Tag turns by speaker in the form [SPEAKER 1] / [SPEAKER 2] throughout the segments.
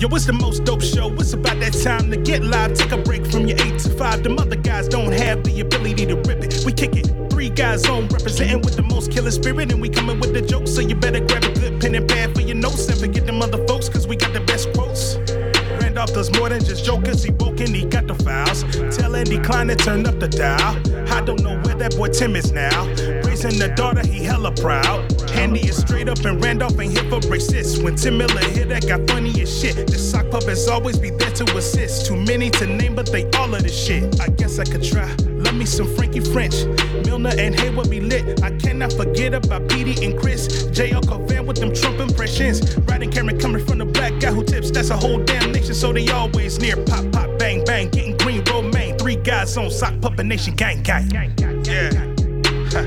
[SPEAKER 1] Yo, it's the most dope show. It's about that time to get live. Take a break from your 8 to 5. Them other guys don't have the ability to rip it. We kick it. Three guys on representing with the most killer spirit. And we coming with the jokes. So you better grab a good pen and pad for your notes. And forget them other folks, cause we got the best quotes. Randolph does more than just jokers. He broke and he got the files. Tell Andy Klein to turn up the dial. I don't know where that boy Tim is now. Raising the daughter, he hella proud. Andy is straight up and Randolph ain't here for racist. When Tim Miller hit, that got funny as shit. The sock puppets always be there to assist. Too many to name, but they all of this shit. I guess I could try. Love me some Frankie French. Milner and Hayward be lit. I cannot forget about Petey and Chris. J.L. Covan with them Trump impressions. Riding Cameron coming from the black guy who tips. That's a whole damn nation, so they always near. Pop, pop, bang, bang. Getting green, romaine. Three guys on sock puppet nation, gang, gang. Yeah. Huh.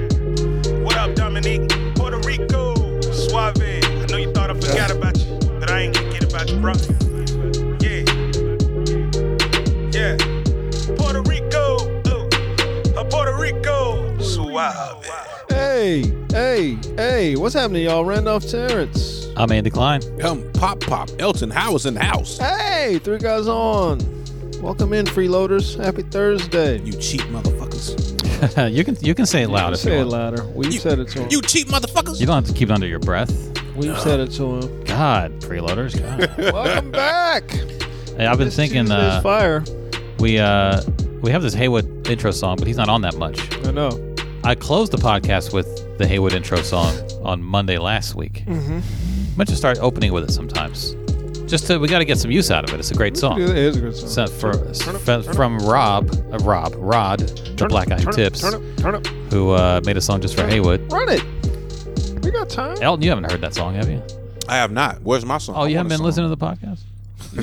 [SPEAKER 1] What up, Dominique? Puerto Rico. Suave. I know you thought I forgot about you, but I ain't gonna get about you, bro. Yeah. Yeah. Puerto Rico. Uh, Puerto Rico. Suave.
[SPEAKER 2] Hey, hey, hey, what's happening, y'all? Randolph Terrence.
[SPEAKER 3] I'm Andy Klein.
[SPEAKER 4] Come, Pop Pop, Elton Howard's in the house.
[SPEAKER 2] Hey, three guys on. Welcome in, freeloaders. Happy Thursday.
[SPEAKER 4] You cheap motherfuckers.
[SPEAKER 3] you can you can say it loud if you
[SPEAKER 2] Say it
[SPEAKER 3] want.
[SPEAKER 2] louder. We've
[SPEAKER 4] You-
[SPEAKER 2] said it to him.
[SPEAKER 4] You cheap motherfuckers.
[SPEAKER 3] You don't have to keep it under your breath.
[SPEAKER 2] We've said it to him.
[SPEAKER 3] God, preloaders. God.
[SPEAKER 2] Welcome back.
[SPEAKER 3] hey, I've been
[SPEAKER 2] This
[SPEAKER 3] thinking
[SPEAKER 2] Tuesday's
[SPEAKER 3] uh,
[SPEAKER 2] fire.
[SPEAKER 3] we uh, we have this Haywood intro song, but he's not on that much.
[SPEAKER 2] I know.
[SPEAKER 3] I closed the podcast with the Haywood intro song on Monday last week. Mm-hmm. I'm gonna just start opening with it sometimes. Just to, we got to get some use out of it. It's a great song.
[SPEAKER 2] It is a good song.
[SPEAKER 3] So for, f- from Rob, uh, Rob, Rod, the Black Eye Tips, who uh, made a song just for Haywood.
[SPEAKER 2] Run it. We got time.
[SPEAKER 3] Elton, you haven't heard that song, have you?
[SPEAKER 4] I have not. Where's my song?
[SPEAKER 3] Oh, you haven't
[SPEAKER 4] I want a
[SPEAKER 3] been
[SPEAKER 4] song.
[SPEAKER 3] listening to the podcast?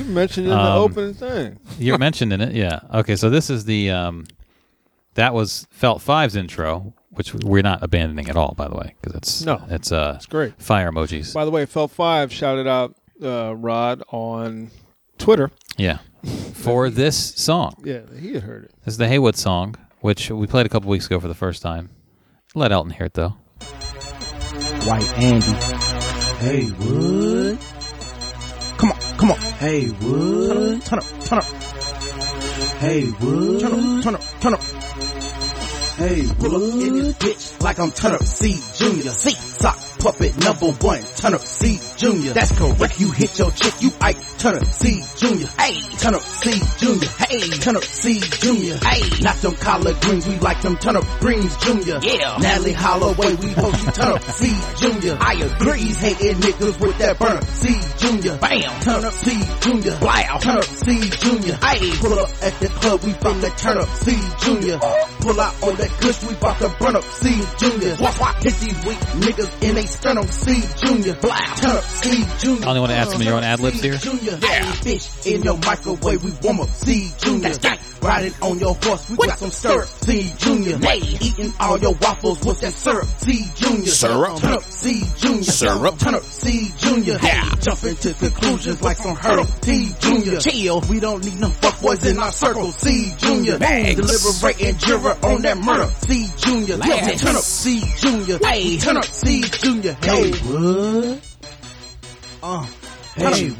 [SPEAKER 2] You mentioned it in the
[SPEAKER 3] Um,
[SPEAKER 2] opening thing.
[SPEAKER 3] You're mentioned in it, yeah. Okay, so this is the um, that was Felt Five's intro, which we're not abandoning at all, by the way, because it's
[SPEAKER 2] No.
[SPEAKER 3] it's uh, it's
[SPEAKER 2] great.
[SPEAKER 3] Fire emojis,
[SPEAKER 2] By the way, Felt Five shouted out uh, Rod on Twitter.
[SPEAKER 3] yeah. For this song,
[SPEAKER 2] Yeah, he had heard it.
[SPEAKER 3] this is the Haywood song, which we played a couple weeks ago for the first time. Let Elton hear it though.
[SPEAKER 5] White Andy. Hey Wood. Come on, come on. Hey Wood. Turn up, turn up. Hey Wood. Turn up, turn up, turn up. Hey Pull up in this bitch like I'm Turn Up C Junior. C sock puppet number one. Turn Up C Junior. That's correct. You hit your chick, you Ike. Turn Up C Junior. Hey. Turn Up C Junior. Hey. Turn Up C Junior. Hey. Not them collard greens, we like them Turn Up Greens Junior. Yeah. Natalie Holloway, we hope you Turn Up C Junior. I agree. These hating niggas with that burn. C Junior. Bam. Turn Up C Junior. Wow. Turn Up C Junior. Hey. Pull up at the club, we bout to Turn Up C Junior. Pull out on that kush, we bout to burn up C Junior. Wah, wah. Hit these weak niggas in they sternum C Junior. Blah. Turn Up C Junior.
[SPEAKER 3] I only wanna add some of your own ad libs here.
[SPEAKER 5] Junior. Yeah. Bitch, in your microwave, we warm up C Junior. Riding on your horse, we got some syrup. C Junior. Eating all your waffles with that syrup. C Junior.
[SPEAKER 4] Syrup.
[SPEAKER 5] Turn up C Junior.
[SPEAKER 4] Syrup.
[SPEAKER 5] Turn up C Junior. Yeah. Jumping to conclusions like some hurdle. T Junior. Chill. We don't need no fuckboys in our circle. C Junior.
[SPEAKER 4] Legs.
[SPEAKER 5] Deliberating juror on that murder. C Junior.
[SPEAKER 4] Legs.
[SPEAKER 5] Turn up C Junior. Turn up C Junior. Hey. What? Uh. Hey, what?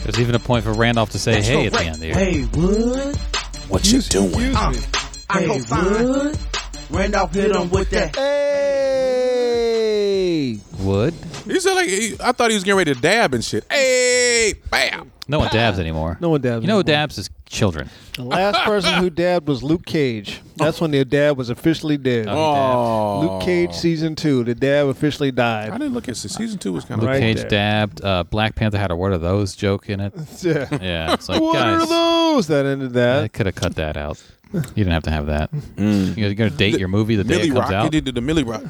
[SPEAKER 3] There's even a point for Randolph to say "Hey" at the end here.
[SPEAKER 5] Hey, Wood.
[SPEAKER 4] What you doing? Ah.
[SPEAKER 2] Excuse
[SPEAKER 5] Uh,
[SPEAKER 2] me.
[SPEAKER 5] I hey, Wood. Randolph hit him with that.
[SPEAKER 2] Hey.
[SPEAKER 3] Wood?
[SPEAKER 4] He said like he, I thought he was getting ready to dab and shit. Hey, bam.
[SPEAKER 3] No one dabs anymore.
[SPEAKER 2] No one dabs.
[SPEAKER 3] You know,
[SPEAKER 2] anymore.
[SPEAKER 3] who dabs is children.
[SPEAKER 2] The last person who dabbed was Luke Cage. That's when their dad was officially dead.
[SPEAKER 4] Oh,
[SPEAKER 2] Luke Cage season two. The dad officially
[SPEAKER 4] I
[SPEAKER 2] died.
[SPEAKER 4] didn't look at this. season two was kind of
[SPEAKER 2] Right.
[SPEAKER 3] Cage
[SPEAKER 2] there.
[SPEAKER 3] dabbed. Uh, Black Panther had a "What are those?" joke in it.
[SPEAKER 2] Yeah.
[SPEAKER 3] Yeah, it's like
[SPEAKER 2] What
[SPEAKER 3] guys,
[SPEAKER 2] are those? That ended
[SPEAKER 3] I
[SPEAKER 2] that.
[SPEAKER 3] could have cut that out. You didn't have to have that. You're going to date your movie the day
[SPEAKER 4] Mm. Millie
[SPEAKER 3] it comes
[SPEAKER 4] Rock. He
[SPEAKER 3] out. Uh.
[SPEAKER 4] did the Millie Rock.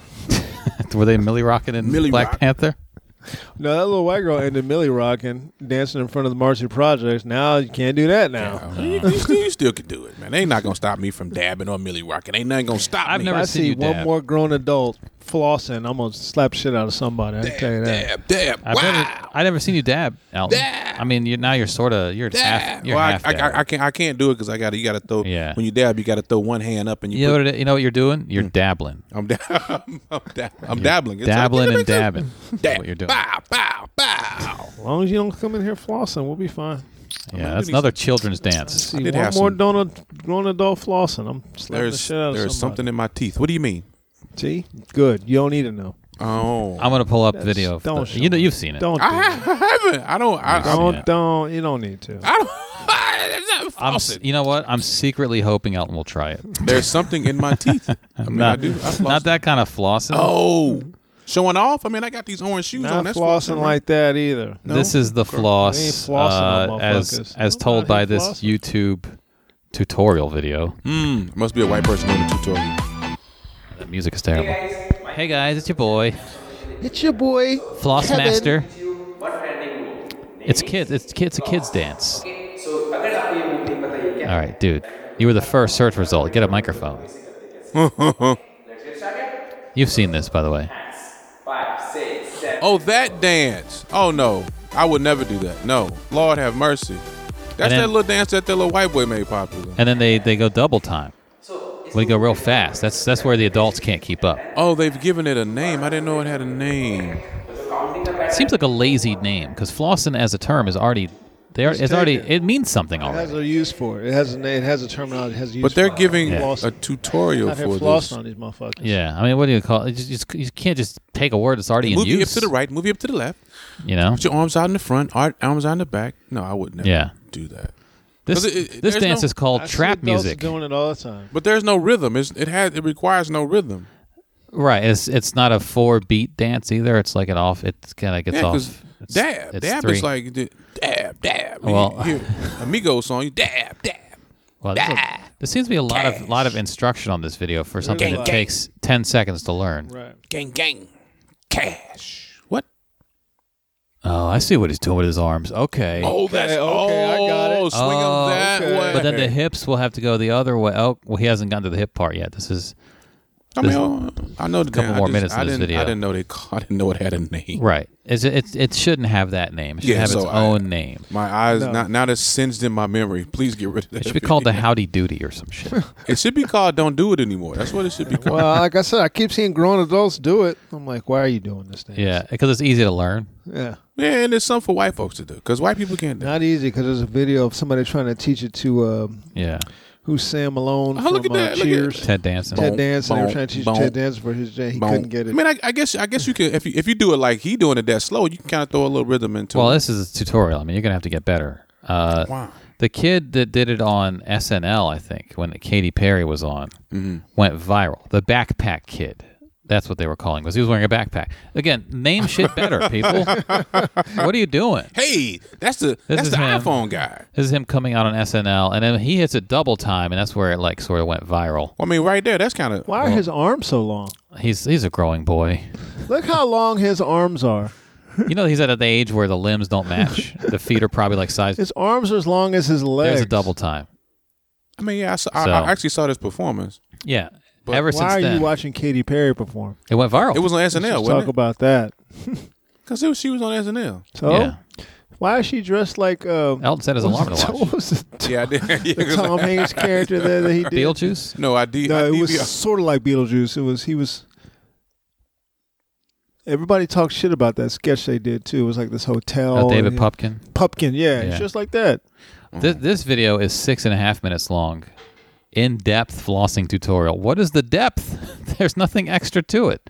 [SPEAKER 3] Were they Millie rocking in
[SPEAKER 4] Millie
[SPEAKER 3] Black
[SPEAKER 4] Rock.
[SPEAKER 3] Panther?
[SPEAKER 2] No, that little white girl ended Millie rocking, dancing in front of the Marcy Projects. Now you can't do that now.
[SPEAKER 4] You, you still, you still can do it, man. They ain't not gonna stop me from dabbing or Millie Rock. It ain't nothing gonna stop
[SPEAKER 3] I've
[SPEAKER 4] me.
[SPEAKER 3] never
[SPEAKER 2] I
[SPEAKER 3] seen
[SPEAKER 2] see
[SPEAKER 3] you
[SPEAKER 2] one
[SPEAKER 3] dab.
[SPEAKER 2] more grown adult flossing. I'm gonna slap shit out of somebody. I can tell you that.
[SPEAKER 4] dab, dab.
[SPEAKER 3] I've
[SPEAKER 4] wow.
[SPEAKER 3] never, I never seen you dab, Elton.
[SPEAKER 4] Dab.
[SPEAKER 3] I mean, you now you're sort of you're half. You're
[SPEAKER 4] well, I,
[SPEAKER 3] half
[SPEAKER 4] I,
[SPEAKER 3] dab.
[SPEAKER 4] I, I can't. I can't do it because I got. to You got to throw.
[SPEAKER 3] Yeah.
[SPEAKER 4] When you dab, you got to throw one hand up and you.
[SPEAKER 3] you know
[SPEAKER 4] put,
[SPEAKER 3] what? It, you know what you're doing? You're dabbling,
[SPEAKER 4] I'm, da- I'm, da- I'm dabbling. Hmm. It's
[SPEAKER 3] dabbling
[SPEAKER 4] like-
[SPEAKER 3] and dabbing.
[SPEAKER 4] Dab.
[SPEAKER 3] what you're doing.
[SPEAKER 4] Bow, bow, bow.
[SPEAKER 2] As long as you don't come in here flossing, we'll be fine.
[SPEAKER 3] Yeah, that's another children's dance.
[SPEAKER 2] See,
[SPEAKER 4] did
[SPEAKER 2] one
[SPEAKER 4] have
[SPEAKER 2] more
[SPEAKER 4] some-
[SPEAKER 2] donut, grown adult flossing. I'm slapping the
[SPEAKER 4] There's
[SPEAKER 2] shit out of somebody.
[SPEAKER 4] there's something in my teeth. What do you mean?
[SPEAKER 2] See, good. You don't need to know.
[SPEAKER 4] Oh,
[SPEAKER 3] I'm gonna pull up video. Of
[SPEAKER 2] Don't
[SPEAKER 3] the,
[SPEAKER 2] show
[SPEAKER 3] you know,
[SPEAKER 2] me.
[SPEAKER 3] you've seen it.
[SPEAKER 2] Don't.
[SPEAKER 4] I,
[SPEAKER 2] do it.
[SPEAKER 4] ha- haven't. I don't. I, I,
[SPEAKER 2] Don't.
[SPEAKER 3] Yeah.
[SPEAKER 2] Don't. You don't need to.
[SPEAKER 4] I don't. It's not
[SPEAKER 3] I'm, s-
[SPEAKER 4] flossing.
[SPEAKER 3] you know what? I'm secretly hoping Elton will try it.
[SPEAKER 4] There's something in my teeth. I mean, I
[SPEAKER 3] Not,
[SPEAKER 4] do. I floss.
[SPEAKER 3] not that kind of flossing.
[SPEAKER 4] Oh, showing off. I mean, I got these orange shoes
[SPEAKER 2] Not
[SPEAKER 4] on. That's
[SPEAKER 2] flossing
[SPEAKER 4] right?
[SPEAKER 2] like that either.
[SPEAKER 3] This is the
[SPEAKER 2] We ain't
[SPEAKER 3] floss
[SPEAKER 2] flossing no
[SPEAKER 3] uh, as
[SPEAKER 2] motherfuckers.
[SPEAKER 3] as
[SPEAKER 2] Nobody
[SPEAKER 3] told by this
[SPEAKER 2] flossing. Hmm?
[SPEAKER 3] YouTube tutorial video.
[SPEAKER 4] Mm, must be a white person doing the tutorial.
[SPEAKER 3] The music is terrible. Hey guys, it's your boy,
[SPEAKER 2] It's your boy.
[SPEAKER 3] Floss
[SPEAKER 2] Kevin.
[SPEAKER 3] Master. It's kids. It's kids. A kids dance. All right, dude. You were the first search result. Get a microphone. You've seen this, by the way.
[SPEAKER 4] Oh, that dance. Oh no, I would never do that. No, Lord have mercy. That's
[SPEAKER 3] And then-
[SPEAKER 4] that little dance that that little white boy made popular.
[SPEAKER 3] And then they, they go double time. We go real fast. That's that's where the adults can't keep up.
[SPEAKER 4] Oh, they've given it a name. I didn't know it had a name.
[SPEAKER 3] It seems like a lazy name because flossing as a term is already there. It's already
[SPEAKER 2] taken.
[SPEAKER 3] it means something
[SPEAKER 2] It has
[SPEAKER 3] already.
[SPEAKER 2] a use for it. It has a. na- It has a terminology. It has a use.
[SPEAKER 4] But they're
[SPEAKER 2] for it.
[SPEAKER 4] giving
[SPEAKER 2] Yeah.
[SPEAKER 4] a
[SPEAKER 2] Flossing.
[SPEAKER 4] tutorial
[SPEAKER 2] Not here
[SPEAKER 4] for
[SPEAKER 2] flossing
[SPEAKER 4] this.
[SPEAKER 2] on these motherfuckers.
[SPEAKER 3] Yeah, I mean, what do you call it? You, just, you can't just take a word that's already in
[SPEAKER 4] Move you up
[SPEAKER 3] use.
[SPEAKER 4] to the right. Move you up to the left.
[SPEAKER 3] You know,
[SPEAKER 4] Put your arms out in the front. ar- Arms out in the back. No, I would never
[SPEAKER 3] Yeah.
[SPEAKER 4] do that.
[SPEAKER 3] this
[SPEAKER 4] 'Cause it- it-
[SPEAKER 3] this
[SPEAKER 4] there's
[SPEAKER 3] dance
[SPEAKER 4] no-
[SPEAKER 3] is called
[SPEAKER 2] I see
[SPEAKER 3] trap
[SPEAKER 2] adults
[SPEAKER 3] music,
[SPEAKER 2] Doing it all the time.
[SPEAKER 4] But there's no rhythm. It's, it has. It requires no rhythm.
[SPEAKER 3] right? It's it's not a four beat dance either. It's like an off. It's kind of gets
[SPEAKER 4] Yeah,
[SPEAKER 3] off.
[SPEAKER 4] because
[SPEAKER 3] It's-
[SPEAKER 4] dab,
[SPEAKER 3] it's
[SPEAKER 4] dab
[SPEAKER 3] three.
[SPEAKER 4] is like the- dab, dab.
[SPEAKER 3] Well-
[SPEAKER 4] Well, you hear Amigos song. You dab, dab.
[SPEAKER 3] Well, there's a- there seems to be a lot of lot of instruction on this video for something
[SPEAKER 2] a
[SPEAKER 3] that
[SPEAKER 2] lot.
[SPEAKER 3] takes ten seconds to learn.
[SPEAKER 2] Right.
[SPEAKER 4] Gang, gang. Cash. What?
[SPEAKER 3] Oh, I see what he's doing with his arms. Okay.
[SPEAKER 4] Oh, that's
[SPEAKER 2] Okay, okay, I got it.
[SPEAKER 4] oh, swing 'em
[SPEAKER 3] Oh,
[SPEAKER 4] that
[SPEAKER 2] okay.
[SPEAKER 4] way.
[SPEAKER 3] But then the hips will have to go the other way. Oh, well, he hasn't gotten to the hip part yet. This is
[SPEAKER 4] I mean, oh, I know the
[SPEAKER 3] couple
[SPEAKER 4] damn-
[SPEAKER 3] more
[SPEAKER 4] I just-
[SPEAKER 3] minutes in
[SPEAKER 4] I
[SPEAKER 3] this
[SPEAKER 4] didn't,
[SPEAKER 3] video.
[SPEAKER 4] I didn't know they. ca- I didn't know it had a name.
[SPEAKER 3] right. Is it, it? It shouldn't have that name. It should
[SPEAKER 4] Yeah,
[SPEAKER 3] have its
[SPEAKER 4] so I-
[SPEAKER 3] own name.
[SPEAKER 4] My eyes now, now that singed in my memory. Please get rid of that.
[SPEAKER 3] It should be called the Howdy Doody or some shit.
[SPEAKER 4] It should be called "Don't Do It Anymore." That's what it should be called.
[SPEAKER 2] Well, like I said, I keep seeing grown adults do it. I'm like, why are you doing this thing?
[SPEAKER 3] yeah, because it's easy to learn.
[SPEAKER 2] Yeah.
[SPEAKER 4] yeah, and there's some for white folks to do because white people can't do. it.
[SPEAKER 2] Not easy because there's a video of somebody trying to teach it to um,
[SPEAKER 3] Yeah,
[SPEAKER 2] who's Sam Malone
[SPEAKER 4] Oh,
[SPEAKER 2] from
[SPEAKER 4] look at
[SPEAKER 2] uh,
[SPEAKER 4] that, look at-
[SPEAKER 2] Cheers.
[SPEAKER 3] Ted Danson.
[SPEAKER 2] Ted
[SPEAKER 4] Bonk,
[SPEAKER 2] Danson. they were
[SPEAKER 4] bonk,
[SPEAKER 2] trying to teach
[SPEAKER 4] bonk,
[SPEAKER 2] Ted Danson for his jam. He couldn't get it.
[SPEAKER 4] I mean, I, I guess I guess you could if you if you do it like he doing it that slow, you can kind of throw a little rhythm into
[SPEAKER 3] Well,
[SPEAKER 4] it.
[SPEAKER 3] this is a tutorial. I mean, you're gonna have to get better. Uh,
[SPEAKER 4] Wow.
[SPEAKER 3] The kid that did it on SNL, I think, when Katy Perry was on,
[SPEAKER 4] Mm-hmm.
[SPEAKER 3] went viral. The backpack kid. That's what they were calling because he was wearing a backpack. Again, name shit better, people. what are you doing?
[SPEAKER 4] Hey, that's the that's
[SPEAKER 3] is
[SPEAKER 4] the
[SPEAKER 3] him.
[SPEAKER 4] iPhone guy.
[SPEAKER 3] This is him coming out on SNL, and then he hits it double time, and that's where it like sort of went viral.
[SPEAKER 4] I mean, right there, that's kind of
[SPEAKER 2] why are his arms so long?
[SPEAKER 3] He's he's a growing boy.
[SPEAKER 2] Look how long his arms are.
[SPEAKER 3] You know he's at the age where the limbs don't match. the feet are probably like size.
[SPEAKER 2] His arms are as long as his legs.
[SPEAKER 3] There's a double time.
[SPEAKER 4] I mean, yeah, I, saw, I-
[SPEAKER 3] So-
[SPEAKER 4] I actually saw this performance.
[SPEAKER 3] Yeah. Ever
[SPEAKER 2] Why
[SPEAKER 3] since
[SPEAKER 2] are
[SPEAKER 3] then,
[SPEAKER 2] you watching Katy Perry perform?
[SPEAKER 3] it went viral.
[SPEAKER 4] It was on
[SPEAKER 2] Let's
[SPEAKER 4] SNL,
[SPEAKER 2] Oh, talk
[SPEAKER 4] wasn't it?
[SPEAKER 2] about that.
[SPEAKER 4] Because she was on SNL.
[SPEAKER 2] So,
[SPEAKER 3] Yeah.
[SPEAKER 4] Oh.
[SPEAKER 2] why is she dressed like um,
[SPEAKER 3] Elton set his alarm to
[SPEAKER 2] what
[SPEAKER 3] watch.
[SPEAKER 2] was the,
[SPEAKER 4] Yeah, I did. Yeah,
[SPEAKER 2] the
[SPEAKER 4] 'cause I-
[SPEAKER 2] Tom Hanks character there that he did?
[SPEAKER 3] Beetlejuice.
[SPEAKER 4] no, I did.
[SPEAKER 2] No,
[SPEAKER 4] I
[SPEAKER 2] it
[SPEAKER 4] did-
[SPEAKER 2] was
[SPEAKER 4] yeah.
[SPEAKER 2] sort of like Beetlejuice. It was he was. Everybody talks shit about that sketch they did too. It was like this hotel.
[SPEAKER 3] Oh, David
[SPEAKER 2] and-
[SPEAKER 3] Pupkin.
[SPEAKER 2] Pupkin, yeah,
[SPEAKER 3] Yeah.
[SPEAKER 2] it's just like that.
[SPEAKER 3] This, this video is six and a half minutes long. In depth flossing tutorial. What is the depth? There's nothing extra to it.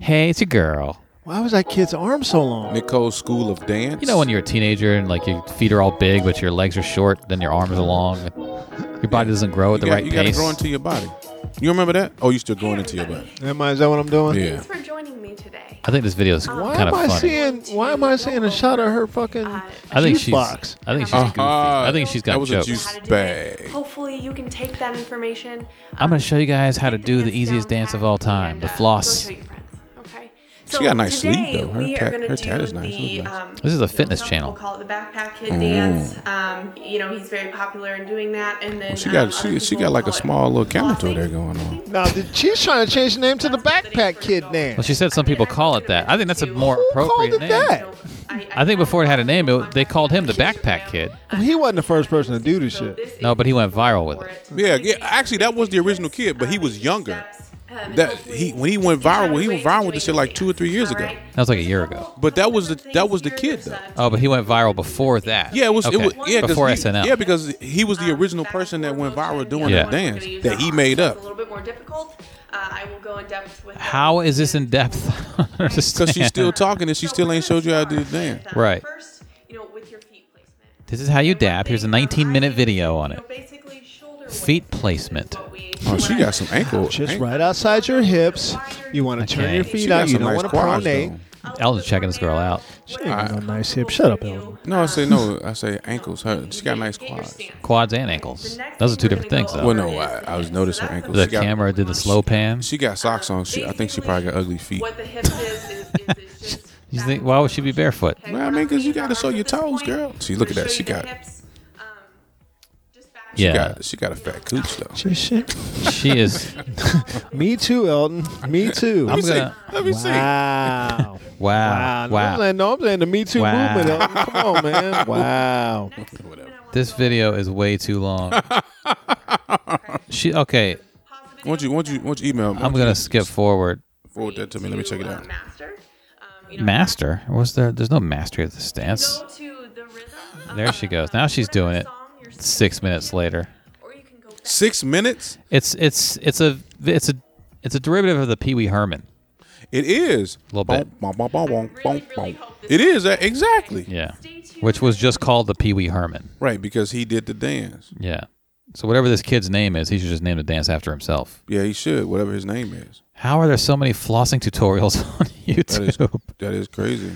[SPEAKER 3] Hey, it's a girl.
[SPEAKER 2] Why was that kid's arm so long?
[SPEAKER 4] Nicole's School of Dance.
[SPEAKER 3] You know when you're a teenager and like your feet are all big but your legs are short, then your arms are long. Your body doesn't grow at the
[SPEAKER 4] you got,
[SPEAKER 3] right
[SPEAKER 4] you gotta
[SPEAKER 3] pace.
[SPEAKER 4] grow into your body. You remember that? Oh, you still growing into your body?
[SPEAKER 2] Am I? Is that what I'm doing?
[SPEAKER 4] Yeah.
[SPEAKER 6] Thanks for joining me today.
[SPEAKER 3] I think this video is
[SPEAKER 2] Why am
[SPEAKER 3] kind of
[SPEAKER 2] I
[SPEAKER 3] funny.
[SPEAKER 2] seeing? Why am I seeing a shot of her fucking?
[SPEAKER 6] Uh,
[SPEAKER 3] I think
[SPEAKER 2] juice
[SPEAKER 3] she's.
[SPEAKER 2] box?
[SPEAKER 3] I think she's
[SPEAKER 6] Uh-huh.
[SPEAKER 3] goofy. I think she's
[SPEAKER 4] That
[SPEAKER 3] got
[SPEAKER 4] was a
[SPEAKER 3] jokes.
[SPEAKER 4] juice
[SPEAKER 6] how to do it.
[SPEAKER 4] Bang.
[SPEAKER 6] Hopefully, you can take that information.
[SPEAKER 3] I'm
[SPEAKER 6] um,
[SPEAKER 3] gonna show you guys how to
[SPEAKER 6] take
[SPEAKER 3] do the
[SPEAKER 6] dance
[SPEAKER 3] easiest
[SPEAKER 6] down
[SPEAKER 3] dance of
[SPEAKER 6] pat
[SPEAKER 3] all time,
[SPEAKER 6] and,
[SPEAKER 3] the
[SPEAKER 6] uh, go
[SPEAKER 3] floss.
[SPEAKER 6] show your friends, Okay.
[SPEAKER 4] She got a nice
[SPEAKER 6] today,
[SPEAKER 4] sleeve, though. Her
[SPEAKER 6] we are
[SPEAKER 4] tat-
[SPEAKER 6] gonna
[SPEAKER 4] her
[SPEAKER 6] do
[SPEAKER 4] tat is nice. Mm. That
[SPEAKER 6] the,
[SPEAKER 4] was nice.
[SPEAKER 6] um,
[SPEAKER 3] This is a
[SPEAKER 6] you know,
[SPEAKER 3] fitness
[SPEAKER 6] some
[SPEAKER 3] channel.
[SPEAKER 6] people Call it the backpack kid dance. Um, you know, he's very popular in doing that. And then
[SPEAKER 4] She
[SPEAKER 6] um,
[SPEAKER 4] got she,
[SPEAKER 6] other
[SPEAKER 4] she
[SPEAKER 6] people
[SPEAKER 4] got like a
[SPEAKER 6] call it
[SPEAKER 4] small little counter
[SPEAKER 6] flossing.
[SPEAKER 4] there going on.
[SPEAKER 2] Now the- she's trying to change the name to the Backpack Kid
[SPEAKER 3] Well,
[SPEAKER 2] dance.
[SPEAKER 3] she said some people call it that. I think that's a more
[SPEAKER 2] Who called
[SPEAKER 3] appropriate
[SPEAKER 2] it
[SPEAKER 3] name.
[SPEAKER 2] that?
[SPEAKER 3] I think before it had a name, it, they called him the Backpack Kid.
[SPEAKER 2] He wasn't the first person to do this
[SPEAKER 6] So
[SPEAKER 2] shit.
[SPEAKER 6] this
[SPEAKER 3] No,
[SPEAKER 6] is
[SPEAKER 3] but he went viral with
[SPEAKER 6] for
[SPEAKER 3] it.
[SPEAKER 4] Yeah, yeah. Actually, that was the original kid,
[SPEAKER 6] um,
[SPEAKER 4] but he was younger. That he when he went viral, he went viral with this shit like two or three years ago.
[SPEAKER 3] That was like a year ago.
[SPEAKER 4] But that was the that was the kid though.
[SPEAKER 6] uh,
[SPEAKER 3] Oh, but he went viral before that.
[SPEAKER 4] Yeah, it was.
[SPEAKER 3] Okay.
[SPEAKER 4] It was yeah, 'cause
[SPEAKER 3] before
[SPEAKER 4] he,
[SPEAKER 3] SNL.
[SPEAKER 4] Yeah, because he was the original person that went viral doing
[SPEAKER 3] Yeah.
[SPEAKER 4] the dance that he made up.
[SPEAKER 6] A little bit more difficult. Uh, I will go in depth with
[SPEAKER 3] How is this in depth? I don't
[SPEAKER 4] Because she's
[SPEAKER 3] understand.
[SPEAKER 4] still talking and she still ain't showed you how to do the dance.
[SPEAKER 3] Right.
[SPEAKER 6] uh, First, you know, with your feet placement.
[SPEAKER 3] This is how you
[SPEAKER 6] And one
[SPEAKER 3] dab. Here's a
[SPEAKER 6] thing,
[SPEAKER 3] 19
[SPEAKER 6] um,
[SPEAKER 3] minute
[SPEAKER 6] I-
[SPEAKER 3] video on
[SPEAKER 6] you
[SPEAKER 3] it.
[SPEAKER 6] know, basically shoulder
[SPEAKER 3] Feet
[SPEAKER 6] width is
[SPEAKER 3] placement.
[SPEAKER 6] what we-
[SPEAKER 4] Oh, she got some ankle.
[SPEAKER 2] Just
[SPEAKER 4] ankle-
[SPEAKER 2] right outside your hips. You want to turn
[SPEAKER 3] Okay.
[SPEAKER 2] your
[SPEAKER 4] She
[SPEAKER 2] feet
[SPEAKER 4] got
[SPEAKER 2] out. You
[SPEAKER 4] some
[SPEAKER 2] don't
[SPEAKER 4] nice
[SPEAKER 2] want to
[SPEAKER 4] quads,
[SPEAKER 2] pronate.
[SPEAKER 4] though.
[SPEAKER 3] Elton's checking this girl out.
[SPEAKER 2] She ain't got no nice hips. Shut up, Ellen.
[SPEAKER 4] No, I say no. I say ankles. Her. She got nice quads.
[SPEAKER 3] Quads and ankles. Those are two different things, though.
[SPEAKER 4] Well, no, I, I was noticing her ankles.
[SPEAKER 3] The
[SPEAKER 4] she got,
[SPEAKER 3] camera did the slow pan.
[SPEAKER 4] She got socks on. She, I think she probably got ugly feet.
[SPEAKER 6] What the hips is, is, is it's just.
[SPEAKER 3] You think, why would she be barefoot?
[SPEAKER 6] Okay,
[SPEAKER 4] Well, I
[SPEAKER 6] we're
[SPEAKER 4] mean,
[SPEAKER 6] not
[SPEAKER 4] 'cause you
[SPEAKER 6] seeing
[SPEAKER 4] gotta
[SPEAKER 6] the
[SPEAKER 4] show your
[SPEAKER 6] arms at this
[SPEAKER 4] toes,
[SPEAKER 6] point.
[SPEAKER 4] girl. See, look at
[SPEAKER 6] We're
[SPEAKER 4] that. She
[SPEAKER 6] showing the
[SPEAKER 4] got-
[SPEAKER 6] hips, um, just back-
[SPEAKER 3] Yeah.
[SPEAKER 4] Got, she got a fat cooch though.
[SPEAKER 2] Just shit.
[SPEAKER 3] She is.
[SPEAKER 2] Me too, Elton. Me too.
[SPEAKER 3] I'm
[SPEAKER 4] Let me see.
[SPEAKER 3] gonna-
[SPEAKER 4] Let me see.
[SPEAKER 2] Wow.
[SPEAKER 3] Wow.
[SPEAKER 2] Wow. I'm
[SPEAKER 3] Ah, Wow.
[SPEAKER 2] saying, no, I'm saying the Me Too
[SPEAKER 3] Wow.
[SPEAKER 2] movement. Elton. Come on, man. Wow.
[SPEAKER 3] This video is way too long. She okay.
[SPEAKER 4] Won't you? Won't you? Won't you email?
[SPEAKER 3] I'm gonna skip forward.
[SPEAKER 4] forward that to me. Let me check it out.
[SPEAKER 6] Master. Um, you know,
[SPEAKER 3] Master? What's there? There's no mastery of this dance.
[SPEAKER 6] Go to the rhythm.
[SPEAKER 3] There she goes. Now she's doing it. Six minutes later.
[SPEAKER 6] Or you can go back.
[SPEAKER 4] Six minutes.
[SPEAKER 3] It's it's it's a it's a it's a derivative of the Pee Wee Herman.
[SPEAKER 4] It is.
[SPEAKER 3] Little bit.
[SPEAKER 4] Bonk, bonk, bonk, bonk,
[SPEAKER 6] really,
[SPEAKER 4] bonk,
[SPEAKER 6] really
[SPEAKER 4] bonk.
[SPEAKER 6] hope this
[SPEAKER 4] It is uh, exactly
[SPEAKER 3] Yeah. Which was just called the Pee Wee Herman.
[SPEAKER 4] right because he did the dance.
[SPEAKER 3] Yeah. So whatever this kid's name is, he should just name the dance after himself.
[SPEAKER 4] Yeah, he should. Whatever his name is.
[SPEAKER 3] How are there so many flossing tutorials on
[SPEAKER 4] That is
[SPEAKER 3] YouTube?
[SPEAKER 4] that is crazy.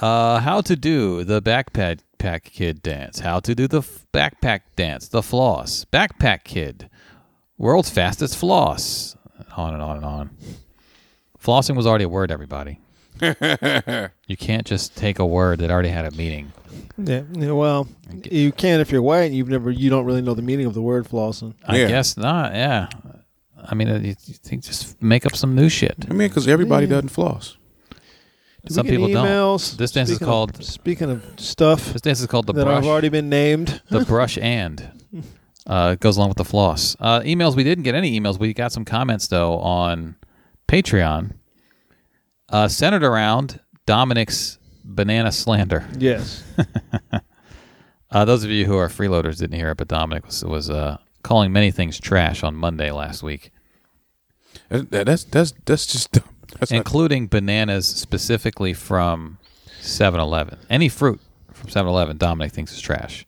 [SPEAKER 3] Uh, how to do the backpack pack kid dance? How to do the f- backpack dance? The floss backpack kid, world's fastest floss. On and on and on. Flossing was already a word. Everybody, you can't just take a word that already had a meaning.
[SPEAKER 2] Yeah. yeah, Well, you can if you're white and you've never, you don't really know the meaning of the word flossing.
[SPEAKER 3] I
[SPEAKER 4] Yeah.
[SPEAKER 3] guess not. Yeah. I mean, uh, you, you think just make up some new shit.
[SPEAKER 4] I mean, because everybody doesn't floss.
[SPEAKER 2] Do we
[SPEAKER 3] Some
[SPEAKER 2] get
[SPEAKER 3] people
[SPEAKER 2] emails?
[SPEAKER 3] don't. This dance is
[SPEAKER 2] Speaking of-
[SPEAKER 3] called
[SPEAKER 2] speaking of stuff
[SPEAKER 3] this dance is called the
[SPEAKER 2] that
[SPEAKER 3] brush.
[SPEAKER 2] have already been named.
[SPEAKER 3] the brush and uh, it goes along with the floss. Uh, emails we didn't get any emails. We got some comments though on Patreon, uh, centered around Dominic's banana slander.
[SPEAKER 2] Yes.
[SPEAKER 3] Uh, those of you who are freeloaders didn't hear it, but Dominic was was uh, calling many things trash on Monday last week,
[SPEAKER 4] That, that- that's that's that's just dumb. That's not,
[SPEAKER 3] including bananas specifically from 7-Eleven. Any fruit from 7-Eleven, Dominic thinks is trash.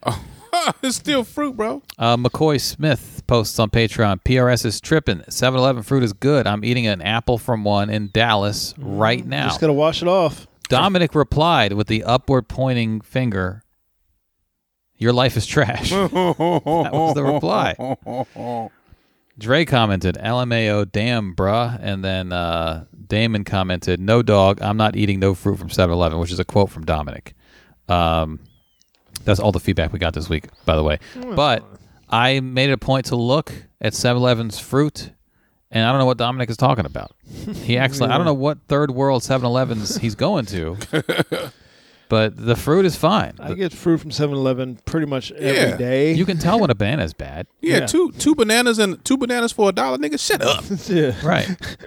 [SPEAKER 4] it's still fruit, bro.
[SPEAKER 3] Uh, McCoy Smith posts on Patreon PRS is tripping. 7 Eleven fruit is good. I'm eating an apple from one in Dallas right now.
[SPEAKER 2] Just got to wash it off.
[SPEAKER 3] Dominic replied with the upward pointing finger Your life is trash. that was the reply. Dre commented, LMAO, damn, bruh. And then uh, Damon commented, No dog, I'm not eating no fruit from 7 Eleven, which is a quote from Dominic. Um, that's all the feedback we got this week, by the way. But I made it a point to look at 7 Eleven's fruit, and I don't know what Dominic is talking about. He acts like, I don't know what third world 7 Elevens he's going to, but the fruit is fine.
[SPEAKER 2] I get fruit from 7-Eleven pretty much
[SPEAKER 4] Yeah.
[SPEAKER 2] every day.
[SPEAKER 3] You can tell when a banana is bad.
[SPEAKER 4] Yeah,
[SPEAKER 2] Yeah.
[SPEAKER 4] two two bananas and two bananas for a dollar, nigga. Shut up.
[SPEAKER 2] yeah.
[SPEAKER 3] Right.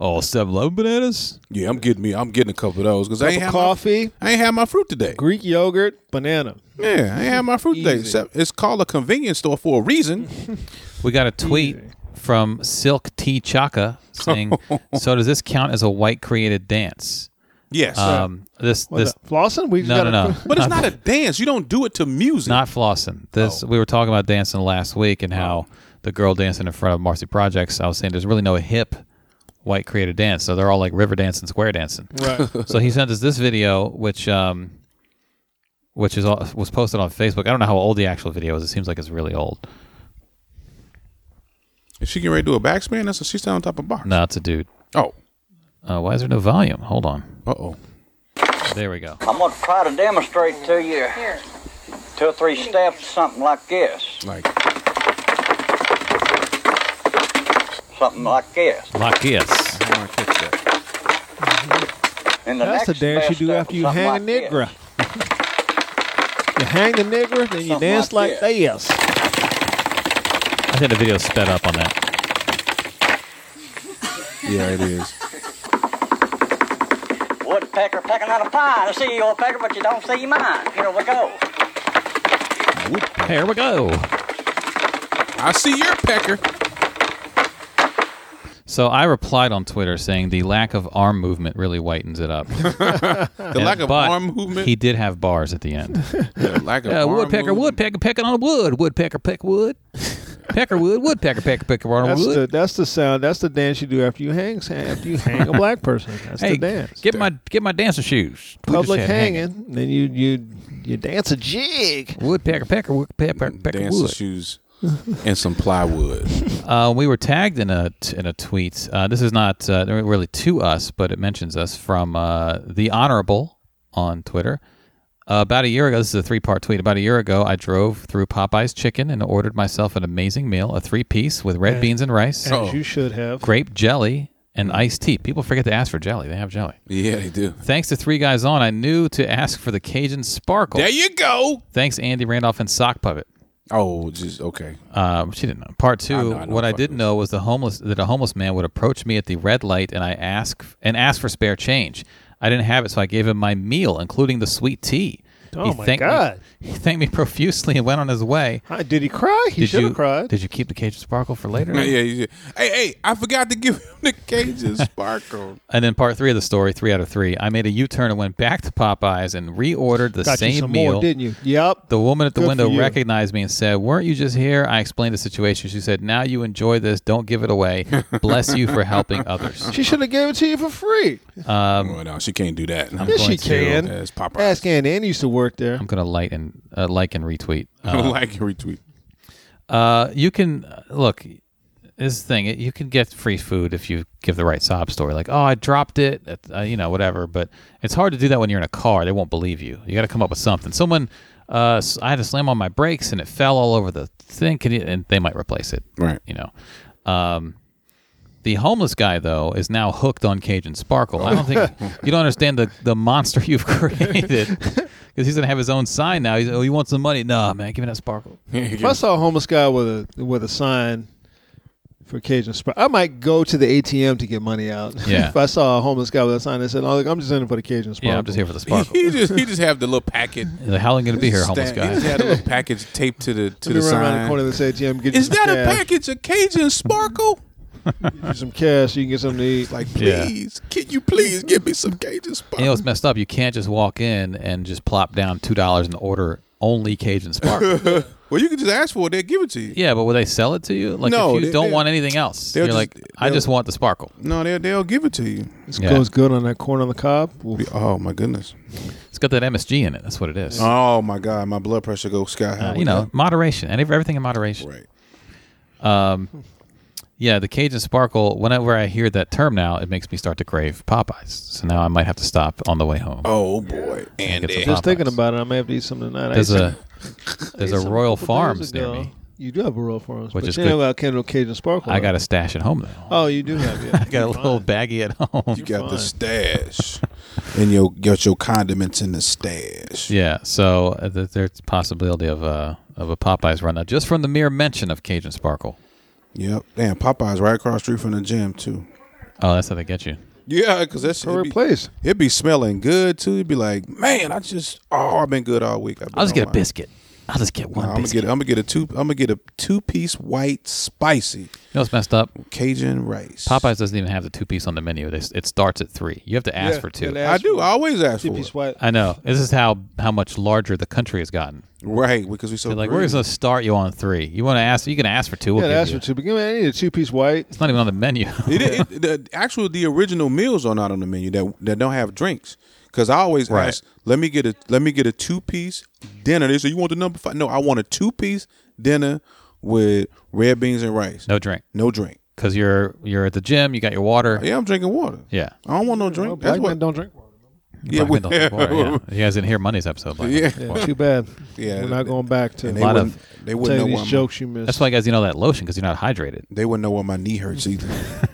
[SPEAKER 3] Oh, 7 Eleven bananas?
[SPEAKER 4] yeah, I'm getting me. I'm getting a couple of those because I ain't
[SPEAKER 2] Cup of
[SPEAKER 4] have
[SPEAKER 2] coffee,
[SPEAKER 4] My, I ain't had my fruit today.
[SPEAKER 2] Greek yogurt, banana.
[SPEAKER 4] Yeah, I ain't had my fruit today.
[SPEAKER 2] Easy.
[SPEAKER 4] Except it's called a convenience store for a reason.
[SPEAKER 3] We got a tweet from Silk T Chaka saying,
[SPEAKER 4] Oh.
[SPEAKER 3] "So does this count as a white created dance?"
[SPEAKER 4] Yes,
[SPEAKER 3] Um, this
[SPEAKER 2] What is
[SPEAKER 3] this
[SPEAKER 2] that? Flossing? We just
[SPEAKER 3] no no
[SPEAKER 2] gotta-
[SPEAKER 3] no,
[SPEAKER 4] but it's not a dance. You don't do it to music.
[SPEAKER 3] not flossing. This we were talking about dancing last week and how the girl dancing in front of Marcy Projects. I was saying there's really no hip white created dance, so they're all like river dancing, square dancing.
[SPEAKER 2] Right.
[SPEAKER 3] so he sent us this video, which um, which is all, was posted on Facebook. I don't know how old the actual video is. It seems like it's really old.
[SPEAKER 4] If she can ready to do a backspin, that's she's down on top of bar.
[SPEAKER 3] No, it's a dude.
[SPEAKER 4] Oh,
[SPEAKER 3] Uh, why is there no volume? Hold on.
[SPEAKER 4] uh oh.
[SPEAKER 3] There we go.
[SPEAKER 7] I'm gonna try to demonstrate to you two or three steps, something like this,
[SPEAKER 4] Like
[SPEAKER 7] something like this.
[SPEAKER 3] Like this.
[SPEAKER 4] I'm gonna catch that.
[SPEAKER 7] And the
[SPEAKER 2] That's the
[SPEAKER 7] next
[SPEAKER 2] dance you do
[SPEAKER 7] best step
[SPEAKER 2] after
[SPEAKER 7] is
[SPEAKER 2] you
[SPEAKER 7] something
[SPEAKER 2] hang a
[SPEAKER 7] like
[SPEAKER 2] nigger.
[SPEAKER 7] this.
[SPEAKER 2] you hang the nigger, then you
[SPEAKER 7] Something
[SPEAKER 2] dance like
[SPEAKER 7] like
[SPEAKER 2] this.
[SPEAKER 3] I think the video sped up on that.
[SPEAKER 4] Yeah, it is.
[SPEAKER 7] Woodpecker pecking out a pine. I see you, old pecker, but you don't see mine. Here we go.
[SPEAKER 3] Here we go.
[SPEAKER 4] I see your pecker.
[SPEAKER 3] So I replied on Twitter saying the lack of arm movement really whitens it up.
[SPEAKER 4] The lack of
[SPEAKER 3] but
[SPEAKER 4] arm movement.
[SPEAKER 3] He did have bars at the end.
[SPEAKER 4] the lack of
[SPEAKER 3] Yeah,
[SPEAKER 4] arm
[SPEAKER 3] woodpecker,
[SPEAKER 4] movement.
[SPEAKER 3] woodpecker, pecking on wood. Woodpecker, peck wood. Pecker wood, woodpecker, pecker, pecker on
[SPEAKER 2] That's
[SPEAKER 3] wood.
[SPEAKER 2] the that's the sound. That's the dance you do after you hang after you hang a black person. That's
[SPEAKER 3] hey,
[SPEAKER 2] the dance.
[SPEAKER 3] get my get my dancer shoes. We just
[SPEAKER 2] Public
[SPEAKER 3] had
[SPEAKER 2] hanging, then you you you dance a jig.
[SPEAKER 3] Woodpecker, pecker, woodpecker, pecker
[SPEAKER 4] dancer
[SPEAKER 3] wood.
[SPEAKER 4] shoes and some plywood.
[SPEAKER 3] Uh, we were tagged in a t- in a tweet. Uh, this is not uh, really to us, but it mentions us from uh, the honorable on Twitter. Uh, about a year ago, this is a three part tweet. About a year ago, I drove through Popeye's Chicken and ordered myself an amazing meal, a three piece with red beans and rice,
[SPEAKER 2] As you should have.
[SPEAKER 3] grape jelly, and iced tea. People forget to ask for jelly; they have jelly.
[SPEAKER 4] Yeah, they do.
[SPEAKER 3] Thanks to Three Guys On, I knew to ask for the Cajun Sparkle.
[SPEAKER 4] There you go.
[SPEAKER 3] Thanks, Andy Randolph and Sock Puppet.
[SPEAKER 4] Oh, just okay.
[SPEAKER 3] Um, she didn't know. Part two.
[SPEAKER 4] I know, I know
[SPEAKER 3] what I
[SPEAKER 4] fuck
[SPEAKER 3] didn't
[SPEAKER 4] this.
[SPEAKER 3] know was the homeless that a homeless man would approach me at the red light and I ask and ask for spare change. I didn't have it, so I gave him my meal, including the sweet tea.
[SPEAKER 2] Oh my
[SPEAKER 3] thanked me-
[SPEAKER 2] God.
[SPEAKER 3] he thanked me profusely and went on his way.
[SPEAKER 2] Hi, did he cry? He
[SPEAKER 3] Did
[SPEAKER 2] should
[SPEAKER 3] you
[SPEAKER 2] have cried.
[SPEAKER 3] Did you keep the cage of sparkle for later?
[SPEAKER 4] Yeah, yeah. Hey, hey, I forgot to give him the Cajun sparkle.
[SPEAKER 3] And then part three of the story, three out of three. I made a U turn and went back to Popeyes and reordered the
[SPEAKER 2] Got
[SPEAKER 3] same
[SPEAKER 2] you some
[SPEAKER 3] meal.
[SPEAKER 2] more, didn't you? Yep.
[SPEAKER 3] The woman at the
[SPEAKER 2] Good for
[SPEAKER 3] window
[SPEAKER 2] you.
[SPEAKER 3] recognized me and said, "Weren't you just here?" I explained the situation. She said, "Now you enjoy this. Don't give it away. Bless you for helping others."
[SPEAKER 2] she should have gave it to you for free.
[SPEAKER 3] Um,
[SPEAKER 4] well, Oh, no, she can't do that. I'm
[SPEAKER 2] Yes, she
[SPEAKER 4] going
[SPEAKER 2] can.
[SPEAKER 4] To, as Popeyes.
[SPEAKER 2] Ask Ann. Ann used to work there.
[SPEAKER 3] I'm gonna like and uh, like and retweet. Uh,
[SPEAKER 4] like and retweet.
[SPEAKER 3] uh, you can uh, look. This is the thing you can get free food if you give the right sob story, like "Oh, I dropped it," at- uh, you know, whatever. But it's hard to do that when you're in a car; they won't believe you. You got to come up with something. Someone, uh, s- I had to slam on my brakes and it fell all over the thing, can you, and they might replace it.
[SPEAKER 4] Right.
[SPEAKER 3] You know. Um, the homeless guy though is now hooked on Cajun Sparkle. I don't think you don't understand the, the monster you've created because he's gonna have his own sign now. He's, oh, you want some money? Nah, man, give me that Sparkle.
[SPEAKER 2] If I saw a homeless guy with a with a sign for Cajun Spark, I might go to the ATM to get money out.
[SPEAKER 3] Yeah.
[SPEAKER 2] if I saw a homeless guy with a sign that said, "Oh, look, I'm just in it for the Cajun Spark."
[SPEAKER 3] Yeah, I'm just here for the Sparkle.
[SPEAKER 4] He just he just have the little packet.
[SPEAKER 3] Like, How long gonna be here, homeless
[SPEAKER 4] stand- He just
[SPEAKER 3] guy?
[SPEAKER 4] had a little package taped to the to
[SPEAKER 2] Let me
[SPEAKER 4] the
[SPEAKER 2] run around the corner
[SPEAKER 4] sign.
[SPEAKER 2] of this ATM. Get you
[SPEAKER 4] Is
[SPEAKER 2] some
[SPEAKER 4] that a
[SPEAKER 2] cash,
[SPEAKER 4] package of Cajun sparkle?
[SPEAKER 2] Get you some cash so you can get something to eat.
[SPEAKER 4] Like,
[SPEAKER 3] Yeah.
[SPEAKER 4] please, can you please give me some Cajun
[SPEAKER 3] You know
[SPEAKER 4] sparkle?
[SPEAKER 3] what's messed up? You can't just walk in and just plop down two dollars and order only Cajun Sparkle.
[SPEAKER 4] well, you can just ask for it. They give it to you.
[SPEAKER 3] yeah, but will they sell it to you? Like
[SPEAKER 4] No,
[SPEAKER 3] if you
[SPEAKER 4] they-
[SPEAKER 3] don't
[SPEAKER 4] they-
[SPEAKER 3] want anything else,
[SPEAKER 4] they'll
[SPEAKER 3] you're like,
[SPEAKER 4] just-
[SPEAKER 3] I
[SPEAKER 4] they'll-
[SPEAKER 3] just want the Sparkle.
[SPEAKER 4] No, they'll they'll give it to you.
[SPEAKER 2] This
[SPEAKER 3] Yeah.
[SPEAKER 2] goes good on that corn on the cob. Oof.
[SPEAKER 4] Oh my goodness.
[SPEAKER 3] It's got that MSG in it. That's what it is.
[SPEAKER 4] Oh my God, my blood pressure goes sky high.
[SPEAKER 3] Uh, you
[SPEAKER 4] with
[SPEAKER 3] know, moderation and ev- everything in
[SPEAKER 4] that.
[SPEAKER 3] moderation.
[SPEAKER 4] right?
[SPEAKER 3] Yeah, the Cajun Sparkle. Whenever I hear that term now, it makes me start to crave Popeyes. So now I might have to stop on the way home.
[SPEAKER 4] Oh boy,
[SPEAKER 3] and
[SPEAKER 4] Andy.
[SPEAKER 3] get some
[SPEAKER 2] Just
[SPEAKER 3] Popeyes.
[SPEAKER 2] thinking about it, I may have to eat something tonight. I
[SPEAKER 3] There's
[SPEAKER 2] ate
[SPEAKER 3] a
[SPEAKER 2] some-
[SPEAKER 3] there's
[SPEAKER 2] ate
[SPEAKER 3] a
[SPEAKER 2] some couple
[SPEAKER 3] Royal
[SPEAKER 2] days
[SPEAKER 3] Farms near
[SPEAKER 2] ago.
[SPEAKER 3] me.
[SPEAKER 2] You do have a Royal Farms,
[SPEAKER 3] Which
[SPEAKER 2] but
[SPEAKER 3] is
[SPEAKER 2] you ain't
[SPEAKER 3] good.
[SPEAKER 2] got Kendall Cajun Sparkle.
[SPEAKER 3] I
[SPEAKER 2] though.
[SPEAKER 3] got a stash at home though.
[SPEAKER 2] Oh, you do have it.
[SPEAKER 3] I got a little baggie at home.
[SPEAKER 4] You got
[SPEAKER 2] fine.
[SPEAKER 4] the stash, and your got your condiments in the stash.
[SPEAKER 3] Yeah, so uh, th- there's possibility of a of a Popeyes run now just from the mere mention of Cajun Sparkle.
[SPEAKER 4] Yep. Damn, Popeyes right across the street from the gym too.
[SPEAKER 3] Oh, that's how they get you.
[SPEAKER 4] Yeah, because that's it'd be,
[SPEAKER 2] perfect place.
[SPEAKER 4] it'd be smelling good too. It'd be like, man, I just oh, I've been good all week. I've been
[SPEAKER 3] I'll just get a
[SPEAKER 4] online."
[SPEAKER 3] biscuit. I'll just get one
[SPEAKER 4] I'm gonna
[SPEAKER 3] biscuit.
[SPEAKER 4] get I'm gonna get a two I'm gonna get a two piece white spicy
[SPEAKER 3] you know what's messed up?
[SPEAKER 4] Cajun rice.
[SPEAKER 3] Popeyes doesn't even have the two piece on the menu. They, s- it starts at three. You have to ask for two.
[SPEAKER 4] I do. I always ask for
[SPEAKER 2] Two-piece
[SPEAKER 4] it.
[SPEAKER 2] white.
[SPEAKER 3] I know. This is how how much larger the country has gotten.
[SPEAKER 4] Right, because we so
[SPEAKER 3] They're like, we're just
[SPEAKER 4] greedy.
[SPEAKER 3] gonna start you on three. You want to ask? You can ask for two. We'll
[SPEAKER 2] Yeah,
[SPEAKER 3] give
[SPEAKER 2] that's
[SPEAKER 3] you.
[SPEAKER 2] for two. But give me, I need a two-piece white.
[SPEAKER 3] It's not even on the menu.
[SPEAKER 4] It- it- it- the actual the original meals are not on the menu that that don't have drinks. Cause I always
[SPEAKER 3] Right.
[SPEAKER 4] ask, let me get a let me get a two piece dinner. They say you want the number five. No, I want a two piece dinner with red beans and rice.
[SPEAKER 3] no drink,
[SPEAKER 4] No drink.
[SPEAKER 3] because you're you're at the gym. You got your water.
[SPEAKER 4] Yeah, I'm drinking water.
[SPEAKER 3] Yeah.
[SPEAKER 4] I don't want no drink.
[SPEAKER 2] Black
[SPEAKER 4] That's what.
[SPEAKER 2] men don't drink water.
[SPEAKER 4] yeah,
[SPEAKER 3] Black
[SPEAKER 4] we-
[SPEAKER 3] men don't drink water, yeah. You guys didn't hear Monday's episode. Black men don't drink water.
[SPEAKER 2] Too bad.
[SPEAKER 4] Yeah,
[SPEAKER 2] we're not going back to.
[SPEAKER 4] and they
[SPEAKER 3] lot
[SPEAKER 4] wouldn't,
[SPEAKER 3] of-
[SPEAKER 4] they
[SPEAKER 2] tell
[SPEAKER 4] wouldn't
[SPEAKER 2] you
[SPEAKER 4] know
[SPEAKER 2] these
[SPEAKER 4] why my-
[SPEAKER 2] jokes you missed.
[SPEAKER 3] That's why you guys you know that lotion because you're not hydrated.
[SPEAKER 4] they wouldn't know why my knee hurts either.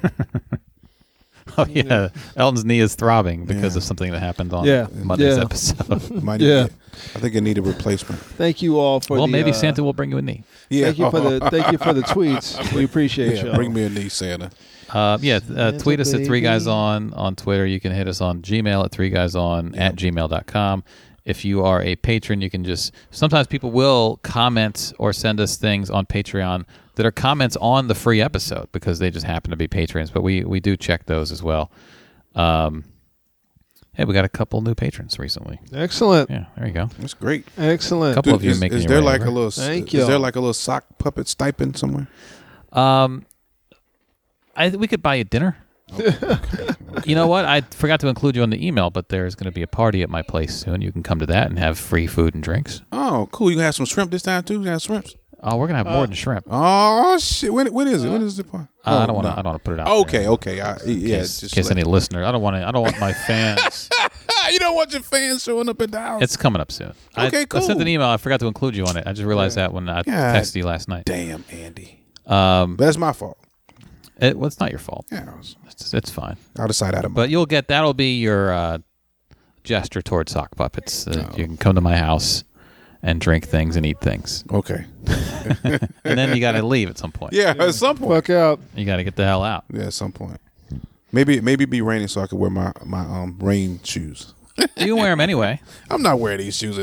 [SPEAKER 3] Oh yeah, Elton's knee is throbbing because of something that happened on
[SPEAKER 2] Yeah.
[SPEAKER 3] Monday's
[SPEAKER 2] Yeah.
[SPEAKER 3] episode.
[SPEAKER 4] Might
[SPEAKER 2] Yeah.
[SPEAKER 4] need- I think it need a replacement.
[SPEAKER 2] Thank you all for
[SPEAKER 3] well,
[SPEAKER 2] the,
[SPEAKER 3] maybe
[SPEAKER 2] uh,
[SPEAKER 3] Santa will bring you a knee.
[SPEAKER 4] Yeah.
[SPEAKER 2] Thank you for the thank you for the tweets. We appreciate
[SPEAKER 4] Yeah,
[SPEAKER 2] y'all.
[SPEAKER 4] bring me a knee, Santa.
[SPEAKER 3] Uh, yeah, th- uh,
[SPEAKER 2] Santa
[SPEAKER 3] tweet us at Three
[SPEAKER 2] baby.
[SPEAKER 3] Guys On on Twitter. You can hit us on Gmail at Three Guys On at gmail.com. If you are a patron, you can just sometimes people will comment or send us things on Patreon that are comments on the free episode because they just happen to be patrons. But we we do check those as well. Um, hey, we got a couple new patrons recently.
[SPEAKER 2] Excellent,
[SPEAKER 3] Yeah, there you go.
[SPEAKER 4] That's great.
[SPEAKER 2] excellent.
[SPEAKER 3] Couple of you
[SPEAKER 4] is,
[SPEAKER 3] making
[SPEAKER 4] is
[SPEAKER 3] your
[SPEAKER 4] there
[SPEAKER 3] way
[SPEAKER 4] like
[SPEAKER 3] over.
[SPEAKER 4] a little?
[SPEAKER 2] Thank
[SPEAKER 4] Thank
[SPEAKER 2] y'all.
[SPEAKER 4] Is there like a little sock puppet stipend somewhere?
[SPEAKER 3] Um, I we could buy you dinner.
[SPEAKER 4] Oh,
[SPEAKER 3] you know what? I forgot to include you on the email, but there's going to be a party at my place soon. You can come to that and have free food and drinks.
[SPEAKER 4] Oh, cool. You gonna have some shrimp this time too. You gonna have shrimps.
[SPEAKER 3] Oh, we're going to have more than shrimp. Uh,
[SPEAKER 4] Oh shit! When when is it? When is the part?
[SPEAKER 3] I don't
[SPEAKER 4] Oh,
[SPEAKER 3] want to.
[SPEAKER 4] no.
[SPEAKER 3] I don't want to put it out.
[SPEAKER 4] Okay,
[SPEAKER 3] there.
[SPEAKER 4] okay. I, yeah,
[SPEAKER 3] In case,
[SPEAKER 4] just
[SPEAKER 3] in case
[SPEAKER 4] let-
[SPEAKER 3] any listener, I don't want to. I don't want my fans.
[SPEAKER 4] you don't want your fans showing up at the house.
[SPEAKER 3] it's coming up soon. I,
[SPEAKER 4] Okay,
[SPEAKER 3] I sent an
[SPEAKER 4] cool.
[SPEAKER 3] email. I forgot to include you on it. I just realized that when I
[SPEAKER 4] God
[SPEAKER 3] texted you last night.
[SPEAKER 4] damn, Andy.
[SPEAKER 3] Um,
[SPEAKER 4] But that's my fault.
[SPEAKER 3] it, well, it's not your fault.
[SPEAKER 4] Yeah, I was-
[SPEAKER 3] It's, it's fine.
[SPEAKER 4] I'll decide out of my.
[SPEAKER 3] But you'll get that'll be your uh, gesture towards sock puppets. Uh, You can come to my house and drink things and eat things,
[SPEAKER 4] Okay.
[SPEAKER 3] and then you got to leave at some point.
[SPEAKER 4] Yeah, at some point.
[SPEAKER 2] Fuck out.
[SPEAKER 3] you got to get the hell out.
[SPEAKER 4] Yeah, at some point. Maybe maybe it'd be raining so I could wear my my um rain shoes.
[SPEAKER 3] You can wear them anyway.
[SPEAKER 4] I'm not wearing these shoes.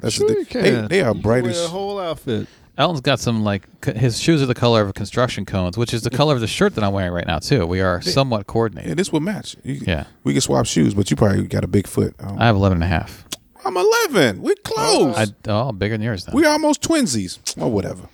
[SPEAKER 4] That's
[SPEAKER 2] Sure
[SPEAKER 4] the,
[SPEAKER 2] you can.
[SPEAKER 4] They, they are bright
[SPEAKER 2] Wear
[SPEAKER 4] as.
[SPEAKER 2] the whole outfit.
[SPEAKER 3] Elton's got some like c- his shoes are the color of construction cones, which is the color of the shirt that I'm wearing right now too. We are somewhat
[SPEAKER 4] yeah,
[SPEAKER 3] coordinated.
[SPEAKER 4] this will match. You-
[SPEAKER 3] Yeah.
[SPEAKER 4] we can swap shoes, but you probably got a big foot. I don't-
[SPEAKER 3] I have 11 and a half.
[SPEAKER 4] I'm 11. We close.
[SPEAKER 3] I, oh, bigger than yours then.
[SPEAKER 4] We almost twinsies. Or whatever.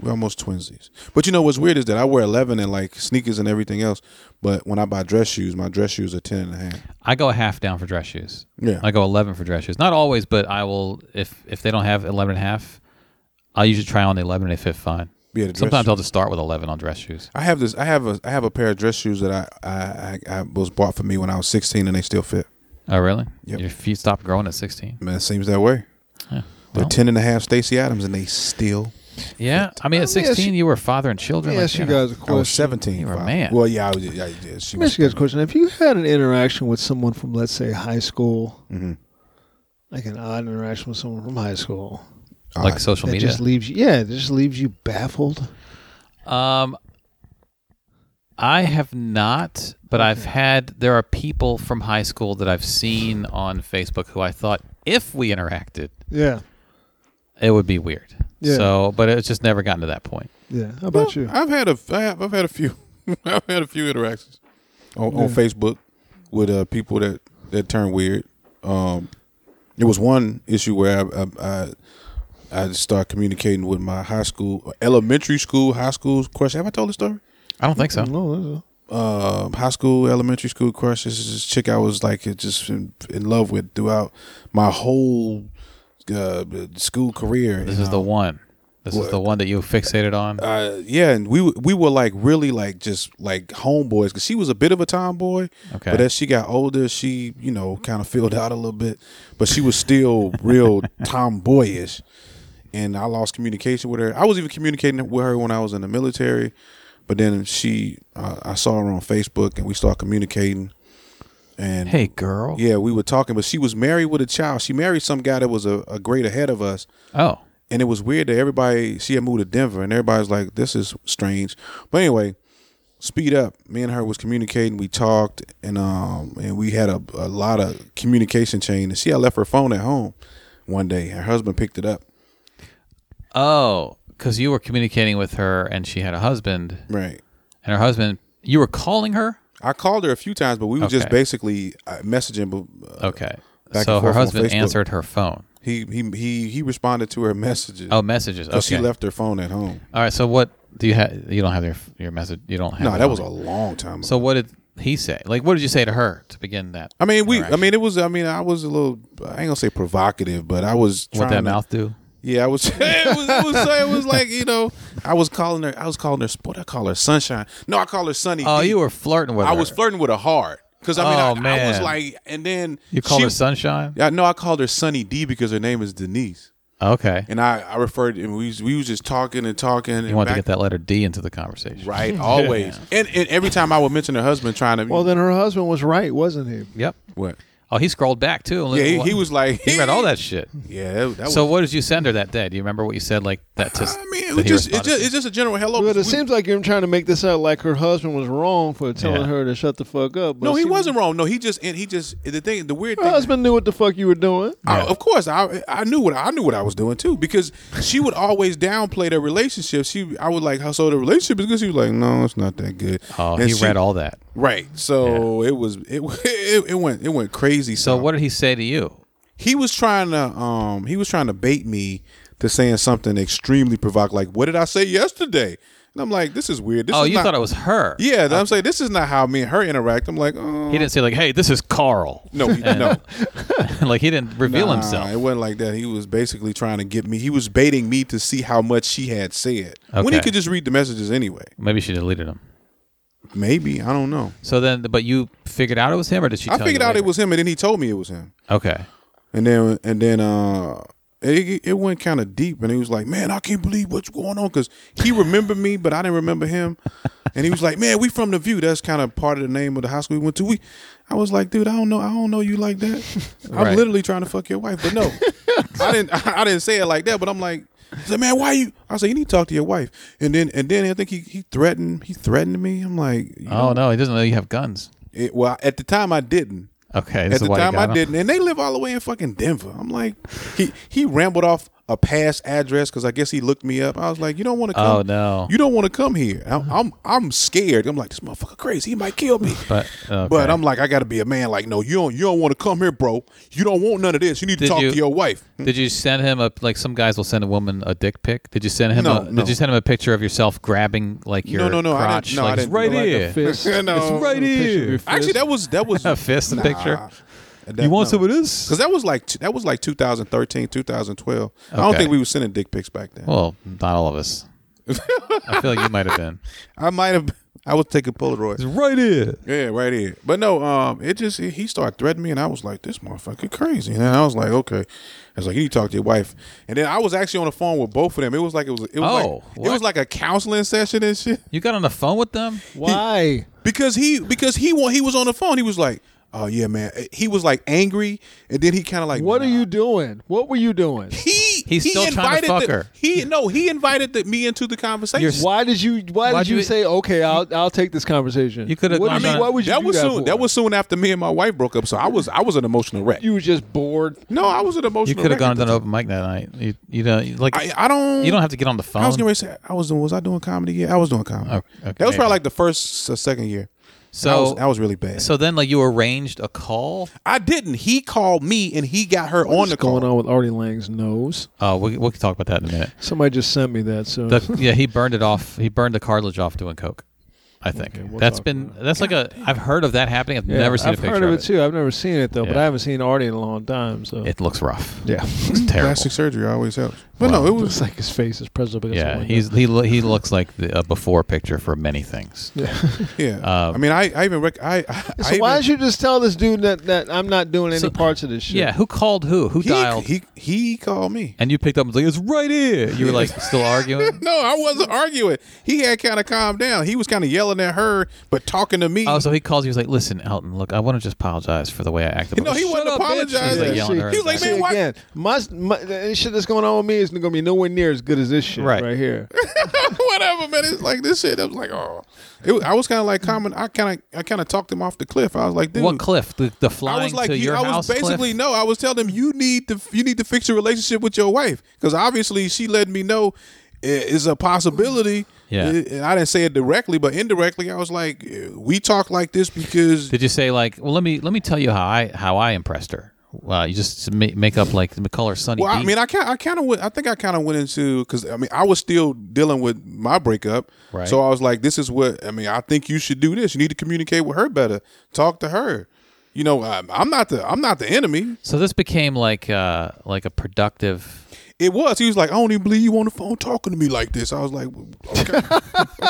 [SPEAKER 4] We're almost twinsies. But you know what's weird is that I wear 11 and like sneakers and everything else. But when I buy dress shoes, my dress shoes are 10 and a half.
[SPEAKER 3] I go a half down for dress shoes.
[SPEAKER 4] Yeah.
[SPEAKER 3] I go 11 for dress shoes. Not always, but I will, if if they don't have 11 and a half, I usually try on the 11 and they fit fine.
[SPEAKER 4] Yeah, the dress
[SPEAKER 3] Sometimes
[SPEAKER 4] shoe-
[SPEAKER 3] I'll just start with 11 on dress shoes.
[SPEAKER 4] I have this. I have a. I have a pair of dress shoes that I I, I, I was bought for me when I was 16 and they still fit.
[SPEAKER 3] Oh, really?
[SPEAKER 4] Yep.
[SPEAKER 3] Your feet stopped growing at 16.
[SPEAKER 4] Man, it seems that way. They're
[SPEAKER 3] Well.
[SPEAKER 4] 10 and a half Stacy Adams and they still.
[SPEAKER 3] Yeah. I mean, at
[SPEAKER 2] me ask
[SPEAKER 3] 16, you were father and
[SPEAKER 2] Let
[SPEAKER 3] children.
[SPEAKER 2] me
[SPEAKER 3] like,
[SPEAKER 2] ask you
[SPEAKER 3] know.
[SPEAKER 2] guys a
[SPEAKER 4] I was
[SPEAKER 2] question.
[SPEAKER 4] 17.
[SPEAKER 3] You were a
[SPEAKER 4] Oh, five.
[SPEAKER 3] man.
[SPEAKER 4] Well, yeah, I was. Yeah, yeah, she
[SPEAKER 2] Let me
[SPEAKER 4] was.
[SPEAKER 2] ask you guys a question. If you had an interaction with someone from, let's say, high school,
[SPEAKER 4] Mm-hmm.
[SPEAKER 2] like an odd interaction with someone from high school,
[SPEAKER 3] Like social
[SPEAKER 2] that
[SPEAKER 3] media.
[SPEAKER 2] just leaves you, yeah, that just leaves you baffled.
[SPEAKER 3] Um, I have not, but I've had. There are people from high school that I've seen on Facebook who I thought, if we interacted,
[SPEAKER 2] Yeah,
[SPEAKER 3] it would be weird.
[SPEAKER 2] Yeah.
[SPEAKER 3] So, but it's just never gotten to that point.
[SPEAKER 2] yeah. How about you?
[SPEAKER 4] I've had a I have, I've had a few I've had a few interactions on, on Facebook with uh, people that that turn weird. Um, there was one issue where I I, I I just started communicating with my high school, elementary school, high school crush. Have I told this story?
[SPEAKER 3] I don't think
[SPEAKER 4] Mm-hmm.
[SPEAKER 3] so.
[SPEAKER 2] Oh, that's a-
[SPEAKER 4] um, high school, elementary school crush. This is this chick I was like just in, in love with throughout my whole uh, school career.
[SPEAKER 3] This is the one. This is the one that you fixated on.
[SPEAKER 4] uh, yeah, and we w- we were like really like just like homeboys because she was a bit of a tomboy.
[SPEAKER 3] Okay.
[SPEAKER 4] But as she got older, she you know kind of filled out a little bit, but she was still real tomboyish. And I lost communication with her. I was even communicating with her when I was in the military, but then she uh, I saw her on Facebook and we started communicating. And
[SPEAKER 3] hey, girl.
[SPEAKER 4] yeah, we were talking, but she was married with a child. She married some guy that was a, a grade ahead of us
[SPEAKER 3] Oh,
[SPEAKER 4] and it was weird that everybody she had moved to Denver and everybody's like, this is strange. But anyway, speed up. Me and her was communicating. We talked and um and we had a, a lot of communication chain. And she had left her phone at home one day. Her husband picked it up.
[SPEAKER 3] oh, because you were communicating with her, and she had a husband,
[SPEAKER 4] Right.
[SPEAKER 3] and her husband. You were calling her.
[SPEAKER 4] I called her a few times, but we were just
[SPEAKER 3] Okay.
[SPEAKER 4] basically uh, messaging. But uh,
[SPEAKER 3] Okay.
[SPEAKER 4] Back and
[SPEAKER 3] so her
[SPEAKER 4] forth on
[SPEAKER 3] husband
[SPEAKER 4] Facebook.
[SPEAKER 3] answered her phone.
[SPEAKER 4] he he he he responded to her messages.
[SPEAKER 3] Oh, messages. Okay.
[SPEAKER 4] But she left her phone at home.
[SPEAKER 3] All right. So what do you have? You don't have your your message. You don't have.
[SPEAKER 4] No,
[SPEAKER 3] it
[SPEAKER 4] that
[SPEAKER 3] on
[SPEAKER 4] was a
[SPEAKER 3] you.
[SPEAKER 4] long time ago.
[SPEAKER 3] So what did he say? Like, what did you say to her to begin that?
[SPEAKER 4] I mean, we. I
[SPEAKER 3] interaction?
[SPEAKER 4] mean, it was. I mean, I was a little. I ain't gonna say provocative, but I was.
[SPEAKER 3] what that
[SPEAKER 4] trying to-
[SPEAKER 3] mouth do?
[SPEAKER 4] Yeah, I was. It was, it was. It was like you know, I was calling her. I was calling her. What I call her, Sunshine. No, I call her Sunny.
[SPEAKER 3] Oh,
[SPEAKER 4] D.
[SPEAKER 3] you were flirting with
[SPEAKER 4] I
[SPEAKER 3] her.
[SPEAKER 4] was flirting with her hard because I mean,
[SPEAKER 3] Oh,
[SPEAKER 4] I, I was
[SPEAKER 3] man.
[SPEAKER 4] like, and then
[SPEAKER 3] You called
[SPEAKER 4] she-
[SPEAKER 3] her sunshine.
[SPEAKER 4] Yeah, no, I called her Sunny D because her name is Denise.
[SPEAKER 3] Okay.
[SPEAKER 4] and I, I referred and we was- we was just talking and talking. And
[SPEAKER 3] You wanted to
[SPEAKER 4] back-
[SPEAKER 3] get that letter D into the conversation.
[SPEAKER 4] right always. And, and every time I would mention her husband trying to
[SPEAKER 2] Well, then her husband was right, wasn't he?
[SPEAKER 3] Yep.
[SPEAKER 4] what?
[SPEAKER 3] Oh, he scrolled back too.
[SPEAKER 4] Yeah, he, he was like
[SPEAKER 3] He read all that shit.
[SPEAKER 4] Yeah, that, that
[SPEAKER 3] So
[SPEAKER 4] was.
[SPEAKER 3] what did you send her that day? Do you remember what you said like that to?
[SPEAKER 4] I mean, it
[SPEAKER 3] that
[SPEAKER 4] was
[SPEAKER 3] he
[SPEAKER 4] just, it's
[SPEAKER 3] responded
[SPEAKER 4] just
[SPEAKER 3] to?
[SPEAKER 4] it's just a general hello.
[SPEAKER 2] But it
[SPEAKER 4] We-
[SPEAKER 2] seems like you're trying to make this out like her husband was wrong for telling
[SPEAKER 3] Yeah.
[SPEAKER 2] her to shut the fuck up. but
[SPEAKER 4] no, he
[SPEAKER 2] she-
[SPEAKER 4] wasn't wrong. No, he just and he just the thing the weird
[SPEAKER 2] Her
[SPEAKER 4] thing.
[SPEAKER 2] husband knew what the fuck you were doing.
[SPEAKER 4] I- of course, I I knew what I knew what I was doing too because she would always downplay their relationship. She I would like how so the relationship is good. She was like, no, it's not that good.
[SPEAKER 3] Oh,
[SPEAKER 4] And
[SPEAKER 3] he
[SPEAKER 4] she-
[SPEAKER 3] read all that.
[SPEAKER 4] right. So it was it, it it went it went crazy.
[SPEAKER 3] So
[SPEAKER 4] So
[SPEAKER 3] what did he say to you?
[SPEAKER 4] he was trying to um he was trying to bait me to saying something extremely provocative. Like, what did I say yesterday? And I'm like, this is weird. This
[SPEAKER 3] Oh,
[SPEAKER 4] is
[SPEAKER 3] you
[SPEAKER 4] not-
[SPEAKER 3] thought it was her.
[SPEAKER 4] Yeah, I'm saying this is not how me and her interact. I'm like, oh.
[SPEAKER 3] He didn't say like, "Hey, this is Carl."
[SPEAKER 4] no, he, no,
[SPEAKER 3] like he didn't reveal
[SPEAKER 4] Nah, It
[SPEAKER 3] himself.
[SPEAKER 4] wasn't like that. He was basically trying to get me. He was baiting me to see how much she had said. When he
[SPEAKER 3] Okay.
[SPEAKER 4] could just read the messages anyway.
[SPEAKER 3] Maybe she deleted him.
[SPEAKER 4] Maybe I don't know.
[SPEAKER 3] So then, but you figured out it was him, or did she?
[SPEAKER 4] I
[SPEAKER 3] tell
[SPEAKER 4] figured
[SPEAKER 3] you
[SPEAKER 4] out it
[SPEAKER 3] later?
[SPEAKER 4] was him, and then he told me it was him.
[SPEAKER 3] Okay.
[SPEAKER 4] And then and then uh it, it went kind of deep and he was like, "Man, I can't believe what's going on cuz he remembered me, but I didn't remember him." And he was like, "Man, we from the View. That's kind of part of the name of the high school we went to." We I was like, "Dude, I don't know. I don't know you like that. I'm
[SPEAKER 3] Right.
[SPEAKER 4] literally trying to fuck your wife." But no. I didn't I, didn't say it like that, but I'm like, he's like, "Man, why you?" I said, "You need to talk to your wife." And then and then I think he he threatened he threatened me. I'm like, you
[SPEAKER 3] Oh
[SPEAKER 4] know,
[SPEAKER 3] no, he doesn't know you have guns.
[SPEAKER 4] it, well, at the time I didn't.
[SPEAKER 3] Okay.
[SPEAKER 4] At
[SPEAKER 3] This is
[SPEAKER 4] the
[SPEAKER 3] why you
[SPEAKER 4] time,
[SPEAKER 3] got
[SPEAKER 4] I
[SPEAKER 3] him.
[SPEAKER 4] didn't, and they live all the way in fucking Denver. I'm like, he he rambled off a past address because I guess he looked me up. I was like, you don't want to come.
[SPEAKER 3] Oh, no.
[SPEAKER 4] you don't want to come here. I'm, I'm I'm scared. I'm like, this motherfucker crazy. He might kill me.
[SPEAKER 3] But, okay.
[SPEAKER 4] But I'm like, I got to be a man. Like, no, you don't you don't want to come here, bro. You don't want none of this. You need
[SPEAKER 3] Did
[SPEAKER 4] to talk
[SPEAKER 3] you-
[SPEAKER 4] to your wife.
[SPEAKER 3] Did you send him a like some guys will send a woman a dick pic? Did you send him?
[SPEAKER 4] No,
[SPEAKER 3] a,
[SPEAKER 4] no.
[SPEAKER 3] Did you send him a picture of yourself grabbing like your
[SPEAKER 4] No, no, no, I
[SPEAKER 3] crotch?
[SPEAKER 4] didn't- no,
[SPEAKER 3] like,
[SPEAKER 4] I
[SPEAKER 3] it's
[SPEAKER 4] didn't-
[SPEAKER 3] right
[SPEAKER 4] like a
[SPEAKER 3] here.
[SPEAKER 2] Fist.
[SPEAKER 4] No.
[SPEAKER 3] right here.
[SPEAKER 4] Actually, that was that was
[SPEAKER 3] A fist
[SPEAKER 4] nah.
[SPEAKER 3] picture?
[SPEAKER 4] That-
[SPEAKER 3] you want
[SPEAKER 4] no.
[SPEAKER 3] some of this?
[SPEAKER 4] Cause that was like that was like 2013, 2012. I don't
[SPEAKER 3] Okay.
[SPEAKER 4] think we were sending dick pics back then.
[SPEAKER 3] Well, not all of us. I feel like you might have been.
[SPEAKER 4] I might have. I was taking Polaroids.
[SPEAKER 3] right here.
[SPEAKER 4] Yeah, right here. But no, um, it just he started threatening me, and I was like, "This motherfucker crazy." And I was like, "Okay." I was like, "You need to talk to your wife." And then I was actually on the phone with both of them. It was like it was it was
[SPEAKER 3] Oh,
[SPEAKER 4] like it was
[SPEAKER 3] what?
[SPEAKER 4] like a counseling session and shit
[SPEAKER 3] You got on the phone with them?
[SPEAKER 2] Why?
[SPEAKER 4] because he because he wa- he was on the phone. He was like, "Oh yeah, man." He was like angry, and then he kind of like,
[SPEAKER 2] What are
[SPEAKER 4] nah.
[SPEAKER 2] you doing? What were you doing?
[SPEAKER 4] He
[SPEAKER 3] He's
[SPEAKER 4] he
[SPEAKER 3] still trying to
[SPEAKER 4] invited
[SPEAKER 3] fuck
[SPEAKER 4] the-
[SPEAKER 3] her.
[SPEAKER 4] He no, he invited the, me into the conversation.
[SPEAKER 2] Why did you? Why
[SPEAKER 3] Why'd
[SPEAKER 2] did you,
[SPEAKER 3] you-
[SPEAKER 2] say okay? I'll I'll take this conversation.
[SPEAKER 3] You could've
[SPEAKER 2] What
[SPEAKER 3] gone
[SPEAKER 2] did
[SPEAKER 3] on-
[SPEAKER 2] you- Why would you
[SPEAKER 4] that
[SPEAKER 2] do
[SPEAKER 4] was
[SPEAKER 2] that
[SPEAKER 4] soon.
[SPEAKER 2] for?
[SPEAKER 4] That was soon after me and my wife broke up. So I was I was an emotional wreck.
[SPEAKER 2] You were just bored.
[SPEAKER 4] no, I was an emotional.
[SPEAKER 3] You could have
[SPEAKER 4] wreck
[SPEAKER 3] gone and
[SPEAKER 4] at the
[SPEAKER 3] done
[SPEAKER 4] time.
[SPEAKER 3] open mic that night. You, you know, you- like
[SPEAKER 4] I, I don't.
[SPEAKER 3] you don't have to get on the phone.
[SPEAKER 4] I was gonna say I was doing. Was I doing comedy? Yeah, I was doing comedy.
[SPEAKER 3] Oh, Um, okay.
[SPEAKER 4] That was probably like the first uh, second year.
[SPEAKER 3] so
[SPEAKER 4] I was, I was really bad.
[SPEAKER 3] So then, like you arranged a call.
[SPEAKER 4] I didn't. He called me and he got her on
[SPEAKER 2] What's
[SPEAKER 4] the
[SPEAKER 2] going
[SPEAKER 4] call.
[SPEAKER 2] on with Artie Lang's nose?
[SPEAKER 3] Oh, we we can talk about that in a minute.
[SPEAKER 2] Somebody just sent me that. So
[SPEAKER 3] The, yeah, he burned it off. He burned the cartilage off doing coke. I think
[SPEAKER 2] we'll
[SPEAKER 3] that's
[SPEAKER 2] talk
[SPEAKER 3] been that's like a I've heard of that happening. I've
[SPEAKER 2] Yeah,
[SPEAKER 3] never seen
[SPEAKER 2] I've
[SPEAKER 3] a picture
[SPEAKER 2] heard of it too. I've never seen it though, but
[SPEAKER 3] Yeah.
[SPEAKER 2] I haven't seen Artie in a long time. So
[SPEAKER 3] It looks rough.
[SPEAKER 2] yeah,
[SPEAKER 3] It's terrible.
[SPEAKER 4] Plastic surgery always helps. But no, it
[SPEAKER 2] looks
[SPEAKER 4] was.
[SPEAKER 2] like his face is pressed up against. the
[SPEAKER 3] Yeah,
[SPEAKER 2] window.
[SPEAKER 3] he's he lo- he looks like the, a before picture for many things.
[SPEAKER 4] Yeah. I mean, I, I even rec- I, I, I
[SPEAKER 2] So
[SPEAKER 4] even,
[SPEAKER 2] why did you just tell this dude that, that I'm not doing any
[SPEAKER 3] So-
[SPEAKER 2] parts of this shit?
[SPEAKER 3] Yeah, who called who? Who
[SPEAKER 4] he,
[SPEAKER 3] dialed?
[SPEAKER 4] He he called me.
[SPEAKER 3] and you picked up and was like, it's right here. You were like still arguing.
[SPEAKER 4] No, I wasn't arguing. He had kind of calmed down. He was kind of yelling at her, but talking to me.
[SPEAKER 3] Oh, so he calls you. He's like, listen, Elton, look, I want to just apologize for the way I acted.
[SPEAKER 4] No, he
[SPEAKER 3] Shut
[SPEAKER 4] wasn't
[SPEAKER 3] up, bitch.
[SPEAKER 4] apologizing.
[SPEAKER 3] He's like
[SPEAKER 4] Yeah,
[SPEAKER 3] yelling at her
[SPEAKER 4] He
[SPEAKER 3] in
[SPEAKER 4] was
[SPEAKER 2] See,
[SPEAKER 3] the back.
[SPEAKER 4] like, man, why-
[SPEAKER 2] again, my, my the shit that's going on with me is gonna be nowhere near as good as this shit
[SPEAKER 3] Right.
[SPEAKER 2] right, here.
[SPEAKER 4] whatever, man. It's like this shit. I was like, oh, it was, I was kind of like common. I kind of, I kind of talked him off the cliff. I was like, dude,
[SPEAKER 3] what cliff? The, the flying
[SPEAKER 4] I was like,
[SPEAKER 3] to
[SPEAKER 4] you,
[SPEAKER 3] your
[SPEAKER 4] I was
[SPEAKER 3] house
[SPEAKER 4] basically
[SPEAKER 3] cliff?
[SPEAKER 4] no. I was telling him you need to, you need to fix your relationship with your wife because obviously she let me know i- it's a possibility.
[SPEAKER 3] Yeah.
[SPEAKER 4] I- and I didn't say it directly, but indirectly, I was like, eh, we talk like this because
[SPEAKER 3] Did you say like, well, let me let me tell you how I how I impressed her? Wow, you just ma- make up like call her Sunny.
[SPEAKER 4] Well, I
[SPEAKER 3] D.
[SPEAKER 4] mean, I kind, I kind of went. I think I kind of went into because I mean, I was still dealing with my breakup,
[SPEAKER 3] Right.
[SPEAKER 4] so I was like, "This is what I mean. I think you should do this. You need to communicate with her better. Talk to her. You know, I, I'm not the, I'm not the enemy.
[SPEAKER 3] so this became like uh like a productive
[SPEAKER 4] It was. He was like, I don't even believe you on the phone talking to me like this. I was like, okay.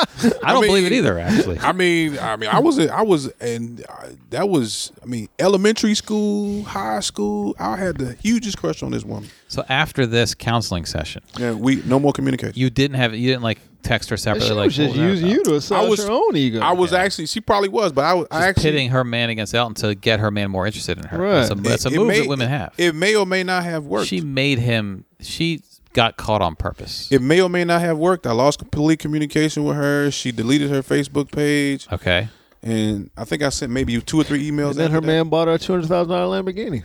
[SPEAKER 3] I don't
[SPEAKER 4] mean-
[SPEAKER 3] believe it either, actually.
[SPEAKER 4] I mean, I mean, I was, I was, and I, that was, I mean, elementary school, high school. I had the hugest crush on this woman.
[SPEAKER 3] so after this counseling session,
[SPEAKER 4] Yeah, we no more communication.
[SPEAKER 3] you didn't have you didn't like text her separately.
[SPEAKER 2] She
[SPEAKER 3] like,
[SPEAKER 2] was just
[SPEAKER 3] what was
[SPEAKER 2] using
[SPEAKER 3] that about?
[SPEAKER 2] you to assault your own ego.
[SPEAKER 4] I was actually, she probably was, but I, was- I
[SPEAKER 3] Just
[SPEAKER 4] actually
[SPEAKER 3] pitting her man against Elton to get her man more interested in her.
[SPEAKER 2] Right.
[SPEAKER 3] That's a, that's a
[SPEAKER 4] it
[SPEAKER 3] move
[SPEAKER 4] may-
[SPEAKER 3] that women have.
[SPEAKER 4] It may or may not have worked.
[SPEAKER 3] she made him. She got caught on purpose.
[SPEAKER 4] it may or may not have worked. I lost complete communication with her. She deleted her Facebook page,
[SPEAKER 3] okay.
[SPEAKER 4] and I think I sent maybe two or three emails.
[SPEAKER 2] And then her
[SPEAKER 4] after that.
[SPEAKER 2] man bought her a two hundred thousand dollar Lamborghini.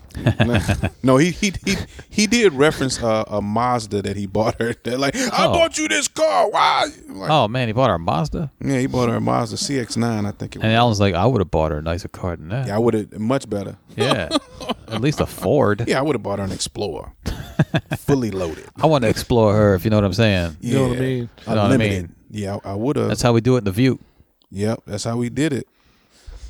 [SPEAKER 4] no, he he he, he did reference uh, a Mazda that he bought her. They're like, I
[SPEAKER 3] Oh.
[SPEAKER 4] bought you this car. Why? Like,
[SPEAKER 3] Oh man, he bought her a Mazda,
[SPEAKER 4] Yeah, he bought her a Mazda CX-9, I think it was.
[SPEAKER 3] and Elton's like, I would have bought her a nicer car than that.
[SPEAKER 4] yeah, I would have much better.
[SPEAKER 3] Yeah. At least a Ford.
[SPEAKER 4] Yeah, I would have bought her an Explorer, fully loaded.
[SPEAKER 3] I want to explore her, if you know what I'm saying.
[SPEAKER 4] Yeah.
[SPEAKER 2] You know what I mean?
[SPEAKER 3] You know what I
[SPEAKER 4] Unlimited.
[SPEAKER 3] mean?
[SPEAKER 4] Yeah, I would
[SPEAKER 3] That's
[SPEAKER 4] have.
[SPEAKER 3] how we do it in the view.
[SPEAKER 4] Yep, that's how we did it.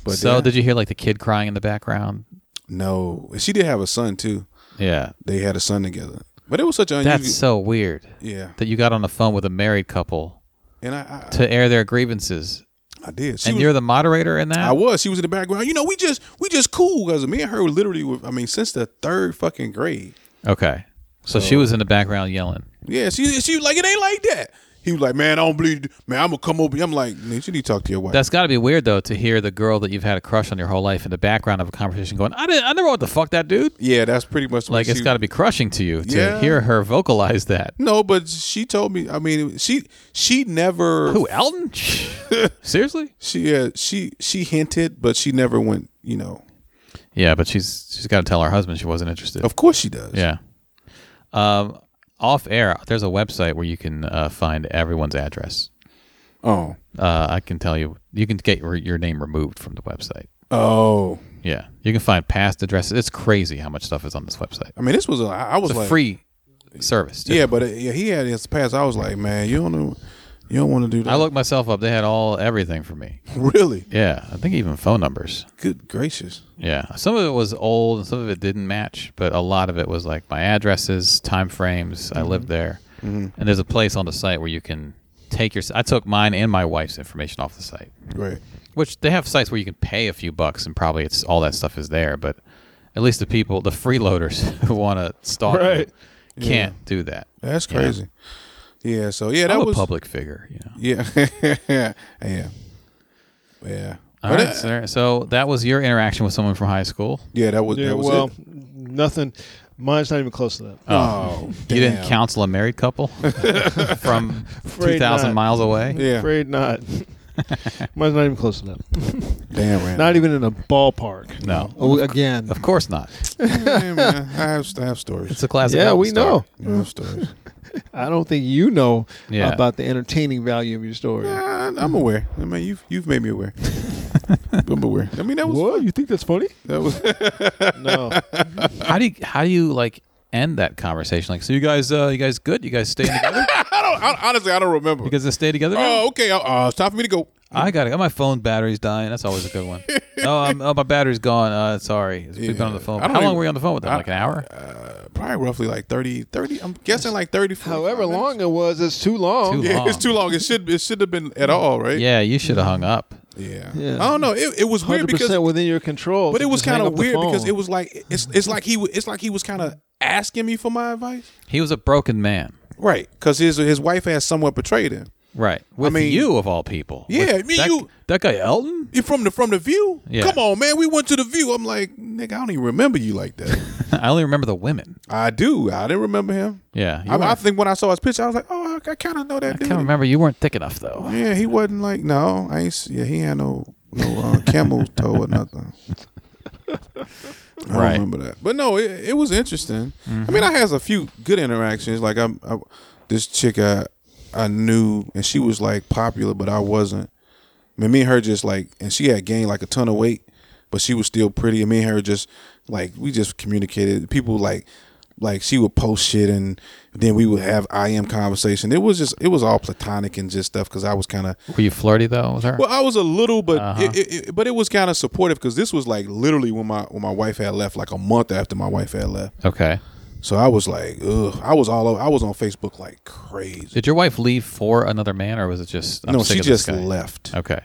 [SPEAKER 4] But
[SPEAKER 3] so
[SPEAKER 4] yeah.
[SPEAKER 3] did you hear like the kid crying in the background?
[SPEAKER 4] no, she did have a son too.
[SPEAKER 3] Yeah.
[SPEAKER 4] They had a son together, but it was such an unusual.
[SPEAKER 3] That's so weird.
[SPEAKER 4] yeah,
[SPEAKER 3] That you got on the phone with a married couple
[SPEAKER 4] and I
[SPEAKER 3] to air their grievances.
[SPEAKER 4] I, I did. She
[SPEAKER 3] And
[SPEAKER 4] was-
[SPEAKER 3] you're the moderator in that?
[SPEAKER 4] I was. She was in the background. You know, we just we just cool because me and her literally. Were, I mean, since the third fucking grade.
[SPEAKER 3] okay. So she was in the background yelling.
[SPEAKER 4] Yeah, she she was like, it ain't like that. He was like, man, I don't believe. Man, I'm gonna come over. I'm like, man, you need to talk to your wife.
[SPEAKER 3] That's got to be weird though to hear the girl that you've had a crush on your whole life in the background of a conversation going, "I didn't I never what the fuck that dude."
[SPEAKER 4] yeah, that's pretty much what
[SPEAKER 3] Like it's
[SPEAKER 4] she-
[SPEAKER 3] got to be crushing to you to
[SPEAKER 4] Yeah.
[SPEAKER 3] hear her vocalize that.
[SPEAKER 4] No, but she told me. I mean, she she never
[SPEAKER 3] Who Elton? Seriously?
[SPEAKER 4] she uh, she she hinted, but she never went. You know,
[SPEAKER 3] Yeah, but she's she's got to tell her husband she wasn't interested.
[SPEAKER 4] of course she does.
[SPEAKER 3] Yeah. Um, off air, there's a website where you can uh, find everyone's address.
[SPEAKER 4] Oh.
[SPEAKER 3] Uh, I can tell you, you can get your, your name removed from the website.
[SPEAKER 4] Oh.
[SPEAKER 3] Yeah, you can find past addresses. It's crazy how much stuff is on this website.
[SPEAKER 4] I mean, this was a. I I was
[SPEAKER 3] It's a
[SPEAKER 4] like
[SPEAKER 3] free service. too.
[SPEAKER 4] Yeah, but uh, yeah, he had his past. I was like, man, you don't know, you don't want to do that.
[SPEAKER 3] I looked myself up. They had all everything for me.
[SPEAKER 4] really
[SPEAKER 3] Yeah, I think even phone numbers.
[SPEAKER 4] good gracious.
[SPEAKER 3] Yeah, some of it was old and some of it didn't match, but a lot of it was like my addresses, time frames. I lived there, and there's a place on the site where you can take your. I took mine and my wife's information off the site,
[SPEAKER 4] Right.
[SPEAKER 3] which they have sites where you can pay a few bucks and probably it's all that stuff is there, but at least the people, the freeloaders who want to stalk you
[SPEAKER 2] Right.
[SPEAKER 3] can't do that.
[SPEAKER 4] That's
[SPEAKER 3] Yeah.
[SPEAKER 4] crazy. Yeah. so yeah, that
[SPEAKER 3] I'm
[SPEAKER 4] was
[SPEAKER 3] a public figure, you know.
[SPEAKER 4] Yeah. yeah. Yeah.
[SPEAKER 3] All
[SPEAKER 4] But,
[SPEAKER 3] right,
[SPEAKER 4] uh,
[SPEAKER 3] sir. So that was your interaction with someone from high school.
[SPEAKER 4] yeah, that was
[SPEAKER 2] Yeah,
[SPEAKER 4] that was
[SPEAKER 2] well,
[SPEAKER 4] it.
[SPEAKER 2] nothing. Mine's not even close to that.
[SPEAKER 4] Oh,
[SPEAKER 3] You didn't
[SPEAKER 4] damn.
[SPEAKER 3] counsel a married couple from
[SPEAKER 2] Afraid
[SPEAKER 3] two thousand
[SPEAKER 2] not.
[SPEAKER 3] miles away.
[SPEAKER 4] Yeah.
[SPEAKER 2] Afraid not. Mine's not even close to that.
[SPEAKER 4] Damn, Randy.
[SPEAKER 2] Not even in a ballpark.
[SPEAKER 3] No.
[SPEAKER 2] Oh, again.
[SPEAKER 3] Of course not.
[SPEAKER 4] Yeah, man. I have I have stories.
[SPEAKER 3] It's a classic.
[SPEAKER 2] Yeah,
[SPEAKER 3] Elton
[SPEAKER 2] we
[SPEAKER 3] story.
[SPEAKER 2] know.
[SPEAKER 4] I have stories.
[SPEAKER 2] I don't think you know
[SPEAKER 3] Yeah.
[SPEAKER 2] about the entertaining value of your story.
[SPEAKER 4] Yeah, I- I'm aware. I mean, you've you've made me aware. I'm aware. I mean, that was
[SPEAKER 2] What? You think that's funny?
[SPEAKER 4] that was.
[SPEAKER 2] No.
[SPEAKER 3] How do you how do you like end that conversation? Like, so you guys, uh, you guys good? You guys stay together?
[SPEAKER 4] I don't I, honestly. I don't remember.
[SPEAKER 3] you guys gonna stay together? now?
[SPEAKER 4] oh, okay. Uh, Uh, it's time for me to go.
[SPEAKER 3] I got it. Oh, My phone battery's dying. That's always a good one. oh, I'm, oh, my battery's gone. Uh, sorry, we've been on the phone. How
[SPEAKER 4] I don't
[SPEAKER 3] long
[SPEAKER 4] even-
[SPEAKER 3] were you on the phone with them?
[SPEAKER 4] I-
[SPEAKER 3] Like an hour?
[SPEAKER 4] Probably roughly like 30, 30 I'm guessing like 30, 45
[SPEAKER 2] However
[SPEAKER 4] minutes.
[SPEAKER 2] long it was, it's too long.
[SPEAKER 3] Too
[SPEAKER 4] Yeah,
[SPEAKER 3] long.
[SPEAKER 4] it's too long. It should it should have been at all, right?
[SPEAKER 3] yeah, you should have hung up.
[SPEAKER 4] yeah.
[SPEAKER 2] Yeah.
[SPEAKER 4] I don't know. It, it was weird
[SPEAKER 2] Hundred
[SPEAKER 4] because
[SPEAKER 2] percent within your control.
[SPEAKER 4] But
[SPEAKER 2] to
[SPEAKER 4] it was
[SPEAKER 2] just hang
[SPEAKER 4] kind of
[SPEAKER 2] up the
[SPEAKER 4] weird because
[SPEAKER 2] phone.
[SPEAKER 4] it was like it's it's like he wa- it's like he was kind of asking me for my advice,
[SPEAKER 3] He was a broken man.
[SPEAKER 4] right? Because his his wife has somewhat betrayed him.
[SPEAKER 3] Right. With
[SPEAKER 4] mean-
[SPEAKER 3] you of all people.
[SPEAKER 4] Yeah,
[SPEAKER 3] With
[SPEAKER 4] me,
[SPEAKER 3] that,
[SPEAKER 4] you-
[SPEAKER 3] That guy Elton.
[SPEAKER 4] You from the from the view?
[SPEAKER 3] Yeah.
[SPEAKER 4] Come on, man. We went to the view. I'm like, nigga, I don't even remember you like that.
[SPEAKER 3] I only remember the women.
[SPEAKER 4] I do. I didn't remember him.
[SPEAKER 3] Yeah, you
[SPEAKER 4] I, I
[SPEAKER 3] weren't-
[SPEAKER 4] think when I saw his picture, I was like, oh, I, I kind of know that
[SPEAKER 3] I
[SPEAKER 4] dude.
[SPEAKER 3] can't remember. You weren't thick enough though.
[SPEAKER 4] Yeah, he wasn't like no. I ain't. s- Yeah, he had no no uh, camel toe or nothing. I don't
[SPEAKER 3] Right.
[SPEAKER 4] remember that, but no, it, it was interesting. I mean, I had a few good interactions. Like I'm, I, this chick I I knew, and she was like popular, but I wasn't. I mean, me and her just like, and she had gained like a ton of weight, but she was still pretty. And me and her just like we just communicated. People like, like she would post shit, and then we would have I am conversation. It was just, it was all platonic and just stuff because I was kind of
[SPEAKER 3] Were you flirty though with her?
[SPEAKER 4] well, I was a little, but
[SPEAKER 3] Uh-huh.
[SPEAKER 4] it, it, it- but it was kind of supportive because this was like literally when my when my wife had left, like a month after my wife had left,
[SPEAKER 3] okay.
[SPEAKER 4] So I was like, ugh. I was all over. I was on Facebook like crazy.
[SPEAKER 3] Did your wife leave for another man, or was it just I'm
[SPEAKER 4] no,
[SPEAKER 3] sick
[SPEAKER 4] she
[SPEAKER 3] of this
[SPEAKER 4] just
[SPEAKER 3] guy?
[SPEAKER 4] left.
[SPEAKER 3] Okay.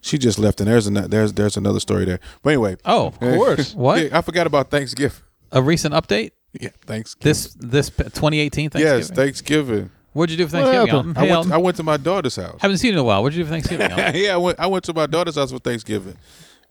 [SPEAKER 4] She just left, and there's another there's there's another story there. But anyway,
[SPEAKER 3] Oh, of course. What?
[SPEAKER 4] Yeah, I forgot about Thanksgiving.
[SPEAKER 3] A recent update?
[SPEAKER 4] Yeah, Thanksgiving.
[SPEAKER 3] This this p- 2018 Thanksgiving.
[SPEAKER 4] Yes, Thanksgiving.
[SPEAKER 3] What'd you do for Thanksgiving? Elton?
[SPEAKER 2] happened?
[SPEAKER 3] Hey,
[SPEAKER 4] I went,
[SPEAKER 3] Elton.
[SPEAKER 4] I went to my daughter's house.
[SPEAKER 3] haven't seen you in a while. What'd you do for Thanksgiving? Elton?
[SPEAKER 4] yeah, I went. I went to my daughter's house for Thanksgiving,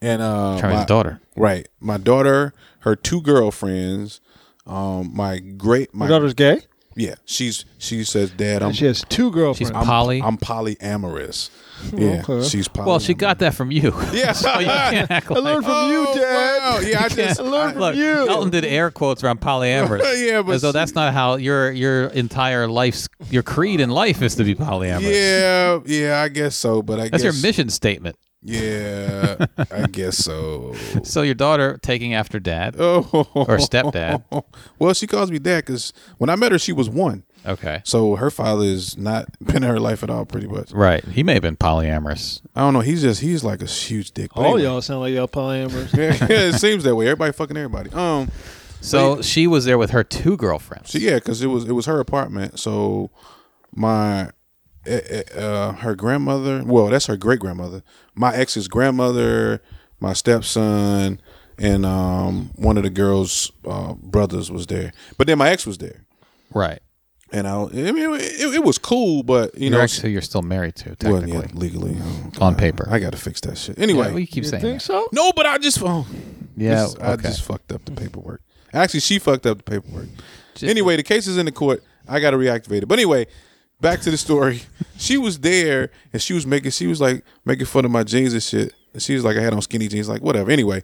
[SPEAKER 4] and uh,
[SPEAKER 3] Charlie's
[SPEAKER 4] my-
[SPEAKER 3] daughter.
[SPEAKER 4] Right, my daughter, her two girlfriends, um, my great, my
[SPEAKER 2] My daughter's gay.
[SPEAKER 4] Yeah, she's she says, Dad, I'm
[SPEAKER 2] And she has two
[SPEAKER 3] She's
[SPEAKER 2] girlfriends.
[SPEAKER 4] I'm,
[SPEAKER 3] poly.
[SPEAKER 4] I'm polyamorous. Yeah,
[SPEAKER 2] Okay.
[SPEAKER 4] she's poly.
[SPEAKER 3] well, she got that from you.
[SPEAKER 4] Yeah,
[SPEAKER 3] so you can't act like.
[SPEAKER 2] I learned from you, Dad.
[SPEAKER 4] Oh, Wow. Yeah, I just
[SPEAKER 2] learned
[SPEAKER 4] I-
[SPEAKER 3] Look,
[SPEAKER 2] you.
[SPEAKER 3] Elton did air quotes around polyamorous.
[SPEAKER 4] Yeah, but
[SPEAKER 3] as though
[SPEAKER 4] she-
[SPEAKER 3] that's not how your your entire life's your creed in life is to be polyamorous.
[SPEAKER 4] Yeah, yeah, I guess so. But I
[SPEAKER 3] that's
[SPEAKER 4] guess
[SPEAKER 3] your mission statement.
[SPEAKER 4] Yeah, I guess so.
[SPEAKER 3] So your daughter taking after dad
[SPEAKER 4] Oh,
[SPEAKER 3] or stepdad.
[SPEAKER 4] well, she calls me dad because when I met her, she was one.
[SPEAKER 3] Okay.
[SPEAKER 4] So her father is not been in her life at all, pretty much.
[SPEAKER 3] Right. He may have been polyamorous.
[SPEAKER 4] I don't know. He's just he's like a huge dick.
[SPEAKER 3] Oh,
[SPEAKER 4] But
[SPEAKER 2] All
[SPEAKER 4] anyway.
[SPEAKER 2] y'all sound like y'all polyamorous.
[SPEAKER 4] yeah, it seems that way. Everybody fucking everybody. Um,
[SPEAKER 3] So she was there with her two girlfriends.
[SPEAKER 4] so yeah, because it was it was her apartment. So my eh, eh, uh, her grandmother, well, that's her great grandmother, my ex's grandmother, my stepson, and um one of the girls' uh, brothers was there. But then my ex was there,
[SPEAKER 3] Right.
[SPEAKER 4] and I, I mean, it, it was cool, but you
[SPEAKER 3] Your
[SPEAKER 4] know,
[SPEAKER 3] ex, who you're still married to,
[SPEAKER 4] well,
[SPEAKER 3] technically.
[SPEAKER 4] yeah, legally oh,
[SPEAKER 3] On
[SPEAKER 4] God.
[SPEAKER 3] paper.
[SPEAKER 4] I got to fix that shit.
[SPEAKER 3] Yeah,
[SPEAKER 4] Anyway,
[SPEAKER 3] well, you keep
[SPEAKER 2] You
[SPEAKER 3] saying
[SPEAKER 2] think
[SPEAKER 3] that.
[SPEAKER 2] so?
[SPEAKER 4] no, but I just oh,
[SPEAKER 3] Yeah.
[SPEAKER 4] Just- I
[SPEAKER 3] okay.
[SPEAKER 4] just fucked up the paperwork. Actually, she fucked up the paperwork. anyway, the case is in the court. I got to reactivate it. But anyway, back to the story. she was there and she was making. She was like making fun of my jeans and shit. And she was like, I had on skinny jeans. Like whatever. Anyway,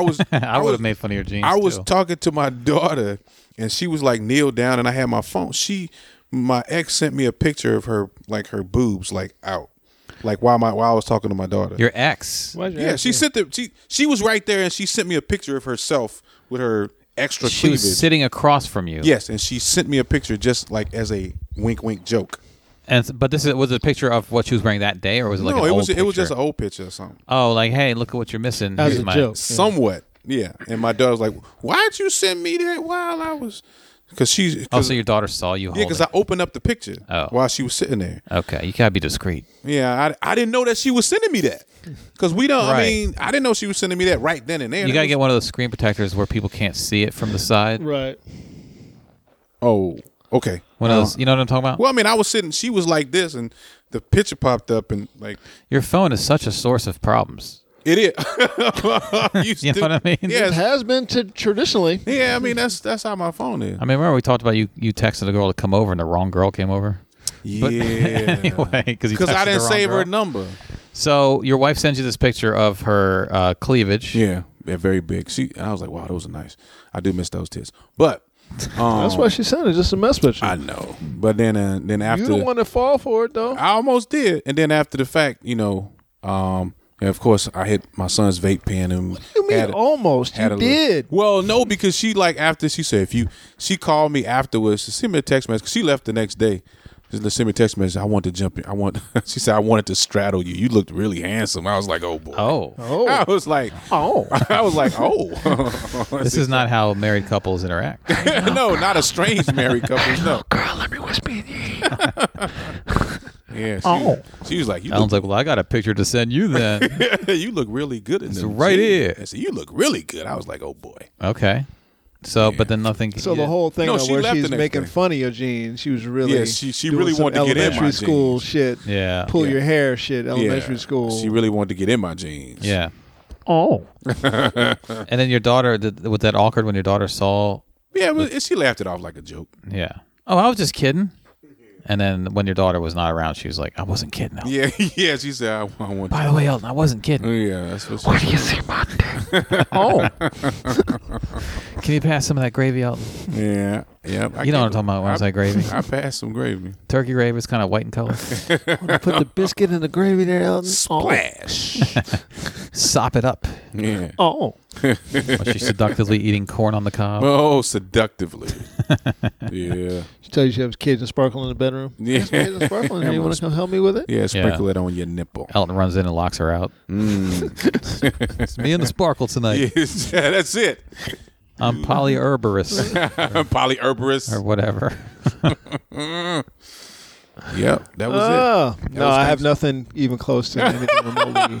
[SPEAKER 4] was.
[SPEAKER 3] I would
[SPEAKER 4] was-
[SPEAKER 3] have made fun of your jeans.
[SPEAKER 4] I was
[SPEAKER 3] too.
[SPEAKER 4] talking to my daughter, and she was like kneel down, and I had my phone. She, my ex, sent me a picture of her like her boobs like out, like while my while I was talking to my daughter.
[SPEAKER 3] your ex.
[SPEAKER 2] Why'd you
[SPEAKER 4] Yeah,
[SPEAKER 2] ask
[SPEAKER 4] she
[SPEAKER 2] me?
[SPEAKER 4] sent the she she was right there, and she sent me a picture of herself with her extra
[SPEAKER 3] She
[SPEAKER 4] cleavage.
[SPEAKER 3] was sitting across from you.
[SPEAKER 4] yes, and she sent me a picture just like as a wink, wink joke.
[SPEAKER 3] And but this is, was it a picture of what she was wearing that day, or was it like
[SPEAKER 4] no,
[SPEAKER 3] an
[SPEAKER 4] it
[SPEAKER 3] old
[SPEAKER 4] was it was
[SPEAKER 3] picture?
[SPEAKER 4] just an old picture or something.
[SPEAKER 3] oh, like hey, look at what you're missing.
[SPEAKER 2] That was
[SPEAKER 3] Here's
[SPEAKER 2] a
[SPEAKER 3] my-
[SPEAKER 2] joke.
[SPEAKER 4] Somewhat, yeah. And my daughter was like, "Why'd you send me that while I was?" Because she,
[SPEAKER 3] Oh,
[SPEAKER 4] cause,
[SPEAKER 3] so your daughter saw you.
[SPEAKER 4] yeah,
[SPEAKER 3] holding.
[SPEAKER 4] because I opened up the picture
[SPEAKER 3] Oh.
[SPEAKER 4] while she was sitting there.
[SPEAKER 3] Okay, you gotta be discreet.
[SPEAKER 4] Yeah, I, I didn't know that she was sending me that. Because we don't, I
[SPEAKER 3] Right.
[SPEAKER 4] mean, I didn't know she was sending me that right then and there.
[SPEAKER 3] You gotta
[SPEAKER 4] It
[SPEAKER 3] get
[SPEAKER 4] was-
[SPEAKER 3] one of those screen protectors where people can't see it from the side.
[SPEAKER 2] Right.
[SPEAKER 4] Oh, okay.
[SPEAKER 3] One of
[SPEAKER 4] Oh.
[SPEAKER 3] those. You know what I'm talking about?
[SPEAKER 4] Well, I mean, I was sitting, she was like this, and the picture popped up, and like,
[SPEAKER 3] Your phone is such a source of problems.
[SPEAKER 4] it is. you
[SPEAKER 3] You know
[SPEAKER 4] stu-
[SPEAKER 3] what I mean?
[SPEAKER 2] It
[SPEAKER 4] Yeah,
[SPEAKER 2] has been to traditionally.
[SPEAKER 4] yeah, I mean, that's that's how my phone is.
[SPEAKER 3] I mean, remember we talked about you? You texted a girl to come over, and the wrong girl came over. But
[SPEAKER 4] yeah.
[SPEAKER 3] anyway, because
[SPEAKER 4] Because I didn't save her number.
[SPEAKER 3] So your wife sends you this picture of her uh, cleavage.
[SPEAKER 4] Yeah, yeah, very big. She, I was like, wow, those are nice. I do miss those tits. But, um,
[SPEAKER 2] That's why she sounded just a mess with you.
[SPEAKER 4] I know. But then, uh, then after.
[SPEAKER 2] you don't want to fall for it though.
[SPEAKER 4] I almost did, and then after the fact, you know, um, and of course, I hit my son's vape pen and
[SPEAKER 2] you mean
[SPEAKER 4] oh
[SPEAKER 2] almost? You did.
[SPEAKER 4] well, no, because she like after she said if you she called me afterwards to send me a text message. 'cause she left the next day. She just sent me a text message. I want to jump in. I want. She said I wanted to straddle you. You looked really handsome. I was like, oh boy.
[SPEAKER 3] Oh,
[SPEAKER 4] I was like,
[SPEAKER 2] Oh.
[SPEAKER 4] I was like, oh.
[SPEAKER 3] this is not how married couples interact.
[SPEAKER 4] no, not a strange married couple. No.
[SPEAKER 2] Girl, let me whisper in your ear.
[SPEAKER 4] Yeah. She,
[SPEAKER 2] Oh.
[SPEAKER 4] she was like, you look
[SPEAKER 3] Alan's like, well, I got a picture to send you then.
[SPEAKER 4] you look really good in this
[SPEAKER 3] right here.
[SPEAKER 4] I said, you look really good. I was like, oh boy.
[SPEAKER 3] okay. So, but then nothing.
[SPEAKER 2] So the whole thing
[SPEAKER 4] No,
[SPEAKER 2] of
[SPEAKER 4] she
[SPEAKER 2] where
[SPEAKER 4] left
[SPEAKER 2] she's
[SPEAKER 4] the next
[SPEAKER 2] making
[SPEAKER 4] day.
[SPEAKER 2] fun of your jeans, she was really
[SPEAKER 4] Yeah, she- she
[SPEAKER 2] doing
[SPEAKER 4] really
[SPEAKER 2] some
[SPEAKER 4] wanted to get in my
[SPEAKER 2] elementary
[SPEAKER 4] jeans.
[SPEAKER 2] school shit.
[SPEAKER 3] Yeah.
[SPEAKER 2] pull
[SPEAKER 4] Yeah.
[SPEAKER 2] your hair shit. Elementary
[SPEAKER 4] Yeah.
[SPEAKER 2] school.
[SPEAKER 4] She really wanted to get in my jeans.
[SPEAKER 3] yeah.
[SPEAKER 2] oh,
[SPEAKER 3] And then your daughter did, was that awkward when your daughter saw.
[SPEAKER 4] Yeah, but she laughed it off like a joke.
[SPEAKER 3] Yeah. Oh, I was just kidding. And then when your daughter was not around, she was like, I wasn't kidding. Elton.
[SPEAKER 4] Yeah, yeah. She said, "I, I want."
[SPEAKER 3] By the way, Elton, I wasn't kidding.
[SPEAKER 4] Yeah, that's what. She,
[SPEAKER 2] you see my dick? oh,
[SPEAKER 3] Can you pass some of that gravy out?
[SPEAKER 4] yeah, yeah. I
[SPEAKER 3] You know what I'm
[SPEAKER 4] gave-
[SPEAKER 3] talking about when Mm. I say gravy.
[SPEAKER 4] I passed some gravy.
[SPEAKER 3] Turkey gravy is kind of white in color.
[SPEAKER 2] put the biscuit in the gravy there, Elton.
[SPEAKER 4] Splash.
[SPEAKER 3] Sop it up.
[SPEAKER 4] yeah.
[SPEAKER 2] Oh,
[SPEAKER 3] While she's seductively eating corn on the cob.
[SPEAKER 4] Oh, seductively. yeah.
[SPEAKER 2] she tells you she has kids and sparkle in the bedroom.
[SPEAKER 4] Yeah.
[SPEAKER 2] There's kids and sparkle. in here. You want to come help me with it?
[SPEAKER 4] Yeah. Sprinkle it on your nipple.
[SPEAKER 3] Elton runs in and locks her out. it's me Mm. and the sparkle tonight.
[SPEAKER 4] Yes, yeah, that's it.
[SPEAKER 3] I'm polyherborous
[SPEAKER 4] Polyherborous.
[SPEAKER 3] or whatever.
[SPEAKER 4] Yep, that was
[SPEAKER 2] Oh,
[SPEAKER 4] it. That
[SPEAKER 2] no,
[SPEAKER 4] was
[SPEAKER 2] I have
[SPEAKER 4] thanks-
[SPEAKER 2] nothing even close to anything remotely.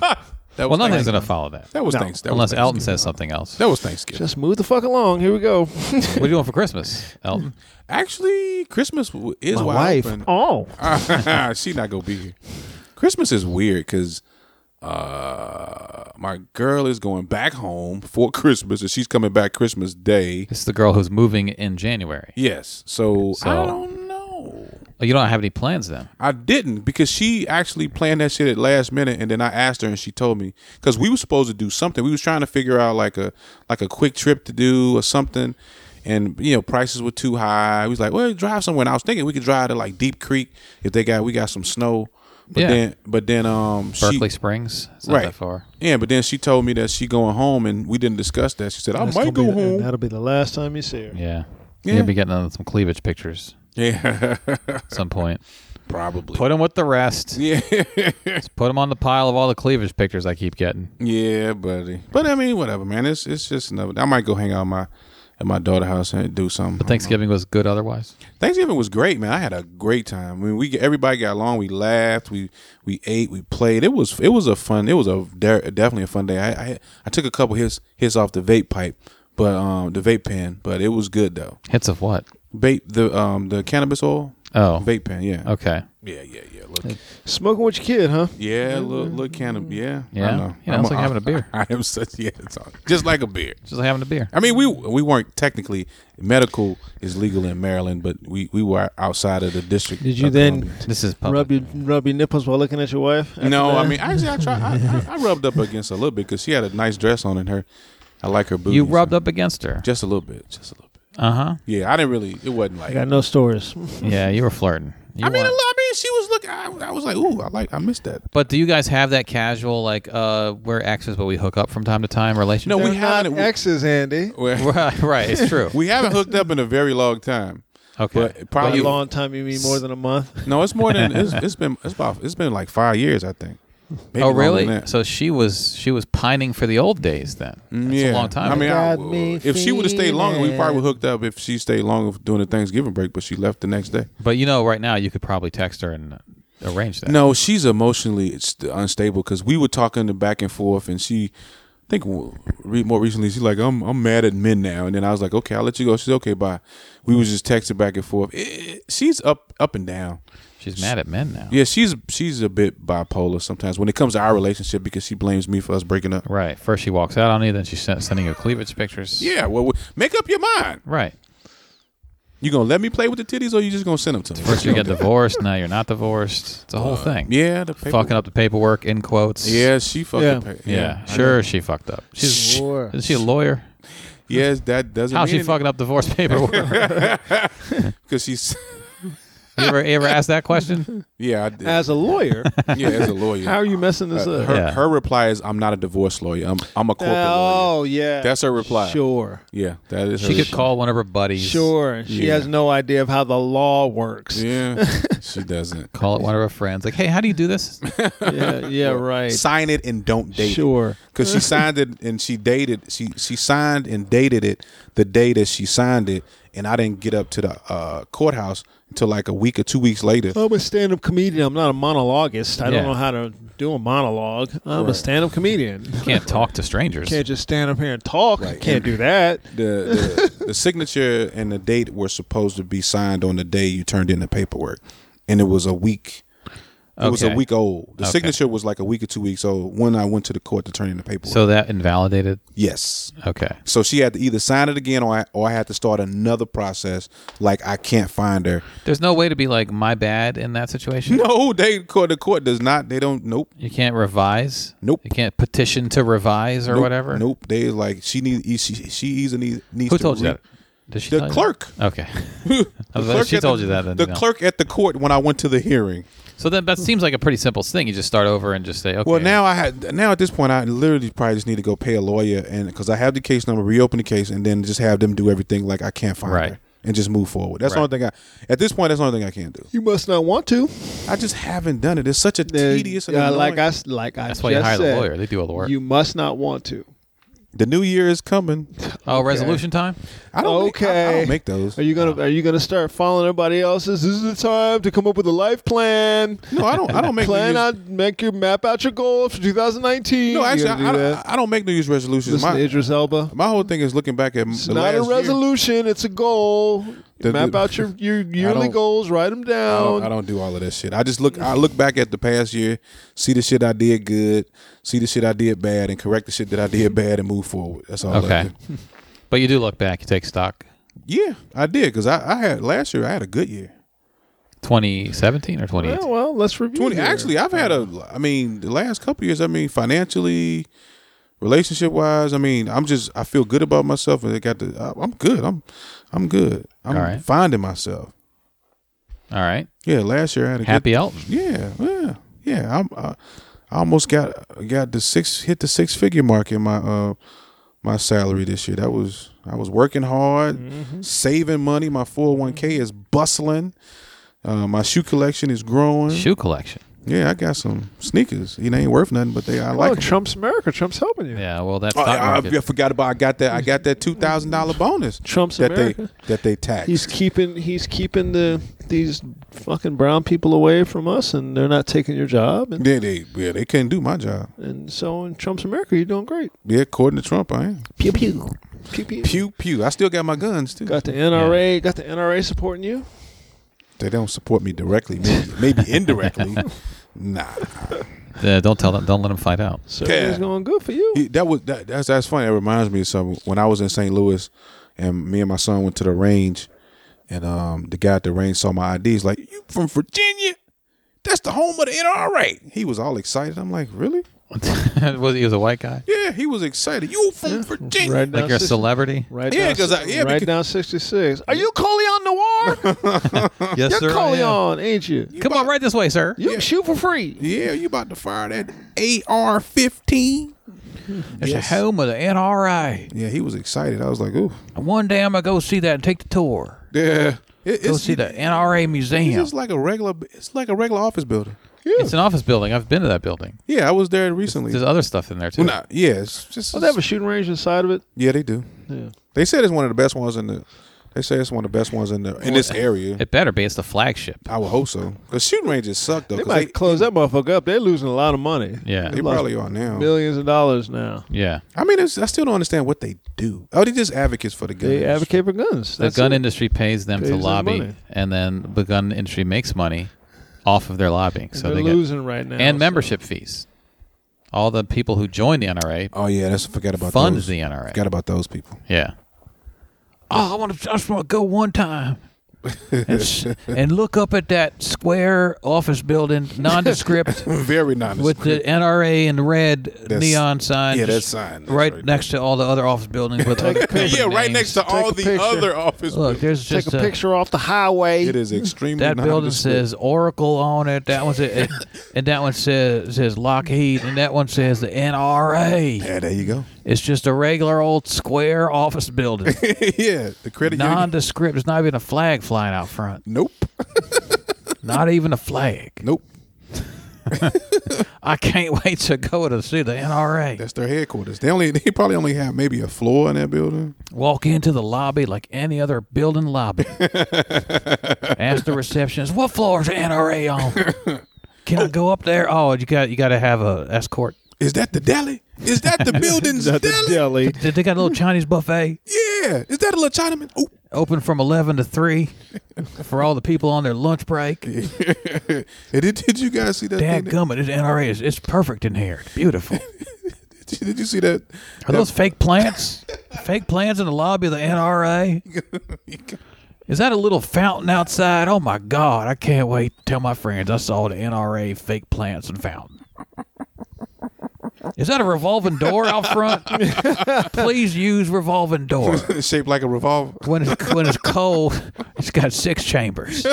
[SPEAKER 3] Well,
[SPEAKER 4] That was
[SPEAKER 3] nothing's
[SPEAKER 4] thanks-
[SPEAKER 3] going to follow that.
[SPEAKER 4] That was
[SPEAKER 2] No.
[SPEAKER 4] thanks. That
[SPEAKER 3] Unless
[SPEAKER 4] was
[SPEAKER 3] Elton
[SPEAKER 4] Thanksgiving.
[SPEAKER 3] says something else.
[SPEAKER 4] That was Thanksgiving.
[SPEAKER 2] Just move the fuck along. Here we go.
[SPEAKER 3] What are you doing for Christmas, Elton?
[SPEAKER 4] Actually, Christmas w- is
[SPEAKER 2] My
[SPEAKER 4] wide
[SPEAKER 2] wife.
[SPEAKER 4] open.
[SPEAKER 2] Oh,
[SPEAKER 4] she not gonna be here. Christmas is weird because uh, my girl is going back home for Christmas, and she's coming back Christmas Day.
[SPEAKER 3] This is the girl who's moving in January.
[SPEAKER 4] Yes, so, I
[SPEAKER 3] So-
[SPEAKER 4] don't know.
[SPEAKER 3] Oh, you don't have any plans then?
[SPEAKER 4] I didn't because she actually planned that shit at last minute, and then I asked her, and she told me because we were supposed to do something. We was trying to figure out like a like a quick trip to do or something, and you know prices were too high. We was like, well, drive somewhere. And I was thinking we could drive to like Deep Creek if they got we got some snow. But
[SPEAKER 3] Yeah.
[SPEAKER 4] then, but then, um, she-
[SPEAKER 3] Berkeley Springs? It's not
[SPEAKER 4] right?
[SPEAKER 3] that far.
[SPEAKER 4] Yeah, but then she told me that she going home, and we didn't discuss that. She said, I might go home.
[SPEAKER 2] That'll be the last time you see her.
[SPEAKER 3] Yeah.
[SPEAKER 4] Yeah.
[SPEAKER 3] You'll be getting on some cleavage pictures
[SPEAKER 4] yeah,
[SPEAKER 3] at some point.
[SPEAKER 4] probably.
[SPEAKER 3] Put them with the rest.
[SPEAKER 4] yeah,
[SPEAKER 3] Just put them on the pile of all the cleavage pictures I keep getting.
[SPEAKER 4] Mm-hmm. Yeah, buddy. But I mean, whatever, man. It's it's just another. I might go hang out at my at my daughter's house and do something. But
[SPEAKER 3] Thanksgiving was good otherwise.
[SPEAKER 4] Thanksgiving was great, man. I had a great time. I mean, we everybody got along. We laughed. We we ate. We played. It was it was a fun. It was a de- definitely a fun day. I, I I took a couple hits hits off the vape pipe, but um the vape pen. But it was good though.
[SPEAKER 3] Hits of what?
[SPEAKER 4] Vape the um the cannabis oil.
[SPEAKER 3] Oh.
[SPEAKER 4] vape pen. Yeah.
[SPEAKER 3] Okay.
[SPEAKER 4] Yeah, yeah, yeah. Look,
[SPEAKER 2] Smoking with your kid, huh?
[SPEAKER 4] yeah, look, look, cannabis. Yeah,
[SPEAKER 3] Yeah. Yeah, it's like having a beer.
[SPEAKER 4] I am such yeah, it's all- just like a beer.
[SPEAKER 3] Just like having a beer.
[SPEAKER 4] I mean, we we weren't technically medical is legal in Maryland, but we, we were outside of the district.
[SPEAKER 2] Did you
[SPEAKER 4] of
[SPEAKER 2] then
[SPEAKER 4] Columbia.
[SPEAKER 3] This is public.
[SPEAKER 2] rub your rub your nipples while looking at your wife? after
[SPEAKER 4] No, I
[SPEAKER 2] that?
[SPEAKER 4] mean, actually, I tried. I, I, I rubbed up against her a little bit because she had a nice dress on, and her, I like her booties.
[SPEAKER 3] You rubbed up against her.
[SPEAKER 4] just a little bit, just a little bit.
[SPEAKER 3] Uh huh.
[SPEAKER 4] Yeah, I didn't really. It wasn't like.
[SPEAKER 2] I got no stories.
[SPEAKER 3] Yeah, you were flirting. You
[SPEAKER 4] I mean, a
[SPEAKER 3] want-
[SPEAKER 4] little- I mean, she was looking. I, I was like, ooh, I like. I missed that.
[SPEAKER 3] But do you guys have that casual like uh we're exes but we hook up from time to time relationship?
[SPEAKER 4] No, we
[SPEAKER 2] They're not
[SPEAKER 4] haven't.
[SPEAKER 2] exes, Andy.
[SPEAKER 4] We,
[SPEAKER 3] right, right, it's true.
[SPEAKER 4] we haven't hooked up in a very long time.
[SPEAKER 3] okay.
[SPEAKER 4] But
[SPEAKER 2] By
[SPEAKER 4] probably
[SPEAKER 2] a long time, you mean more than a month?
[SPEAKER 4] No, it's more than it's, it's been. It's about. It's been like five years, I think. Maybe
[SPEAKER 3] oh
[SPEAKER 4] longer than
[SPEAKER 3] really?
[SPEAKER 4] that.
[SPEAKER 3] So she was she was pining for the old days then. That's a long time.
[SPEAKER 4] I mean, I-
[SPEAKER 2] Got me
[SPEAKER 4] if she would have stayed longer, we probably
[SPEAKER 2] feeling-
[SPEAKER 4] would hooked up. If she stayed longer during the Thanksgiving break, but she left the next day.
[SPEAKER 3] but you know, right now you could probably text her and arrange that.
[SPEAKER 4] No, she's emotionally st- unstable because we were talking the back and forth, and she, I think w- re- more recently, she's like, "I'm I'm mad at men now," and then I was like, "Okay, I'll let you go." She's okay, bye. We was just texting back and forth. Eh, she's up up and down.
[SPEAKER 3] She's mad at men now.
[SPEAKER 4] Yeah, she's she's a bit bipolar sometimes when it comes to our relationship because she blames me for us breaking up.
[SPEAKER 3] Right. First she walks out on you, then she's sen- sending you cleavage pictures.
[SPEAKER 4] Yeah, well, w- make up your mind.
[SPEAKER 3] Right.
[SPEAKER 4] You gonna let me play with the titties, or you just gonna send them to me? What
[SPEAKER 3] First you
[SPEAKER 4] gonna
[SPEAKER 3] get
[SPEAKER 4] do?
[SPEAKER 3] divorced, now you're not divorced. It's a whole thing.
[SPEAKER 4] Uh, Yeah, the paper.
[SPEAKER 3] Fucking up the paperwork in quotes.
[SPEAKER 4] Yeah, she fucking.
[SPEAKER 2] Yeah.
[SPEAKER 4] pa-
[SPEAKER 3] Yeah. Sure she fucked up. She's
[SPEAKER 2] Sure.
[SPEAKER 3] is she a lawyer?
[SPEAKER 4] Yes, that doesn't.
[SPEAKER 3] How's she
[SPEAKER 4] mean
[SPEAKER 3] fucking up divorce paperwork?
[SPEAKER 4] Because she's.
[SPEAKER 3] you ever you ever asked that question?
[SPEAKER 4] Yeah, I did.
[SPEAKER 2] As a lawyer,
[SPEAKER 4] yeah, as a lawyer. Uh,
[SPEAKER 2] how are you messing this up?
[SPEAKER 4] her,
[SPEAKER 3] Yeah.
[SPEAKER 4] her reply is, "I'm not a divorce lawyer. I'm I'm a corporate lawyer."
[SPEAKER 2] oh yeah,
[SPEAKER 4] That's her reply.
[SPEAKER 2] Sure,
[SPEAKER 4] Yeah, that is.
[SPEAKER 3] She
[SPEAKER 4] her
[SPEAKER 3] could call one of her buddies.
[SPEAKER 2] sure. She
[SPEAKER 4] Yeah.
[SPEAKER 2] has no idea of how the law works.
[SPEAKER 4] Yeah, she doesn't.
[SPEAKER 3] Call it one of her friends. Like, hey, how do you do this?
[SPEAKER 2] yeah, yeah, right.
[SPEAKER 4] Sign it and don't date.
[SPEAKER 2] Sure.
[SPEAKER 4] Because she signed it and she dated. She she signed and dated it the day that she signed it, and I didn't get up to the uh, courthouse until like a week or two weeks later.
[SPEAKER 2] I'm a stand-up comedian. I'm not a monologuist. I
[SPEAKER 3] Yeah.
[SPEAKER 2] don't know how to do a monologue. I'm a stand-up comedian.
[SPEAKER 3] Can't talk to strangers.
[SPEAKER 2] Can't just stand up here and talk. Can't do that.
[SPEAKER 4] the, the, the signature and the date were supposed to be signed on the day you turned in the paperwork, and it was a week. It was a
[SPEAKER 3] Okay.
[SPEAKER 4] week old. The
[SPEAKER 3] Okay.
[SPEAKER 4] signature was like a week or two weeks old when I went to the court to turn in the paperwork.
[SPEAKER 3] So that invalidated.
[SPEAKER 4] yes,
[SPEAKER 3] Okay.
[SPEAKER 4] so she had to either sign it again, or I, or I had to start another process. Like I can't find her.
[SPEAKER 3] There's no way to be like my bad in that situation.
[SPEAKER 4] No, they court the court does not. They don't. Nope.
[SPEAKER 3] You can't revise.
[SPEAKER 4] Nope.
[SPEAKER 3] You can't petition to revise or
[SPEAKER 4] nope,
[SPEAKER 3] whatever.
[SPEAKER 4] Nope. They like she need e, she she either need, needs.
[SPEAKER 3] Who
[SPEAKER 4] to
[SPEAKER 3] told you
[SPEAKER 4] re-
[SPEAKER 3] that? Did she?
[SPEAKER 4] The
[SPEAKER 3] tell you
[SPEAKER 4] clerk.
[SPEAKER 3] That? Okay. I was like,
[SPEAKER 4] Clerk
[SPEAKER 3] she
[SPEAKER 4] at the-
[SPEAKER 3] told you that. Then,
[SPEAKER 4] the
[SPEAKER 3] no.
[SPEAKER 4] clerk at the court when I went to the hearing.
[SPEAKER 3] So then that seems like a pretty simple thing. You just start over and just say, okay.
[SPEAKER 4] Well, now I had now at this point I literally probably just need to go pay a lawyer and because I have the case number, reopen the case, and then just have them do everything like I can't find
[SPEAKER 3] Right.
[SPEAKER 4] her and just move forward. That's
[SPEAKER 3] Right.
[SPEAKER 4] the only thing I at this point. That's the only thing I can do.
[SPEAKER 2] You must not want to.
[SPEAKER 4] I just haven't done it. It's such a
[SPEAKER 2] Then,
[SPEAKER 4] tedious. And
[SPEAKER 2] uh, like I
[SPEAKER 4] annoying-
[SPEAKER 2] s- like I
[SPEAKER 3] That's why you
[SPEAKER 2] just
[SPEAKER 3] hire the
[SPEAKER 2] said,
[SPEAKER 3] lawyer. They do all the work.
[SPEAKER 2] You must not want to.
[SPEAKER 4] The new year is coming.
[SPEAKER 3] Oh, resolution time?
[SPEAKER 4] I don't make- I- I,
[SPEAKER 2] Okay.
[SPEAKER 4] don't make those.
[SPEAKER 2] Are you gonna Are you gonna start following everybody else's? This is the time to come up with a life plan.
[SPEAKER 4] no, I don't. I don't make
[SPEAKER 2] plan
[SPEAKER 4] New Year's-
[SPEAKER 2] out, make your map out your goals for 2019.
[SPEAKER 4] No,
[SPEAKER 2] You
[SPEAKER 4] actually,
[SPEAKER 2] gotta do
[SPEAKER 4] I, I don't-
[SPEAKER 2] that.
[SPEAKER 4] I don't make New Year's resolutions.
[SPEAKER 2] Listen
[SPEAKER 4] My,
[SPEAKER 2] to Idris Elba.
[SPEAKER 4] my whole thing is looking back at
[SPEAKER 2] It's
[SPEAKER 4] the
[SPEAKER 2] not a
[SPEAKER 4] last year.
[SPEAKER 2] resolution; it's a goal.
[SPEAKER 4] The-
[SPEAKER 2] map
[SPEAKER 4] the-
[SPEAKER 2] out your your yearly
[SPEAKER 4] don't-
[SPEAKER 2] goals. Write them
[SPEAKER 4] I
[SPEAKER 2] down.
[SPEAKER 3] Um,
[SPEAKER 4] don't, I don't do all of that shit. I just look. I look back at the past year, see the shit I did good, see the shit I did bad, and correct the shit that I did bad and move forward. That's all. I
[SPEAKER 3] Mm-hmm. Okay.
[SPEAKER 4] do.
[SPEAKER 3] but you do look back, you take stock.
[SPEAKER 4] Yeah, I did because I, I had last year. I had a good year.
[SPEAKER 3] 2017 or 2018?
[SPEAKER 2] Yeah, well, let's review.
[SPEAKER 4] Twenty.
[SPEAKER 2] here.
[SPEAKER 4] Actually, I've had a. I mean, the last couple years. I mean, financially, relationship wise. I mean, I'm just. I feel good about myself, and I got the. I- I'm good. I'm. I'm good. I'm
[SPEAKER 3] All right.
[SPEAKER 4] finding myself.
[SPEAKER 3] All right.
[SPEAKER 4] Yeah, last year I had a
[SPEAKER 3] Happy
[SPEAKER 4] Good,
[SPEAKER 3] Elton.
[SPEAKER 4] yeah, yeah, yeah. I'm. I, I almost got got the six hit the six figure mark in my uh my salary this year. That was I was working hard,
[SPEAKER 2] Mm-hmm.
[SPEAKER 4] saving money. My 401k is bustling. Uh, my shoe collection is growing.
[SPEAKER 3] Shoe collection.
[SPEAKER 4] Yeah, I got some sneakers. You know, ain't worth nothing, but they I
[SPEAKER 2] oh,
[SPEAKER 4] like. 'em.
[SPEAKER 2] Trump's America. Trump's helping you.
[SPEAKER 3] Yeah, well, that's
[SPEAKER 4] Oh,
[SPEAKER 3] not
[SPEAKER 4] I, I,
[SPEAKER 3] market.
[SPEAKER 4] forgot about. I got that. I got that two thousand dollar bonus
[SPEAKER 2] Trump's
[SPEAKER 4] that
[SPEAKER 2] America.
[SPEAKER 4] they that they taxed.
[SPEAKER 2] He's keeping he's keeping the these fucking brown people away from us, and they're not taking your job. And,
[SPEAKER 4] yeah, they yeah they couldn't do my job.
[SPEAKER 2] and so in Trump's America, you're doing great.
[SPEAKER 4] Yeah, according to Trump, I am.
[SPEAKER 2] Pew pew pew pew.
[SPEAKER 4] Pew pew. I still got my guns too.
[SPEAKER 2] Got the NRA. Got the NRA supporting you.
[SPEAKER 4] They don't support me directly. Maybe, maybe indirectly. Nah,
[SPEAKER 3] Uh, don't tell them. Don't let them find out.
[SPEAKER 2] So
[SPEAKER 4] Yeah.
[SPEAKER 2] it's going good for you.
[SPEAKER 4] He- that was that, that's that's funny. That reminds me of something. When I was in St. Louis, and me and my son went to the range, and um the guy at the range saw my ID. He's like, "You from Virginia? That's the home of the NRA." He was all excited. I'm like, "Really?"
[SPEAKER 3] was he was a white guy?
[SPEAKER 4] Yeah, he was excited. You from Virginia?
[SPEAKER 2] Right
[SPEAKER 3] Like
[SPEAKER 2] now,
[SPEAKER 3] you're a
[SPEAKER 2] sis-
[SPEAKER 3] celebrity?
[SPEAKER 2] Right
[SPEAKER 4] Yeah,
[SPEAKER 2] down,
[SPEAKER 4] 'cause I- yeah,
[SPEAKER 2] right
[SPEAKER 4] because-
[SPEAKER 2] down 66. Are you Coleon Noir?
[SPEAKER 3] yes,
[SPEAKER 2] You're
[SPEAKER 3] sir. I am.
[SPEAKER 2] Coleon, ain't you? You,
[SPEAKER 3] Come on, right this way, sir.
[SPEAKER 2] can shoot for free.
[SPEAKER 4] Yeah, you about to fire that AR-15?
[SPEAKER 3] It's the home of the NRA.
[SPEAKER 4] Yeah, he was excited. I was like, "Ooh,
[SPEAKER 3] One day I'm gonna go see that and take the tour.
[SPEAKER 4] yeah." It,
[SPEAKER 3] Go
[SPEAKER 4] it's,
[SPEAKER 3] see the NRA
[SPEAKER 4] it's
[SPEAKER 3] museum.
[SPEAKER 4] just like a regular. It's like a regular office building.
[SPEAKER 3] It's an office building. I've been to that building.
[SPEAKER 4] Yeah, I was there recently.
[SPEAKER 3] There's other stuff in there too.
[SPEAKER 4] Well, not yeah. It's just
[SPEAKER 2] Oh, they have a shooting range inside of it.
[SPEAKER 4] yeah, they do.
[SPEAKER 2] Yeah.
[SPEAKER 4] They said it's one of the best ones in the. They say it's one of the best ones in the in this area.
[SPEAKER 3] It better be. It's the flagship.
[SPEAKER 4] I would hope so. Cause shooting ranges suck though.
[SPEAKER 2] They
[SPEAKER 4] 'cause
[SPEAKER 2] might
[SPEAKER 4] they,
[SPEAKER 2] close that motherfucker up. They're losing a lot of money.
[SPEAKER 3] Yeah.
[SPEAKER 4] they probably are now.
[SPEAKER 2] Millions of dollars now.
[SPEAKER 3] Yeah.
[SPEAKER 4] I mean, it's, I still don't understand what they do. Oh, they just advocates for the gun.
[SPEAKER 2] They
[SPEAKER 4] industry.
[SPEAKER 2] advocate for guns.
[SPEAKER 3] The
[SPEAKER 2] That's
[SPEAKER 3] gun
[SPEAKER 2] it.
[SPEAKER 3] industry pays them
[SPEAKER 2] Pays
[SPEAKER 3] to
[SPEAKER 2] them
[SPEAKER 3] lobby,
[SPEAKER 2] money.
[SPEAKER 3] and then the gun industry makes money off of their lobbying. so
[SPEAKER 2] They're
[SPEAKER 3] they get
[SPEAKER 2] losing right now.
[SPEAKER 3] and
[SPEAKER 2] so-
[SPEAKER 3] membership fees. All the people who join the NRA
[SPEAKER 4] Oh yeah, that's forget about
[SPEAKER 3] fund
[SPEAKER 4] those.
[SPEAKER 3] the NRA.
[SPEAKER 4] Forgot about those people.
[SPEAKER 3] Yeah. Oh, I want to. I just want to go one time. and, s- and look up at that square office building, nondescript,
[SPEAKER 4] Very nice.
[SPEAKER 3] with the NRA in red neon sign.
[SPEAKER 4] yeah, that
[SPEAKER 3] just
[SPEAKER 4] sign, that's
[SPEAKER 3] right,
[SPEAKER 4] right
[SPEAKER 3] next to all the other office buildings with other company
[SPEAKER 4] yeah, right
[SPEAKER 3] names.
[SPEAKER 4] next to all
[SPEAKER 2] a
[SPEAKER 4] the
[SPEAKER 2] picture.
[SPEAKER 4] other office.
[SPEAKER 3] Look,
[SPEAKER 4] buildings.
[SPEAKER 3] there's
[SPEAKER 2] Take
[SPEAKER 3] just
[SPEAKER 2] a picture off the highway.
[SPEAKER 4] It is extremely
[SPEAKER 3] That building
[SPEAKER 4] nondescript.
[SPEAKER 3] says Oracle on it. That one's it, and that one says says Lockheed, and that one says the NRA.
[SPEAKER 4] Yeah, there you go.
[SPEAKER 3] It's just a regular old square office building.
[SPEAKER 4] yeah, the credit union.
[SPEAKER 3] Nondescript. There's not even a flag flying out front.
[SPEAKER 4] Nope.
[SPEAKER 3] Not even a flag.
[SPEAKER 4] Nope.
[SPEAKER 3] I can't wait to go to see the NRA.
[SPEAKER 4] That's their headquarters. They only they probably only have maybe a floor in that building.
[SPEAKER 3] Walk into the lobby like any other building lobby. Ask the receptionist, "What floor is the NRA on?" Can I go up there? Oh, you got you got to have a escort.
[SPEAKER 4] Is that the deli? Is that the building's
[SPEAKER 2] Not the
[SPEAKER 4] deli?
[SPEAKER 2] deli.
[SPEAKER 3] Did they got a little Chinese buffet?
[SPEAKER 4] Yeah. Is that a little Chinaman? Oh,
[SPEAKER 3] open from 11 to 3 for all the people on their lunch break.
[SPEAKER 4] and did, did you guys see that? Thing
[SPEAKER 3] Dad
[SPEAKER 4] that
[SPEAKER 3] gummit, it's NRA. It's, it's perfect in here. It's beautiful.
[SPEAKER 4] did, you, did you see that?
[SPEAKER 3] Are those fake plants? fake plants in the lobby of the NRA? Is that a little fountain outside? Oh my God, I can't wait to tell my friends I saw the NRA fake plants and fountain. Is that a revolving door out front? Please use revolving door.
[SPEAKER 4] Shaped like a revolver.
[SPEAKER 3] when it's when it's cold, it's got six chambers.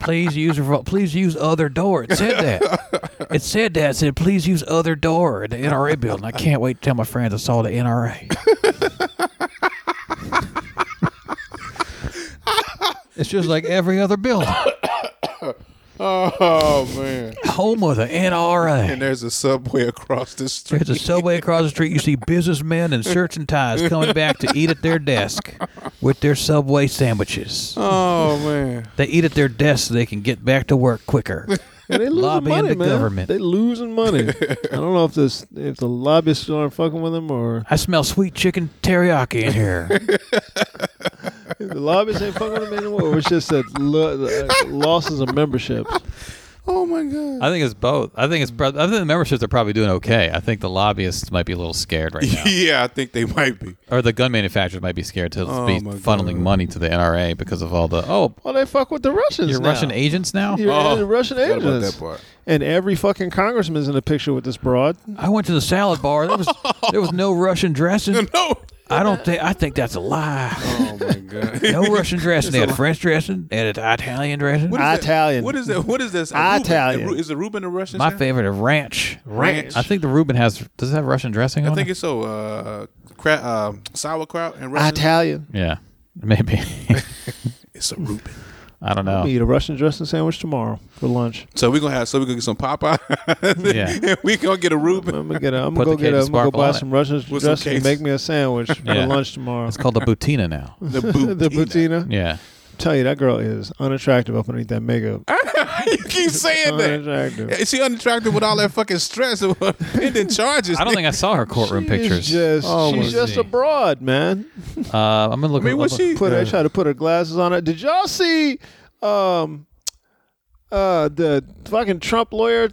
[SPEAKER 3] Please use revol- please use other door. It said that. It said that. It said please use other door at the NRA building. I can't wait to tell my friends I saw the NRA. it's just like every other building.
[SPEAKER 4] Oh man.
[SPEAKER 3] home of the NRA.
[SPEAKER 4] And there's a subway across the street.
[SPEAKER 3] There's a subway across the street. You see businessmen in shirts and ties coming back to eat at their desk with their subway sandwiches.
[SPEAKER 4] Oh man.
[SPEAKER 3] They eat at their desk so they can get back to work quicker.
[SPEAKER 2] And they losing
[SPEAKER 3] Lobbying
[SPEAKER 2] money,
[SPEAKER 3] the
[SPEAKER 2] man.
[SPEAKER 3] government.
[SPEAKER 2] They losing money. I don't know if this if the lobbyists aren't fucking with them or
[SPEAKER 3] I smell sweet chicken teriyaki in here.
[SPEAKER 2] if the lobbyists ain't fucking with them anymore. or It's just that lo- the, uh, losses of memberships.
[SPEAKER 4] Oh my god.
[SPEAKER 3] I think it's both. I think it's. prob- I think the memberships are probably doing okay. I think the lobbyists might be a little scared right now,
[SPEAKER 4] Yeah, I think they might be.
[SPEAKER 3] or the gun manufacturers might be scared to
[SPEAKER 4] Oh,
[SPEAKER 3] be
[SPEAKER 4] my
[SPEAKER 3] funneling
[SPEAKER 4] God.
[SPEAKER 3] money to the NRA because of all the oh,
[SPEAKER 2] Well, they fuck with the Russians.
[SPEAKER 3] you're
[SPEAKER 2] now.
[SPEAKER 3] Russian agents now.
[SPEAKER 2] You're
[SPEAKER 4] Oh,
[SPEAKER 2] the Russian
[SPEAKER 4] forgot
[SPEAKER 2] agents.
[SPEAKER 4] about that part.
[SPEAKER 2] And every fucking congressman's in the picture with this broad.
[SPEAKER 3] I went to the salad bar. There was there was no Russian dressing.
[SPEAKER 4] No.
[SPEAKER 3] I don't think. I think that's a lie.
[SPEAKER 4] Oh my god.
[SPEAKER 3] No Russian dressing. They had French dressing. They had Italian dressing.
[SPEAKER 4] What is that-
[SPEAKER 2] Italian.
[SPEAKER 4] What is that? What is this?
[SPEAKER 2] Italian.
[SPEAKER 4] Is the Reuben a Russian?
[SPEAKER 3] My
[SPEAKER 4] sound?
[SPEAKER 3] favorite is ranch.
[SPEAKER 4] Ranch.
[SPEAKER 3] I think the Reuben has. Does it have Russian dressing on
[SPEAKER 4] I think
[SPEAKER 3] it?
[SPEAKER 4] it's so uh, cra- uh, sauerkraut and Russian.
[SPEAKER 2] Italian.
[SPEAKER 3] yeah, maybe.
[SPEAKER 4] It's a Reuben.
[SPEAKER 3] I don't
[SPEAKER 2] We
[SPEAKER 3] know.
[SPEAKER 2] eat a Russian dressing sandwich tomorrow for lunch.
[SPEAKER 4] So we're gonna have. So we're gonna get some Popeye.
[SPEAKER 3] Yeah.
[SPEAKER 4] we gonna get a Reuben.
[SPEAKER 2] I'm gonna get a. I'm
[SPEAKER 3] Put
[SPEAKER 2] gonna go
[SPEAKER 3] the
[SPEAKER 2] get a.
[SPEAKER 3] Cajun
[SPEAKER 2] I'm gonna go
[SPEAKER 3] sparkle
[SPEAKER 2] buy
[SPEAKER 3] on it.
[SPEAKER 2] some Russian
[SPEAKER 4] With some
[SPEAKER 2] dressing. and
[SPEAKER 4] Cajun-
[SPEAKER 2] make me a sandwich
[SPEAKER 3] Yeah.
[SPEAKER 2] for lunch tomorrow.
[SPEAKER 3] It's called a butina now.
[SPEAKER 4] The
[SPEAKER 2] the
[SPEAKER 4] Butina.
[SPEAKER 2] patina.
[SPEAKER 3] Yeah.
[SPEAKER 2] Tell you that girl is unattractive up underneath that makeup.
[SPEAKER 4] you keep saying that.
[SPEAKER 2] Unattractive.
[SPEAKER 4] Is she unattractive with all that fucking stress and pending charges?
[SPEAKER 3] I don't think I saw her courtroom
[SPEAKER 2] She
[SPEAKER 3] pictures.
[SPEAKER 2] is Just,
[SPEAKER 3] Oh,
[SPEAKER 2] she's
[SPEAKER 3] was
[SPEAKER 2] just
[SPEAKER 3] she?
[SPEAKER 2] a broad, man.
[SPEAKER 3] uh, I'm gonna look.
[SPEAKER 4] I mean,
[SPEAKER 3] up-
[SPEAKER 4] was she?
[SPEAKER 2] Put I tried to put her glasses on it. Did y'all see um uh the fucking Trump lawyer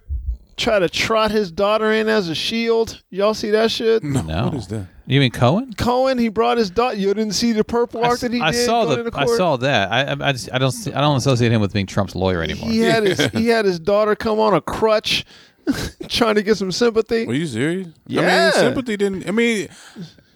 [SPEAKER 2] try to trot his daughter in as a shield? Y'all see that shit?
[SPEAKER 4] Mm.
[SPEAKER 3] No.
[SPEAKER 4] What is that?
[SPEAKER 3] You mean Cohen?
[SPEAKER 2] Cohen, he brought his daughter. You didn't see the perp walk
[SPEAKER 3] I,
[SPEAKER 2] that he
[SPEAKER 3] I
[SPEAKER 2] did.
[SPEAKER 3] saw
[SPEAKER 2] going
[SPEAKER 3] the.
[SPEAKER 2] into
[SPEAKER 3] I
[SPEAKER 2] court?
[SPEAKER 3] saw that. I I, I, just, I don't see, I don't associate him with being Trump's lawyer anymore.
[SPEAKER 2] He had his he had his daughter come on a crutch, trying to get some sympathy.
[SPEAKER 4] Were you serious? I
[SPEAKER 2] Yeah.
[SPEAKER 4] mean, sympathy didn't. I mean,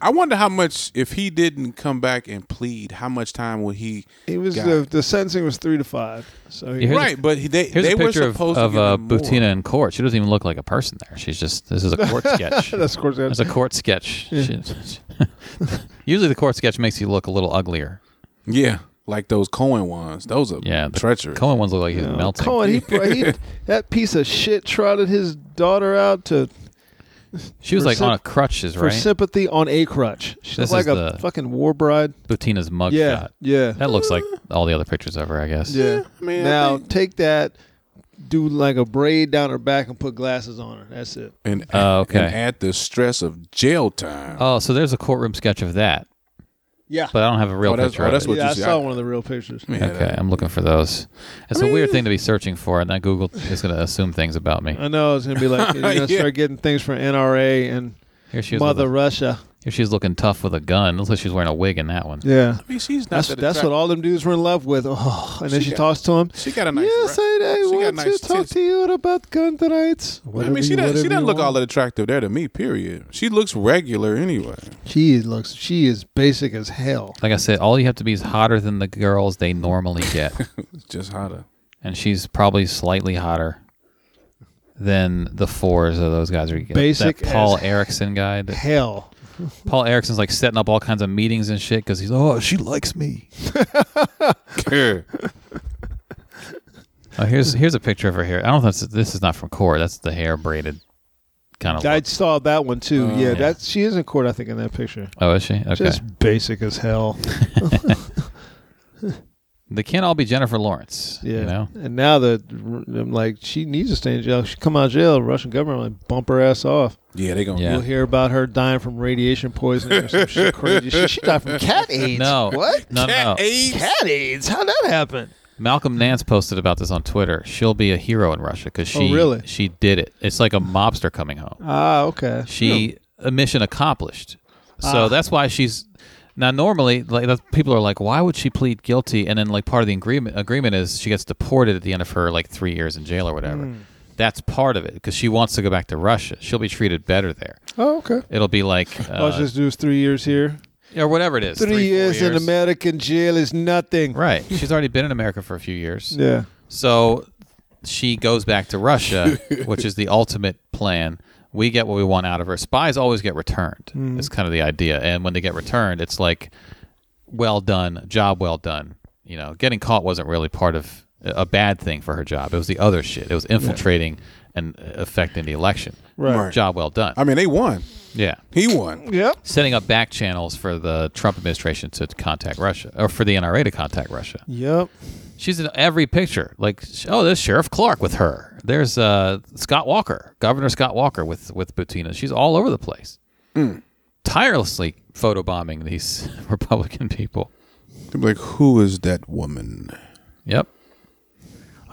[SPEAKER 4] I wonder how much if he didn't come back and plead, how much time would he?
[SPEAKER 2] He was
[SPEAKER 4] got?
[SPEAKER 2] the, the sentencing was three to five. So he,
[SPEAKER 3] Here's a-
[SPEAKER 4] right, but he, they
[SPEAKER 3] Here's
[SPEAKER 4] they
[SPEAKER 3] a
[SPEAKER 4] were
[SPEAKER 3] picture of,
[SPEAKER 4] supposed
[SPEAKER 3] of
[SPEAKER 4] to give
[SPEAKER 3] uh,
[SPEAKER 4] him more.
[SPEAKER 3] Butina in court. She doesn't even look like a person there. She's just this is a court sketch.
[SPEAKER 2] that's of course
[SPEAKER 3] It's a court sketch. She- Usually the court sketch makes you look a little uglier.
[SPEAKER 4] Yeah, like those Cohen ones. Those are
[SPEAKER 3] Yeah, the
[SPEAKER 4] treacherous.
[SPEAKER 3] Cohen ones look like he's melting.
[SPEAKER 2] Cohen, he, he that piece of shit trotted his daughter out to
[SPEAKER 3] she was
[SPEAKER 2] for
[SPEAKER 3] like
[SPEAKER 2] sym-
[SPEAKER 3] on a crutches,
[SPEAKER 2] for
[SPEAKER 3] right?
[SPEAKER 2] sympathy on a crutch. She
[SPEAKER 3] This
[SPEAKER 2] looked like
[SPEAKER 3] is
[SPEAKER 2] a
[SPEAKER 3] the-
[SPEAKER 2] fucking war bride.
[SPEAKER 3] Butina's mugshot.
[SPEAKER 2] Yeah, yeah,
[SPEAKER 3] That looks like all the other pictures of her, I guess.
[SPEAKER 2] yeah.
[SPEAKER 4] I mean, I
[SPEAKER 2] now
[SPEAKER 4] think-
[SPEAKER 2] take that, do like a braid down her back and put glasses on her. That's it.
[SPEAKER 4] and
[SPEAKER 3] Oh, okay.
[SPEAKER 4] and add the stress of jail time.
[SPEAKER 3] Oh, so there's a courtroom sketch of that,
[SPEAKER 2] Yeah,
[SPEAKER 3] but I don't have a real
[SPEAKER 4] Oh, that's-
[SPEAKER 3] picture
[SPEAKER 4] oh,
[SPEAKER 3] of
[SPEAKER 4] that's
[SPEAKER 3] it.
[SPEAKER 4] what
[SPEAKER 2] yeah.
[SPEAKER 4] you
[SPEAKER 2] I
[SPEAKER 4] see.
[SPEAKER 2] saw
[SPEAKER 4] I-
[SPEAKER 2] one of the real pictures.
[SPEAKER 4] Yeah,
[SPEAKER 3] Okay, I'm looking for those. It's a weird thing to be searching for, and that Google is going to assume things about me.
[SPEAKER 2] I know it's gonna be like you're gonna
[SPEAKER 4] Yeah.
[SPEAKER 2] start getting things from NRA and
[SPEAKER 3] Here she is. with
[SPEAKER 2] Mother
[SPEAKER 3] a-
[SPEAKER 2] Russia.
[SPEAKER 3] here she's looking tough with a gun. Looks like she's wearing a wig in that one.
[SPEAKER 2] Yeah.
[SPEAKER 4] I mean, she's not
[SPEAKER 2] That's
[SPEAKER 4] that
[SPEAKER 2] that's what all them dudes were in love with. Oh, and then
[SPEAKER 4] She
[SPEAKER 2] she,
[SPEAKER 4] got-
[SPEAKER 2] talks to him.
[SPEAKER 4] She got a nice.
[SPEAKER 2] yes,
[SPEAKER 4] ra-
[SPEAKER 2] I, I
[SPEAKER 4] she got
[SPEAKER 2] want
[SPEAKER 4] nice
[SPEAKER 2] to talk
[SPEAKER 4] tits.
[SPEAKER 2] to you about gun rights.
[SPEAKER 4] I mean, she doesn't. She doesn't look all that attractive there to me. Period. She looks regular anyway.
[SPEAKER 2] She looks. She is basic as hell.
[SPEAKER 3] Like I said, all you have to be is hotter than the girls they normally get,
[SPEAKER 4] It's just hotter.
[SPEAKER 3] and she's probably slightly hotter than the fours of those guys. Are that
[SPEAKER 2] Basic
[SPEAKER 3] Paul
[SPEAKER 2] as
[SPEAKER 3] Erickson guy. That
[SPEAKER 2] Hell.
[SPEAKER 3] Paul Erickson's like setting up all kinds of meetings and shit because he's oh she likes me. Oh, here's here's a picture of her hair. I don't know if that's, this is not from court. That's the hair braided kind of.
[SPEAKER 2] I
[SPEAKER 3] Look.
[SPEAKER 2] saw that one too. yeah,
[SPEAKER 3] yeah.
[SPEAKER 2] that's she is in court. I think in that picture.
[SPEAKER 3] Oh, is she? Okay.
[SPEAKER 2] Just basic as hell.
[SPEAKER 3] they can't all be Jennifer Lawrence.
[SPEAKER 2] Yeah.
[SPEAKER 3] You know.
[SPEAKER 2] And now that I'm like, she needs to stay in jail. She come out of jail. Russian government like bump her ass off.
[SPEAKER 4] Yeah, they gonna.
[SPEAKER 3] Yeah.
[SPEAKER 2] You'll hear about her dying from radiation poisoning or some shit crazy. She, she died from cat AIDS.
[SPEAKER 3] No.
[SPEAKER 2] What?
[SPEAKER 3] No, no, no.
[SPEAKER 2] Cat AIDS? How'd that happen?
[SPEAKER 3] Malcolm Nance posted about this on Twitter. She'll be a hero in Russia because she
[SPEAKER 2] Oh, really?
[SPEAKER 3] she did it. It's like a mobster coming home.
[SPEAKER 2] Ah, okay.
[SPEAKER 3] She a mission accomplished.
[SPEAKER 2] Ah.
[SPEAKER 3] So that's why she's now normally like that's- people are like, why would she plead guilty? And then like part of the agreement agreement is she gets deported at the end of her like three years in jail or whatever.
[SPEAKER 2] Hmm.
[SPEAKER 3] That's part of it because she wants to go back to Russia. She'll be treated better there.
[SPEAKER 2] Oh, okay.
[SPEAKER 3] It'll be like
[SPEAKER 2] All
[SPEAKER 3] uh,
[SPEAKER 2] she has to do is three years here.
[SPEAKER 3] or whatever it is.
[SPEAKER 2] Three,
[SPEAKER 3] four
[SPEAKER 2] years, in American jail is nothing.
[SPEAKER 3] Right. She's already been in America for a few years.
[SPEAKER 2] Yeah.
[SPEAKER 3] So she goes back to Russia, which is the ultimate plan. We get what we want out of her. Spies always get returned. It's kind of the idea. And when they get returned, it's like, well done, job well done. You know, getting caught wasn't really part of a bad thing for her job. It was the other shit. It was infiltrating and affecting the election.
[SPEAKER 2] Right.
[SPEAKER 4] Right.
[SPEAKER 3] Job well done.
[SPEAKER 4] I mean, they won.
[SPEAKER 3] yeah.
[SPEAKER 4] He won.
[SPEAKER 2] Yep.
[SPEAKER 3] Setting up back channels for the Trump administration to contact Russia or for the NRA to contact Russia.
[SPEAKER 2] Yep.
[SPEAKER 3] She's in every picture. Like, sh- oh, there's Sheriff Clark with her. There's uh, Scott Walker, Governor Scott Walker with with Butina. She's all over the place, tirelessly photobombing these Republican people.
[SPEAKER 4] They're like, who is that woman?
[SPEAKER 3] Yep.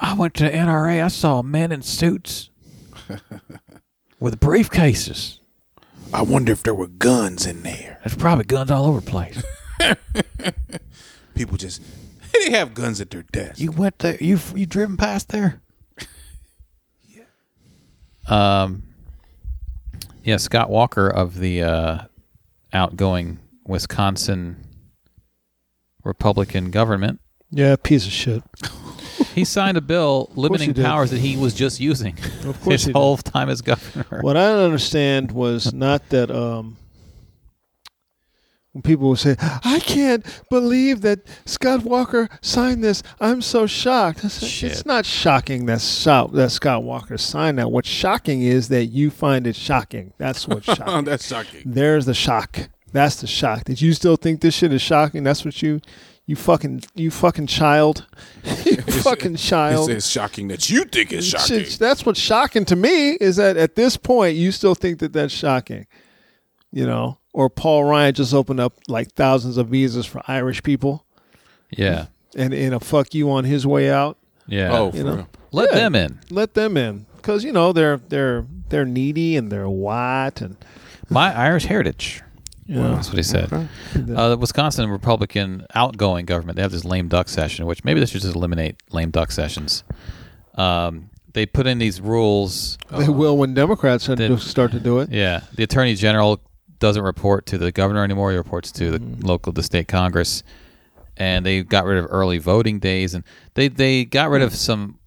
[SPEAKER 3] I went to the NRA. I saw men in suits with briefcases.
[SPEAKER 4] I wonder if there were guns in there.
[SPEAKER 3] There's probably guns all over the place.
[SPEAKER 4] People just they have guns at their desk.
[SPEAKER 3] You went there. You you driven past there? yeah. Um. Yeah, Scott Walker of the uh, outgoing Wisconsin Republican government.
[SPEAKER 2] Yeah, piece of shit.
[SPEAKER 3] He signed a bill
[SPEAKER 2] he
[SPEAKER 3] limiting
[SPEAKER 2] did.
[SPEAKER 3] powers that he was just using of
[SPEAKER 2] course
[SPEAKER 3] his
[SPEAKER 2] he did.
[SPEAKER 3] whole time as governor.
[SPEAKER 2] What I don't understand was not that um, when people would say, "I can't believe that Scott Walker signed this," I'm so shocked. I said, It's
[SPEAKER 3] Shit.
[SPEAKER 2] not shocking that Scott, that Scott Walker signed that. What's shocking is that you find it shocking. That's what's
[SPEAKER 4] Oh,
[SPEAKER 2] shocking.
[SPEAKER 4] that's shocking.
[SPEAKER 2] There's the shock. That's the shock. That you still think this shit is shocking. That's what you, you fucking, you fucking child, you fucking
[SPEAKER 4] It
[SPEAKER 2] child.
[SPEAKER 4] says shocking that you think it's shocking.
[SPEAKER 2] Shit, that's what's shocking to me is that at this point you still think that that's shocking, you know. Or Paul Ryan just opened up like thousands of visas for Irish people,
[SPEAKER 3] Yeah.
[SPEAKER 2] and in a fuck you on his way out,
[SPEAKER 3] Yeah.
[SPEAKER 4] Oh, for
[SPEAKER 2] you know.
[SPEAKER 4] real.
[SPEAKER 3] let
[SPEAKER 2] yeah.
[SPEAKER 3] them in.
[SPEAKER 2] let them in because you know they're they're they're needy and they're white and
[SPEAKER 3] My Irish heritage.
[SPEAKER 2] you know.
[SPEAKER 3] That's what he said. Uh, the Wisconsin Republican outgoing government, they have this lame duck session, which maybe they should just eliminate lame duck sessions. Um, they put in these rules.
[SPEAKER 2] They
[SPEAKER 4] Uh-huh.
[SPEAKER 2] will when Democrats start to do- start to do it.
[SPEAKER 3] Yeah. The attorney general doesn't report to the governor anymore. He reports to the local, the state Congress. And they got rid of early voting days. And they, they got rid of some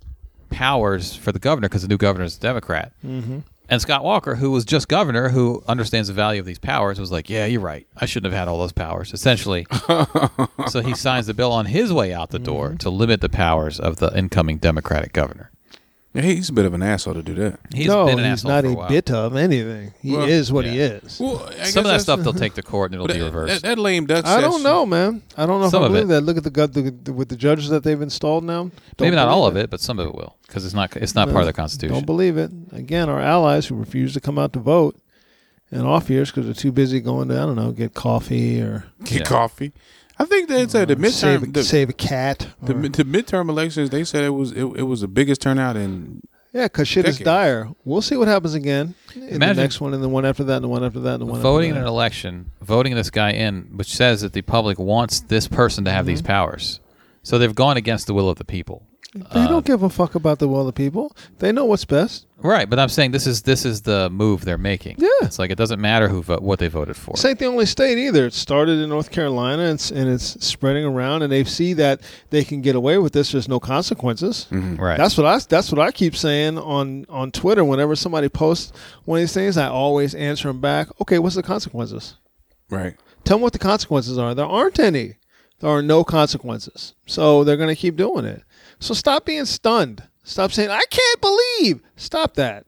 [SPEAKER 3] powers for the governor because the new governor is a Democrat. Mm-hmm. And Scott Walker, who was just governor, who understands the value of these powers, was like, "Yeah, you're right. I shouldn't have had all those powers." Essentially, so he signs the bill on his way out the door to limit the powers of the incoming Democratic governor.
[SPEAKER 4] Yeah, he's a bit of an asshole to do that.
[SPEAKER 3] He's
[SPEAKER 2] no,
[SPEAKER 3] been an
[SPEAKER 2] he's
[SPEAKER 3] asshole
[SPEAKER 2] not
[SPEAKER 3] for
[SPEAKER 2] a
[SPEAKER 3] while.
[SPEAKER 2] bit of anything. He
[SPEAKER 4] Well,
[SPEAKER 2] is what he
[SPEAKER 3] yeah.
[SPEAKER 2] is.
[SPEAKER 4] Well, I
[SPEAKER 3] Some of that
[SPEAKER 4] guess
[SPEAKER 3] stuff
[SPEAKER 4] that's-
[SPEAKER 3] they'll take to court and it'll be
[SPEAKER 4] That,
[SPEAKER 3] reversed.
[SPEAKER 4] that lame duck.
[SPEAKER 2] I don't
[SPEAKER 4] session-
[SPEAKER 2] know, man. I don't know
[SPEAKER 3] Some
[SPEAKER 2] if I
[SPEAKER 3] of
[SPEAKER 2] believe
[SPEAKER 3] it.
[SPEAKER 2] that. Look at the, gu- the with the judges that they've installed now. Don't
[SPEAKER 3] Maybe not
[SPEAKER 2] believe
[SPEAKER 3] all of it, but some of it will, because it's not it's not part of the Constitution.
[SPEAKER 2] Don't believe it. Again, our allies who refuse to come out to vote and off years because they're too busy going to I don't know get coffee or
[SPEAKER 4] Get
[SPEAKER 3] Yeah.
[SPEAKER 4] coffee. I think they said the
[SPEAKER 2] Mm-hmm. save a,
[SPEAKER 4] midterm. The,
[SPEAKER 2] save a cat.
[SPEAKER 4] the,
[SPEAKER 2] or-
[SPEAKER 4] mid- the midterm elections, they said it was it, it was the biggest turnout in
[SPEAKER 2] yeah, because shit is
[SPEAKER 4] decades.
[SPEAKER 2] dire. We'll see what happens again in the
[SPEAKER 3] Imagine-
[SPEAKER 2] next one, and the one after that, and the one after that, and the one
[SPEAKER 3] voting in
[SPEAKER 2] after
[SPEAKER 3] an
[SPEAKER 2] that.
[SPEAKER 3] election, voting this guy in, which says that the public wants this person to have
[SPEAKER 2] Mm-hmm.
[SPEAKER 3] these powers. So they've gone against the will of the people.
[SPEAKER 2] they
[SPEAKER 3] uh,
[SPEAKER 2] don't give a fuck about the will of the people. They know what's best.
[SPEAKER 3] Right, but I'm saying this is this is the move they're making.
[SPEAKER 2] Yeah.
[SPEAKER 3] it's like it doesn't matter who vote, what they voted for.
[SPEAKER 2] This ain't the only state either. It started in North Carolina and it's, and it's spreading around, and they see that they can get away with this. There's no consequences.
[SPEAKER 3] right,
[SPEAKER 2] That's what I that's what I keep saying on on Twitter. Whenever somebody posts one of these things, I always answer them back. Okay, what's the consequences?
[SPEAKER 4] right.
[SPEAKER 2] Tell them what the consequences are. There aren't any. There are no consequences. So they're going to keep doing it. So stop being stunned. Stop saying I can't believe. Stop that.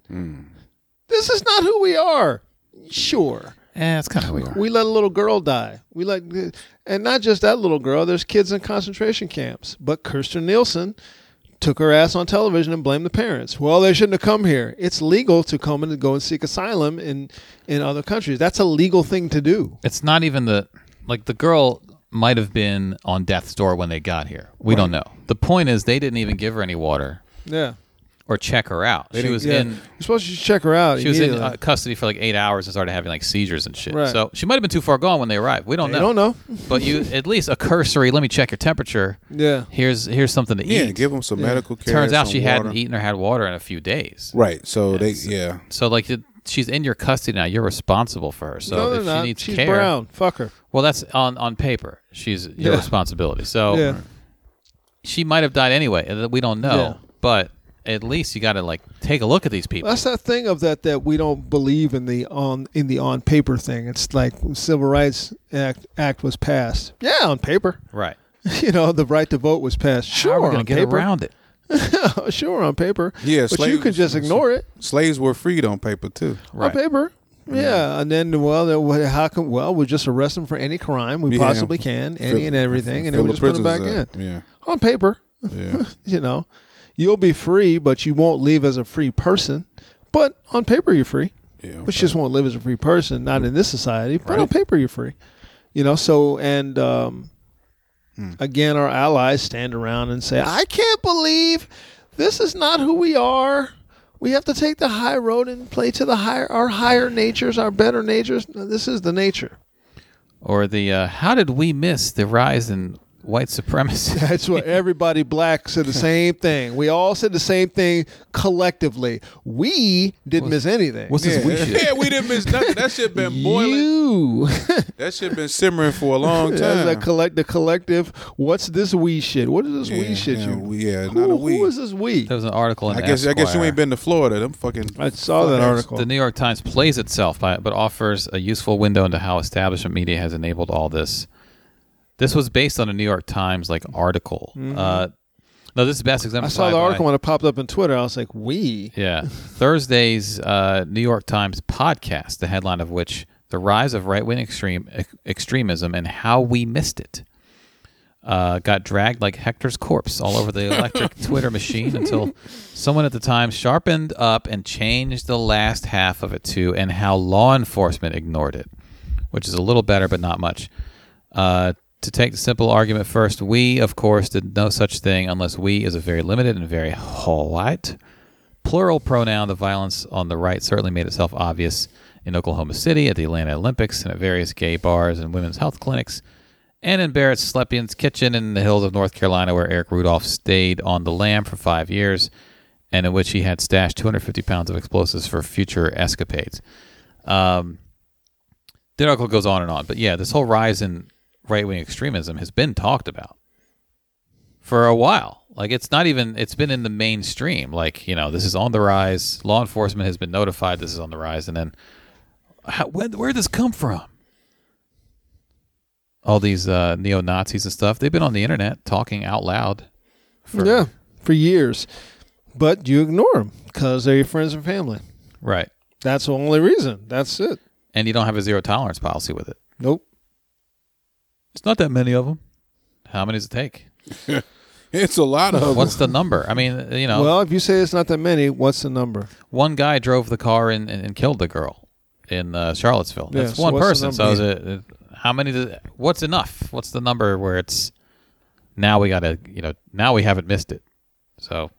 [SPEAKER 2] This is not who we are. Sure.
[SPEAKER 3] eh, it's kind of weird.
[SPEAKER 2] We let a little girl die. We let, and not just that little girl. There's kids in concentration camps. But Kirsten Nielsen took her ass on television and blamed the parents. Well, they shouldn't have come here. It's legal to come and go and seek asylum in in other countries. That's a legal thing to do.
[SPEAKER 3] It's not even the like the girl might have been on death's door when they got here. We don't know. The point is they didn't even give her any water
[SPEAKER 2] Yeah,
[SPEAKER 3] or check her out. She was
[SPEAKER 2] yeah.
[SPEAKER 3] in
[SPEAKER 2] You're supposed to check her out.
[SPEAKER 3] she was in
[SPEAKER 2] immediately.
[SPEAKER 3] uh, custody for like eight hours and started having like seizures and shit.
[SPEAKER 2] Right.
[SPEAKER 3] So she might have been too far gone when they arrived. We don't
[SPEAKER 2] I
[SPEAKER 3] know.
[SPEAKER 2] don't know.
[SPEAKER 3] But you at least a cursory. Let me check your temperature.
[SPEAKER 2] Yeah.
[SPEAKER 3] Here's here's something to
[SPEAKER 4] Yeah,
[SPEAKER 3] eat.
[SPEAKER 4] give them some medical care.
[SPEAKER 3] Turns out
[SPEAKER 4] some
[SPEAKER 3] she
[SPEAKER 4] water.
[SPEAKER 3] hadn't eaten or had water in a few days.
[SPEAKER 4] Right. So they yeah.
[SPEAKER 3] So like it- she's in your custody now. You're responsible for her. So
[SPEAKER 2] no, they're
[SPEAKER 3] if she
[SPEAKER 2] not.
[SPEAKER 3] needs
[SPEAKER 2] She's
[SPEAKER 3] care,
[SPEAKER 2] brown. Fuck her.
[SPEAKER 3] well, that's on on paper. She's your
[SPEAKER 2] Yeah.
[SPEAKER 3] responsibility. So
[SPEAKER 2] Yeah.
[SPEAKER 3] she might have died anyway. and We don't know,
[SPEAKER 2] Yeah.
[SPEAKER 3] but at least you got to like take a look at these people.
[SPEAKER 2] That's that thing of that that we don't believe in the on in the on paper thing. It's like Civil Rights Act Act was passed. Yeah, on paper.
[SPEAKER 3] right.
[SPEAKER 2] you know, the right to vote was passed. Sure,
[SPEAKER 3] How are we
[SPEAKER 2] on
[SPEAKER 3] going to get
[SPEAKER 2] paper.
[SPEAKER 3] around it?
[SPEAKER 2] sure, on paper.
[SPEAKER 4] Yeah,
[SPEAKER 2] but you
[SPEAKER 4] slaves-
[SPEAKER 2] could just ignore it
[SPEAKER 4] Slaves were freed on paper too.
[SPEAKER 3] Right.
[SPEAKER 2] on paper. Yeah. and then well, then what- how can well we just arrest them for any crime we
[SPEAKER 4] Yeah.
[SPEAKER 2] possibly can, any
[SPEAKER 4] Fill-
[SPEAKER 2] and everything, and
[SPEAKER 4] fill
[SPEAKER 2] then we just
[SPEAKER 4] the
[SPEAKER 2] put them back
[SPEAKER 4] prisons up.
[SPEAKER 2] in
[SPEAKER 4] Yeah.
[SPEAKER 2] on paper.
[SPEAKER 4] Yeah.
[SPEAKER 2] you know, you'll be free, but you won't leave as a free person. But on paper, you're free.
[SPEAKER 4] Yeah,
[SPEAKER 2] But you just won't live as a free person, not in this society. But on paper, you're free. You know. So and um, again, our allies stand around and say, "I can't believe this is not who we are." We have to take the high road and play to the higher, our higher natures, our better natures. No, This is the nature.
[SPEAKER 3] Or the uh, how did we miss the rise in white supremacy?
[SPEAKER 2] That's what everybody black said the same thing. We all said the same thing collectively. We didn't miss anything.
[SPEAKER 3] What's this we shit?
[SPEAKER 4] yeah, we didn't miss nothing. That shit been boiling.
[SPEAKER 2] you? That
[SPEAKER 4] That shit been simmering for a long
[SPEAKER 2] was
[SPEAKER 4] time.
[SPEAKER 2] that collect the collective. What's this we shit? What is this
[SPEAKER 4] Yeah,
[SPEAKER 2] we shit?
[SPEAKER 4] yeah,
[SPEAKER 2] you?
[SPEAKER 4] we- yeah,
[SPEAKER 2] who,
[SPEAKER 4] not a we.
[SPEAKER 2] Who is this we?
[SPEAKER 3] There was an article in
[SPEAKER 4] I guess I guess you
[SPEAKER 3] Esquire.
[SPEAKER 4] ain't been to Florida. Them fucking
[SPEAKER 2] I saw that article.
[SPEAKER 3] The New York Times plays itself by, but offers a useful window into how establishment media has enabled all this. This was based on a New York Times like article. Uh, no, this is the best example.
[SPEAKER 2] I saw the
[SPEAKER 3] when
[SPEAKER 2] article when it popped up on Twitter. I was like, we.
[SPEAKER 3] yeah, Thursday's uh, New York Times podcast, the headline of which "The Rise of Right Wing Extreme Ex- Extremism and How We Missed It." Uh, got dragged like Hector's corpse all over the electric Twitter machine until someone at the time sharpened up and changed the last half of it to and how law enforcement ignored it, which is a little better but not much. Uh, to take the simple argument first, we, of course, did no such thing unless we is a very limited and very white plural pronoun, the violence on the right certainly made itself obvious in Oklahoma City, at the Atlanta Olympics, and at various gay bars and women's health clinics, and in Barrett Slepian's kitchen in the hills of North Carolina, where Eric Rudolph stayed on the lam for five years, and in which he had stashed 250 pounds of explosives for future escapades. Um, the article goes on and on, but yeah, this whole rise in right wing extremism has been talked about for a while. Like it's not even it's been in the mainstream. Like you know this is on the rise. Law enforcement has been notified this is on the rise, and then how, where where did this come from? All these uh, neo Nazis and stuff. They've been on the internet talking out loud. For,
[SPEAKER 2] Yeah, for years. But you ignore them because they're your friends and family.
[SPEAKER 3] Right.
[SPEAKER 2] That's the only reason. That's it.
[SPEAKER 3] And you don't have a zero tolerance policy with it.
[SPEAKER 2] Nope.
[SPEAKER 3] It's not that many of them. How many does it take?
[SPEAKER 4] It's a lot of
[SPEAKER 3] What's the number? I mean, you know,
[SPEAKER 2] Well, if you say it's not that many, what's the number?
[SPEAKER 3] one guy drove the car and, and, and killed the girl in uh, Charlottesville.
[SPEAKER 2] Yeah,
[SPEAKER 3] That's
[SPEAKER 2] so
[SPEAKER 3] one
[SPEAKER 2] what's the
[SPEAKER 3] person. So is
[SPEAKER 2] number?
[SPEAKER 3] it, it- how many? Does, what's enough? What's the number where it's now we gotta you know now we haven't missed it. So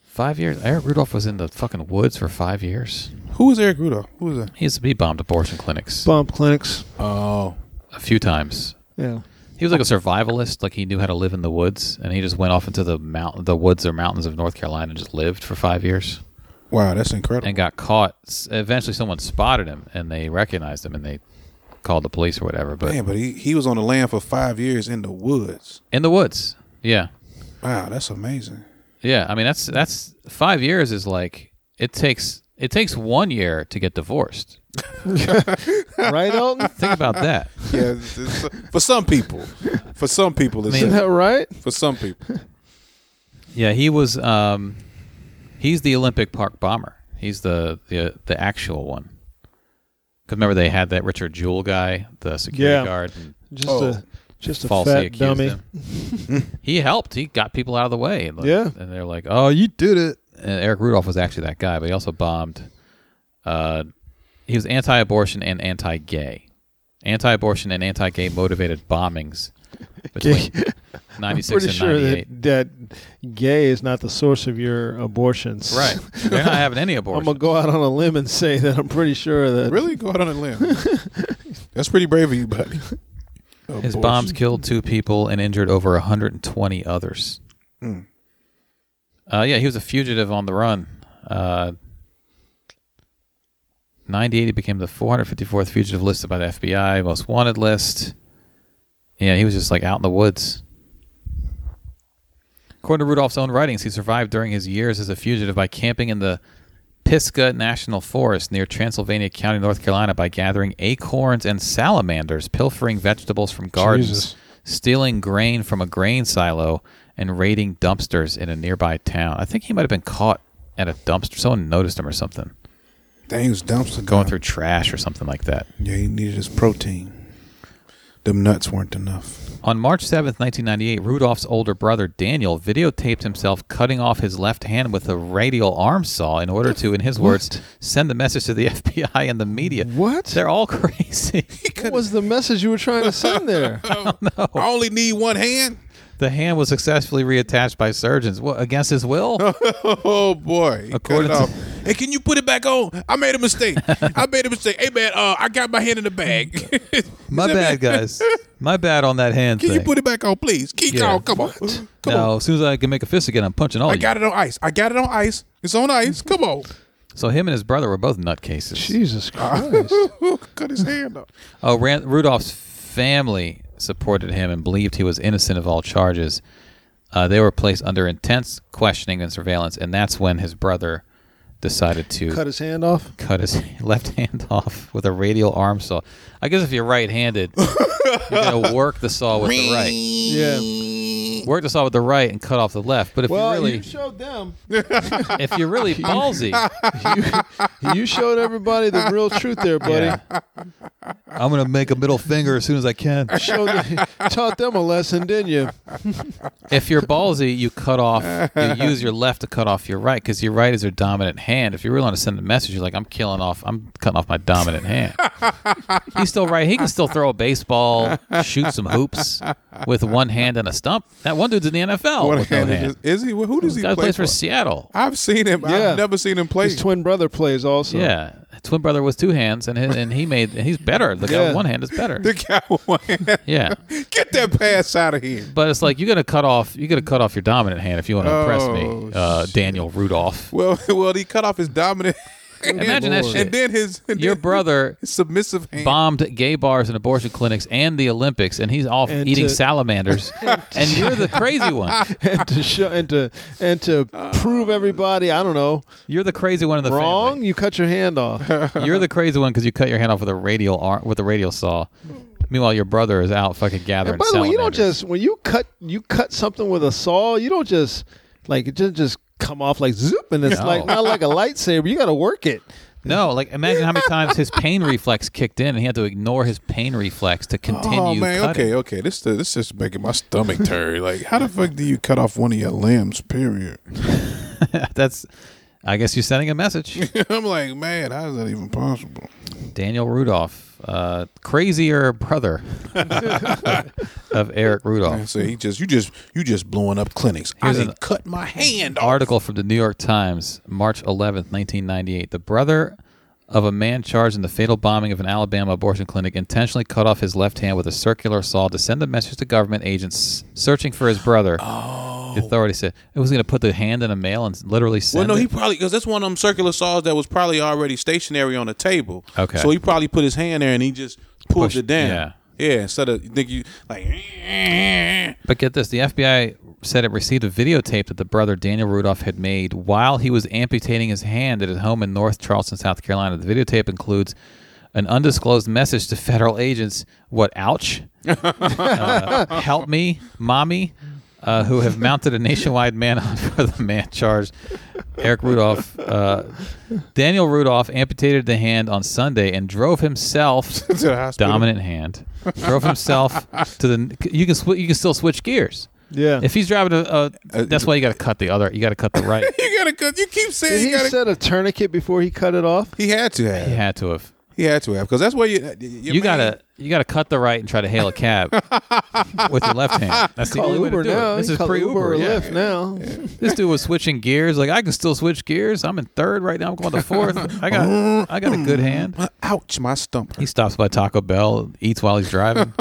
[SPEAKER 3] five years. Eric Rudolph was in the fucking woods for five years.
[SPEAKER 4] Who is Eric Rudolph? Who is that?
[SPEAKER 3] He used to be bombed abortion clinics
[SPEAKER 2] Bump clinics.
[SPEAKER 4] Oh,
[SPEAKER 3] a few times.
[SPEAKER 2] Yeah.
[SPEAKER 3] He was like a survivalist, like he knew how to live in the woods, and he just went off into the mount, the woods or mountains of North Carolina, and just lived for five years.
[SPEAKER 4] wow, that's incredible.
[SPEAKER 3] and got caught. S- Eventually, someone spotted him and they recognized him and they called the police or whatever. But
[SPEAKER 4] Man, but he, he was on the land for five years in the woods.
[SPEAKER 3] in the woods, yeah,
[SPEAKER 4] Wow, that's amazing.
[SPEAKER 3] yeah. I mean, that's that's five years is like it takes it takes one year to get divorced.
[SPEAKER 2] Right, Elton?
[SPEAKER 3] Think about that.
[SPEAKER 4] Yeah, it's- uh, it's- for some people, for some people, it's
[SPEAKER 2] Isn't that right?
[SPEAKER 4] for some people.
[SPEAKER 3] Yeah, he was. Um, he's the Olympic Park bomber. He's the the the actual one. Cause remember they had that Richard Jewell guy, the security
[SPEAKER 2] Yeah.
[SPEAKER 3] guard. And
[SPEAKER 2] Just
[SPEAKER 4] Oh.
[SPEAKER 2] a just a
[SPEAKER 3] falsely
[SPEAKER 2] fat
[SPEAKER 3] accused
[SPEAKER 2] dummy.
[SPEAKER 3] him. he helped. He got people out of the way. And like-
[SPEAKER 2] Yeah.
[SPEAKER 3] and they're like, "Oh, you did it." And Eric Rudolph was actually that guy, but he also bombed. Uh, he was anti-abortion and anti-gay, anti-abortion and anti-gay motivated bombings between ninety-six
[SPEAKER 2] Pretty
[SPEAKER 3] and
[SPEAKER 2] sure
[SPEAKER 3] ninety-eight.
[SPEAKER 2] that, that gay is not the source of your abortions.
[SPEAKER 3] right, they're not having any
[SPEAKER 2] I'm
[SPEAKER 3] abortion.
[SPEAKER 2] gonna go out on a limb and say that I'm pretty sure that
[SPEAKER 4] Really, go out on a limb. that's pretty brave of you, buddy.
[SPEAKER 3] His
[SPEAKER 4] Abortion.
[SPEAKER 3] bombs killed two people and injured over 120 others. Uh, yeah, he was a fugitive on the run. Uh, 98, he became the 454th fugitive listed by the FBI, most wanted list. Yeah, he was just like out in the woods. According to Rudolph's own writings, he survived during his years as a fugitive by camping in the Pisgah National Forest near Transylvania County, North Carolina, by gathering acorns and salamanders, pilfering vegetables from gardens,
[SPEAKER 2] Jesus.
[SPEAKER 3] stealing grain from a grain silo, and raiding dumpsters in a nearby town. I think he might have been caught at a dumpster. Someone noticed him or something,
[SPEAKER 4] Things dumpster
[SPEAKER 3] going
[SPEAKER 4] guy.
[SPEAKER 3] through trash or something like that.
[SPEAKER 4] Yeah, he needed his protein. Them nuts weren't enough.
[SPEAKER 3] On March seventh, 1998, Rudolph's older brother Daniel videotaped himself cutting off his left hand with a radial arm saw in order to, in his words, send the message to the FBI and the media.
[SPEAKER 2] What?
[SPEAKER 3] They're all crazy.
[SPEAKER 2] What was the message you were trying to send there?
[SPEAKER 3] Oh.
[SPEAKER 4] I only need one hand.
[SPEAKER 3] the hand was successfully reattached by surgeons what, against his will.
[SPEAKER 4] Oh boy! He cut
[SPEAKER 3] According
[SPEAKER 4] it
[SPEAKER 3] to-
[SPEAKER 4] off. Hey, can you put it back on? I made a mistake. I made a mistake. Hey man, uh, I got my hand in the bag.
[SPEAKER 3] My bad, guys. My bad on that hand
[SPEAKER 4] Can
[SPEAKER 3] thing.
[SPEAKER 4] you put it back on, please? Keep
[SPEAKER 3] Yeah.
[SPEAKER 4] on. Come on. Come
[SPEAKER 3] no,
[SPEAKER 4] on.
[SPEAKER 3] as soon as I can make a fist again, I'm punching all
[SPEAKER 4] I
[SPEAKER 3] you.
[SPEAKER 4] got it on ice. I got it on ice. It's on
[SPEAKER 3] Mm-hmm.
[SPEAKER 4] ice. Come on.
[SPEAKER 3] So him and his brother were both nutcases.
[SPEAKER 2] Jesus Christ.
[SPEAKER 4] Cut his hand off.
[SPEAKER 3] Oh, Ran- Rudolph's family supported him and believed he was innocent of all charges. Uh, they were placed under intense questioning and surveillance, and that's when his brother decided to
[SPEAKER 2] Cut
[SPEAKER 3] cut,
[SPEAKER 2] his hand off.
[SPEAKER 3] his left hand off with a radial arm saw. I guess if you're right-handed, you're gonna work the saw with the right,
[SPEAKER 2] Yeah.
[SPEAKER 3] work the saw with the right, and cut off the left. But if
[SPEAKER 2] Well,
[SPEAKER 3] you really,
[SPEAKER 2] you showed them.
[SPEAKER 3] if you're really ballsy,
[SPEAKER 2] You, you showed everybody the real truth there, buddy.
[SPEAKER 3] yeah. I'm gonna make a middle finger as soon as I can.
[SPEAKER 2] Showed the, taught them a lesson, didn't you?
[SPEAKER 3] if you're ballsy, you cut off, you use your left to cut off your right because your right is your dominant hand. If you really want to send a message, you're like, I'm killing off, I'm cutting off my dominant hand. He's still right. He can still throw a baseball, shoot some hoops with one hand and a stump. That one dude's in the NFL
[SPEAKER 4] What
[SPEAKER 3] with
[SPEAKER 4] hand
[SPEAKER 3] no
[SPEAKER 4] is
[SPEAKER 3] hand.
[SPEAKER 4] this? Is he? Who does he
[SPEAKER 3] Guy
[SPEAKER 4] play
[SPEAKER 3] plays for
[SPEAKER 4] for?
[SPEAKER 3] Seattle.
[SPEAKER 4] I've seen him.
[SPEAKER 2] Yeah.
[SPEAKER 4] I've never seen him play.
[SPEAKER 2] His twin brother plays also.
[SPEAKER 3] Yeah, twin brother with two hands, and his, and he made he's better. The guy
[SPEAKER 2] Yeah.
[SPEAKER 3] with one hand is better.
[SPEAKER 4] The guy with one hand.
[SPEAKER 3] Yeah,
[SPEAKER 4] Get that pass out of here.
[SPEAKER 3] but it's like you got to cut off you got to cut off your dominant hand if you want to impress me,
[SPEAKER 4] Oh,
[SPEAKER 3] uh, Daniel Rudolph.
[SPEAKER 4] Well, well, he cut off his dominant.
[SPEAKER 3] Imagine that shit.
[SPEAKER 4] And then his and
[SPEAKER 3] Your
[SPEAKER 4] then
[SPEAKER 3] brother
[SPEAKER 4] his submissive hand.
[SPEAKER 3] bombed gay bars and abortion clinics and the Olympics, and he's off
[SPEAKER 2] And
[SPEAKER 3] eating
[SPEAKER 2] to-
[SPEAKER 3] salamanders. and you're the crazy one.
[SPEAKER 2] And to show and to and to
[SPEAKER 3] Uh,
[SPEAKER 2] prove everybody, I don't know,
[SPEAKER 3] You're the crazy one in the
[SPEAKER 2] wrong, you cut your hand off.
[SPEAKER 3] family. You're the crazy one because you cut your hand off with a radial arm, with a radial saw. Meanwhile, your brother is out fucking gathering.
[SPEAKER 2] And by the way, you don't
[SPEAKER 3] salamanders.
[SPEAKER 2] just when you cut you cut something with a saw, you don't just like it just just come off like zoop and it's
[SPEAKER 3] No.
[SPEAKER 2] like not like a lightsaber. You got to work it.
[SPEAKER 3] no. Like, imagine how many times his pain reflex kicked in, and he had to ignore his pain reflex to continue.
[SPEAKER 4] Oh man,
[SPEAKER 3] cutting.
[SPEAKER 4] okay, okay. This this is making my stomach turn. Like, how the fuck do you cut off one of your limbs? Period.
[SPEAKER 3] That's. I guess you're sending a message,
[SPEAKER 4] I'm like, man, how is that even possible?
[SPEAKER 3] Daniel Rudolph, uh, crazier brother of Eric Rudolph.
[SPEAKER 4] I say he just you just you just blowing up clinics.
[SPEAKER 3] Here's
[SPEAKER 4] I
[SPEAKER 3] an-
[SPEAKER 4] didn't cut my hand off.
[SPEAKER 3] article from the New York Times, March 11th, 1998. The brother of a man charged in the fatal bombing of an Alabama abortion clinic intentionally cut off his left hand with a circular saw to send a message to government agents searching for his brother. Oh. The authorities said it was going to put the hand in a mail and literally
[SPEAKER 4] Well,
[SPEAKER 3] send
[SPEAKER 4] no, he
[SPEAKER 3] it.
[SPEAKER 4] probably because that's one of them circular saws that was probably already stationary on the table.
[SPEAKER 3] Okay.
[SPEAKER 4] so he probably put his hand there and he just pulled
[SPEAKER 3] Pushed-
[SPEAKER 4] it down.
[SPEAKER 3] yeah.
[SPEAKER 4] yeah. Instead of you think you like,
[SPEAKER 3] But get this the FBI said it received a videotape that the brother Daniel Rudolph had made while he was amputating his hand at his home in North Charleston, South Carolina. The videotape includes an undisclosed message to federal agents what, ouch? uh, help me, mommy, uh, who have mounted a nationwide manhunt for the man charged. Eric Rudolph, uh, Daniel Rudolph amputated the hand on Sunday and drove himself
[SPEAKER 4] To the hospital.
[SPEAKER 3] dominant hand drove himself to the. You can sw- you can still switch gears.
[SPEAKER 2] Yeah. Uh,
[SPEAKER 3] If he's driving a, a that's why you got to cut the other. You got to cut the right.
[SPEAKER 4] you gotta cut. You keep saying
[SPEAKER 2] Did
[SPEAKER 4] you
[SPEAKER 2] he
[SPEAKER 4] gotta.
[SPEAKER 2] set a tourniquet before he cut it off?
[SPEAKER 4] he had to have.
[SPEAKER 3] You had to have.
[SPEAKER 4] He had to have because that's where you. You,
[SPEAKER 3] You gotta you gotta cut the right and try to hail a cab with your left hand. That's the
[SPEAKER 2] Call
[SPEAKER 3] only
[SPEAKER 2] Uber
[SPEAKER 3] way to do
[SPEAKER 2] now.
[SPEAKER 3] it. This
[SPEAKER 2] You
[SPEAKER 3] is
[SPEAKER 2] call
[SPEAKER 3] pre
[SPEAKER 2] Uber
[SPEAKER 3] Uber.
[SPEAKER 2] or
[SPEAKER 3] Yeah.
[SPEAKER 2] Lyft now.
[SPEAKER 3] This dude was switching gears. Like I can still switch gears. I'm in third right now. I'm going to fourth. I got I got a good hand.
[SPEAKER 4] Ouch, my stump.
[SPEAKER 3] He stops by Taco Bell, eats while he's driving.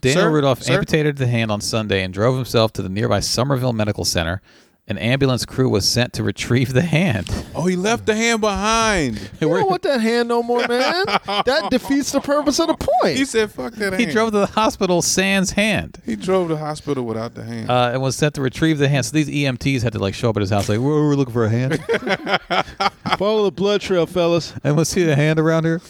[SPEAKER 3] Daniel
[SPEAKER 4] Sir?
[SPEAKER 3] Rudolph
[SPEAKER 4] Sir?
[SPEAKER 3] amputated the hand on Sunday and drove himself to the nearby Somerville Medical Center. An ambulance crew was sent to retrieve the hand.
[SPEAKER 4] Oh, he left the hand behind.
[SPEAKER 2] You don't want that hand no more, man. That defeats the purpose of the
[SPEAKER 4] He
[SPEAKER 2] point.
[SPEAKER 4] said, "Fuck that."
[SPEAKER 3] He
[SPEAKER 4] hand.
[SPEAKER 3] drove to the hospital sans hand
[SPEAKER 4] He drove to the hospital without the hand.
[SPEAKER 3] uh, and was sent to retrieve the hand. So these EMTs had to like show up at his house like, "We're, we're looking for a hand.
[SPEAKER 2] Follow the blood trail, fellas.
[SPEAKER 3] and we'll see the hand around here."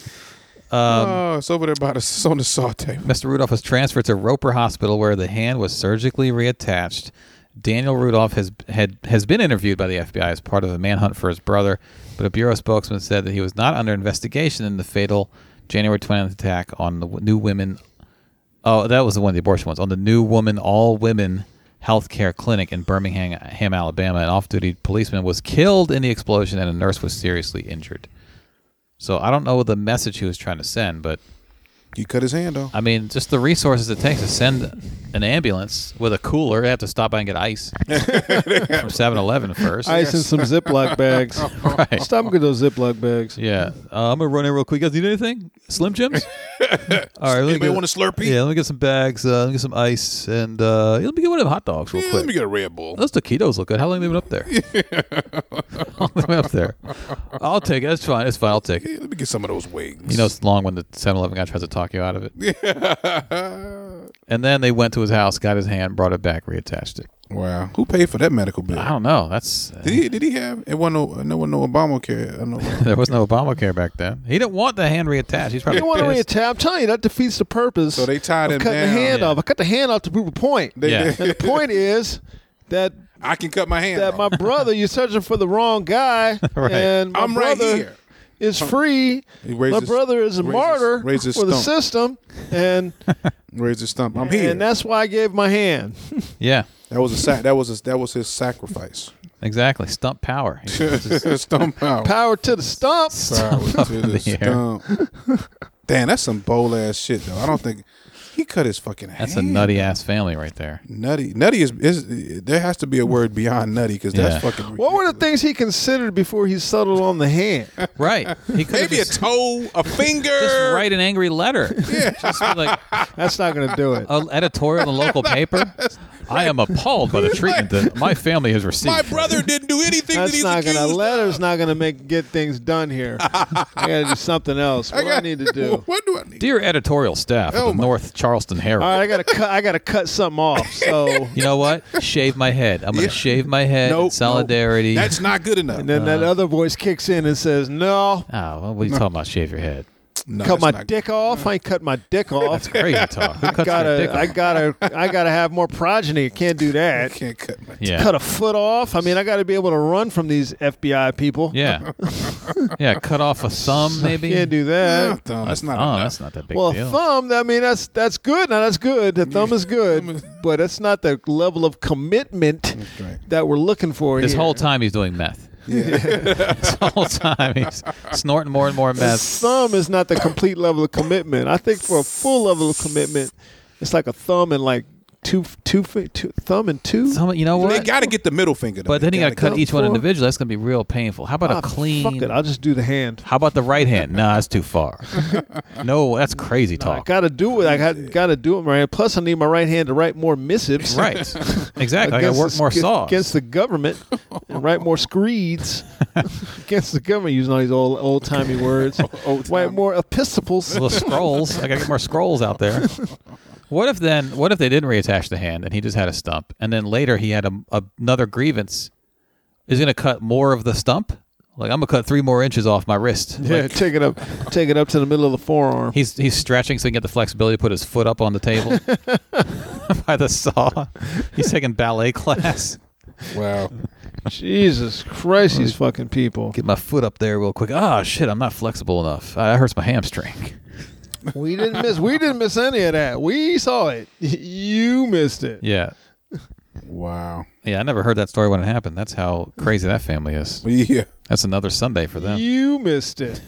[SPEAKER 4] oh, it's over there by the it's on the saw table.
[SPEAKER 3] Mr. Rudolph was transferred to Roper Hospital, where the hand was surgically reattached. Daniel Rudolph has had has been interviewed by the FBI as part of a manhunt for his brother, but a bureau spokesman said that he was not under investigation in the fatal January 20th attack on the w- New Women. Oh, that was the one of the abortion ones on the New Woman All Women Healthcare Clinic in Birmingham, Ham, Alabama. An off-duty policeman was killed in the explosion, and a nurse was seriously injured. So I don't know the message he was trying to send, but
[SPEAKER 4] You cut his hand off.
[SPEAKER 3] I mean, just the resources it takes to send an ambulance with a cooler. They have to stop by and get ice from 7 Eleven first.
[SPEAKER 2] Ice in some Ziploc bags.
[SPEAKER 3] Right.
[SPEAKER 2] Stop and get those Ziploc bags.
[SPEAKER 3] Yeah. Uh, I'm going to run in real quick. You guys need anything? Slim Jims? All right. let me
[SPEAKER 4] Anybody
[SPEAKER 3] get-
[SPEAKER 4] want a Slurpee?
[SPEAKER 3] Yeah, let me get some bags. Uh, let me get some ice. And uh, yeah, let me get one of them hot dogs real
[SPEAKER 4] Yeah,
[SPEAKER 3] quick.
[SPEAKER 4] let me get a Red Bull.
[SPEAKER 3] Those taquitos look good. How long have they been up there? How long have they been up there? I'll take it. That's fine. It's fine. I'll take it.
[SPEAKER 4] Yeah, let me get some of those wings.
[SPEAKER 3] You know, it's long when the 7 Eleven guy tries to talk you out of it. And then they went to his house, got his hand, brought it back, reattached it.
[SPEAKER 4] wow. Who paid for that medical bill?
[SPEAKER 3] I don't know. That's
[SPEAKER 4] Did he? Did he have? It wasn't no. No one no Obamacare. I don't know.
[SPEAKER 3] there was no Obamacare back then. He didn't want the hand reattached. He's probably
[SPEAKER 2] You don't want to
[SPEAKER 3] pissed.
[SPEAKER 2] reattach. I'm telling you, that defeats the purpose.
[SPEAKER 4] So they tied
[SPEAKER 2] of
[SPEAKER 4] him
[SPEAKER 2] cutting
[SPEAKER 4] down.
[SPEAKER 2] the hand
[SPEAKER 3] Yeah.
[SPEAKER 2] off. I cut the hand off to prove a point.
[SPEAKER 4] They-
[SPEAKER 3] Yeah.
[SPEAKER 4] they-
[SPEAKER 2] the point is that
[SPEAKER 4] I can cut my hand.
[SPEAKER 2] that my
[SPEAKER 4] off.
[SPEAKER 2] brother, you're searching for the wrong guy,
[SPEAKER 3] Right.
[SPEAKER 2] and my
[SPEAKER 4] I'm right
[SPEAKER 2] brother
[SPEAKER 4] here.
[SPEAKER 2] is free.
[SPEAKER 4] He raised
[SPEAKER 2] my
[SPEAKER 4] his-
[SPEAKER 2] brother is a
[SPEAKER 4] raised his-
[SPEAKER 2] martyr
[SPEAKER 4] raised his
[SPEAKER 2] for the
[SPEAKER 4] stump.
[SPEAKER 2] system, and
[SPEAKER 4] Raise his stump. I'm here.
[SPEAKER 2] and that's why I gave my hand.
[SPEAKER 3] Yeah,
[SPEAKER 4] that was a sac- that was his, that was his sacrifice.
[SPEAKER 3] exactly. Stump power. He was just-
[SPEAKER 4] stump out.
[SPEAKER 2] Power to the stump.
[SPEAKER 4] Power to the
[SPEAKER 3] the air.
[SPEAKER 4] stump. Damn, that's some bold ass shit though. I don't think he cut his fucking hand.
[SPEAKER 3] that's a nutty ass family right there.
[SPEAKER 4] Nutty, nutty is, is there has to be a word beyond nutty because that's
[SPEAKER 3] Yeah.
[SPEAKER 4] fucking.
[SPEAKER 2] What were the things he considered before he settled on the hand?
[SPEAKER 3] Right. He could
[SPEAKER 4] Maybe a
[SPEAKER 3] just,
[SPEAKER 4] toe, a finger.
[SPEAKER 3] just write an angry letter. Yeah. Just be like
[SPEAKER 2] That's not going to do it.
[SPEAKER 3] an editorial in the local paper. I am appalled by the treatment that my family has received.
[SPEAKER 4] My brother didn't do anything that
[SPEAKER 2] That's
[SPEAKER 4] he's
[SPEAKER 2] not gonna.
[SPEAKER 4] accused
[SPEAKER 2] Letter's not gonna make get things done here. I gotta do something else. What
[SPEAKER 4] of.
[SPEAKER 2] do I need to do?
[SPEAKER 4] What do I need?
[SPEAKER 3] Dear editorial staff of
[SPEAKER 4] Oh
[SPEAKER 3] the
[SPEAKER 4] my-
[SPEAKER 3] North Charleston Herald.
[SPEAKER 2] All right, I gotta cut. I gotta cut something off. So
[SPEAKER 3] You know what? Shave my head. I'm gonna
[SPEAKER 4] Yeah.
[SPEAKER 3] shave my head. in
[SPEAKER 4] Nope,
[SPEAKER 3] solidarity.
[SPEAKER 4] nope. That's not good enough.
[SPEAKER 2] and then that
[SPEAKER 3] Uh.
[SPEAKER 2] other voice kicks in and says, "No,
[SPEAKER 3] Oh, well, what are you talking about? Shave your head.
[SPEAKER 4] No,
[SPEAKER 2] cut
[SPEAKER 4] that's
[SPEAKER 2] my
[SPEAKER 4] not-
[SPEAKER 2] dick off. I ain't cut my dick off.
[SPEAKER 3] Crazy talk. Who cuts their dick
[SPEAKER 2] gotta. I
[SPEAKER 3] off?
[SPEAKER 2] gotta. I gotta have more progeny. Can't do that.
[SPEAKER 4] Can't cut my.
[SPEAKER 3] yeah.
[SPEAKER 2] Cut a foot off. I mean, I gotta be able to run from these FBI people.
[SPEAKER 3] Yeah. yeah, cut off a thumb maybe.
[SPEAKER 2] Can't do that.
[SPEAKER 4] thumb. That's not
[SPEAKER 3] oh,
[SPEAKER 4] enough.
[SPEAKER 3] that's not that big
[SPEAKER 2] Well,
[SPEAKER 3] deal.
[SPEAKER 2] a thumb. I mean, that's that's good. Now that's good. The thumb is good, but it's not the level of commitment
[SPEAKER 4] right.
[SPEAKER 2] that we're looking for.
[SPEAKER 3] this
[SPEAKER 2] here.
[SPEAKER 3] whole time he's doing meth. this whole time he's snorting more and more meth.
[SPEAKER 2] thumb is not the complete level of commitment. I think for a full level of commitment, it's like a thumb and like two, two, fi- two thumb and two.
[SPEAKER 3] Some, you know
[SPEAKER 4] They
[SPEAKER 3] what?
[SPEAKER 4] got to get the middle finger. though.
[SPEAKER 3] but then
[SPEAKER 4] They
[SPEAKER 3] you got to cut
[SPEAKER 4] get-
[SPEAKER 3] each one
[SPEAKER 2] four.
[SPEAKER 3] individually. That's going to be real painful. How about
[SPEAKER 2] Ah,
[SPEAKER 3] a clean?
[SPEAKER 2] Fuck it. I'll just do the hand.
[SPEAKER 3] How about the right hand? Nah, that's too far. no, that's crazy
[SPEAKER 2] I
[SPEAKER 3] talk.
[SPEAKER 2] gotta do it. I got, gotta do it, right. Plus, I need my right hand to write more missives.
[SPEAKER 3] right. Exactly. I got to
[SPEAKER 2] against
[SPEAKER 3] work
[SPEAKER 2] the-
[SPEAKER 3] more
[SPEAKER 2] against-
[SPEAKER 3] saws.
[SPEAKER 2] against the government and write more screeds against the government using all these old old timey words. Write more epistles.
[SPEAKER 3] little scrolls. I gotta get more scrolls out there. What if then? What if they didn't reattach the hand and he just had a stump, and then later he had a, a- another grievance? Is he gonna cut more of the stump? Like I'm gonna cut three more inches off my wrist.
[SPEAKER 2] Yeah,
[SPEAKER 3] Like,
[SPEAKER 2] take it up, take it up to the middle of the forearm.
[SPEAKER 3] he's he's stretching so he can get the flexibility to put his foot up on the table by the saw. He's taking ballet class.
[SPEAKER 4] Wow.
[SPEAKER 2] Jesus Christ, these fucking people.
[SPEAKER 3] Get my foot up there real quick. Ah, shit! I'm not flexible enough. I hurts my hamstring.
[SPEAKER 2] We didn't miss. We didn't miss any of that. We saw it. You missed it.
[SPEAKER 3] Yeah,
[SPEAKER 4] Wow.
[SPEAKER 3] yeah. I never heard that story when it happened. That's how crazy that family is.
[SPEAKER 4] Yeah.
[SPEAKER 3] That's another Sunday for them.
[SPEAKER 2] You missed it.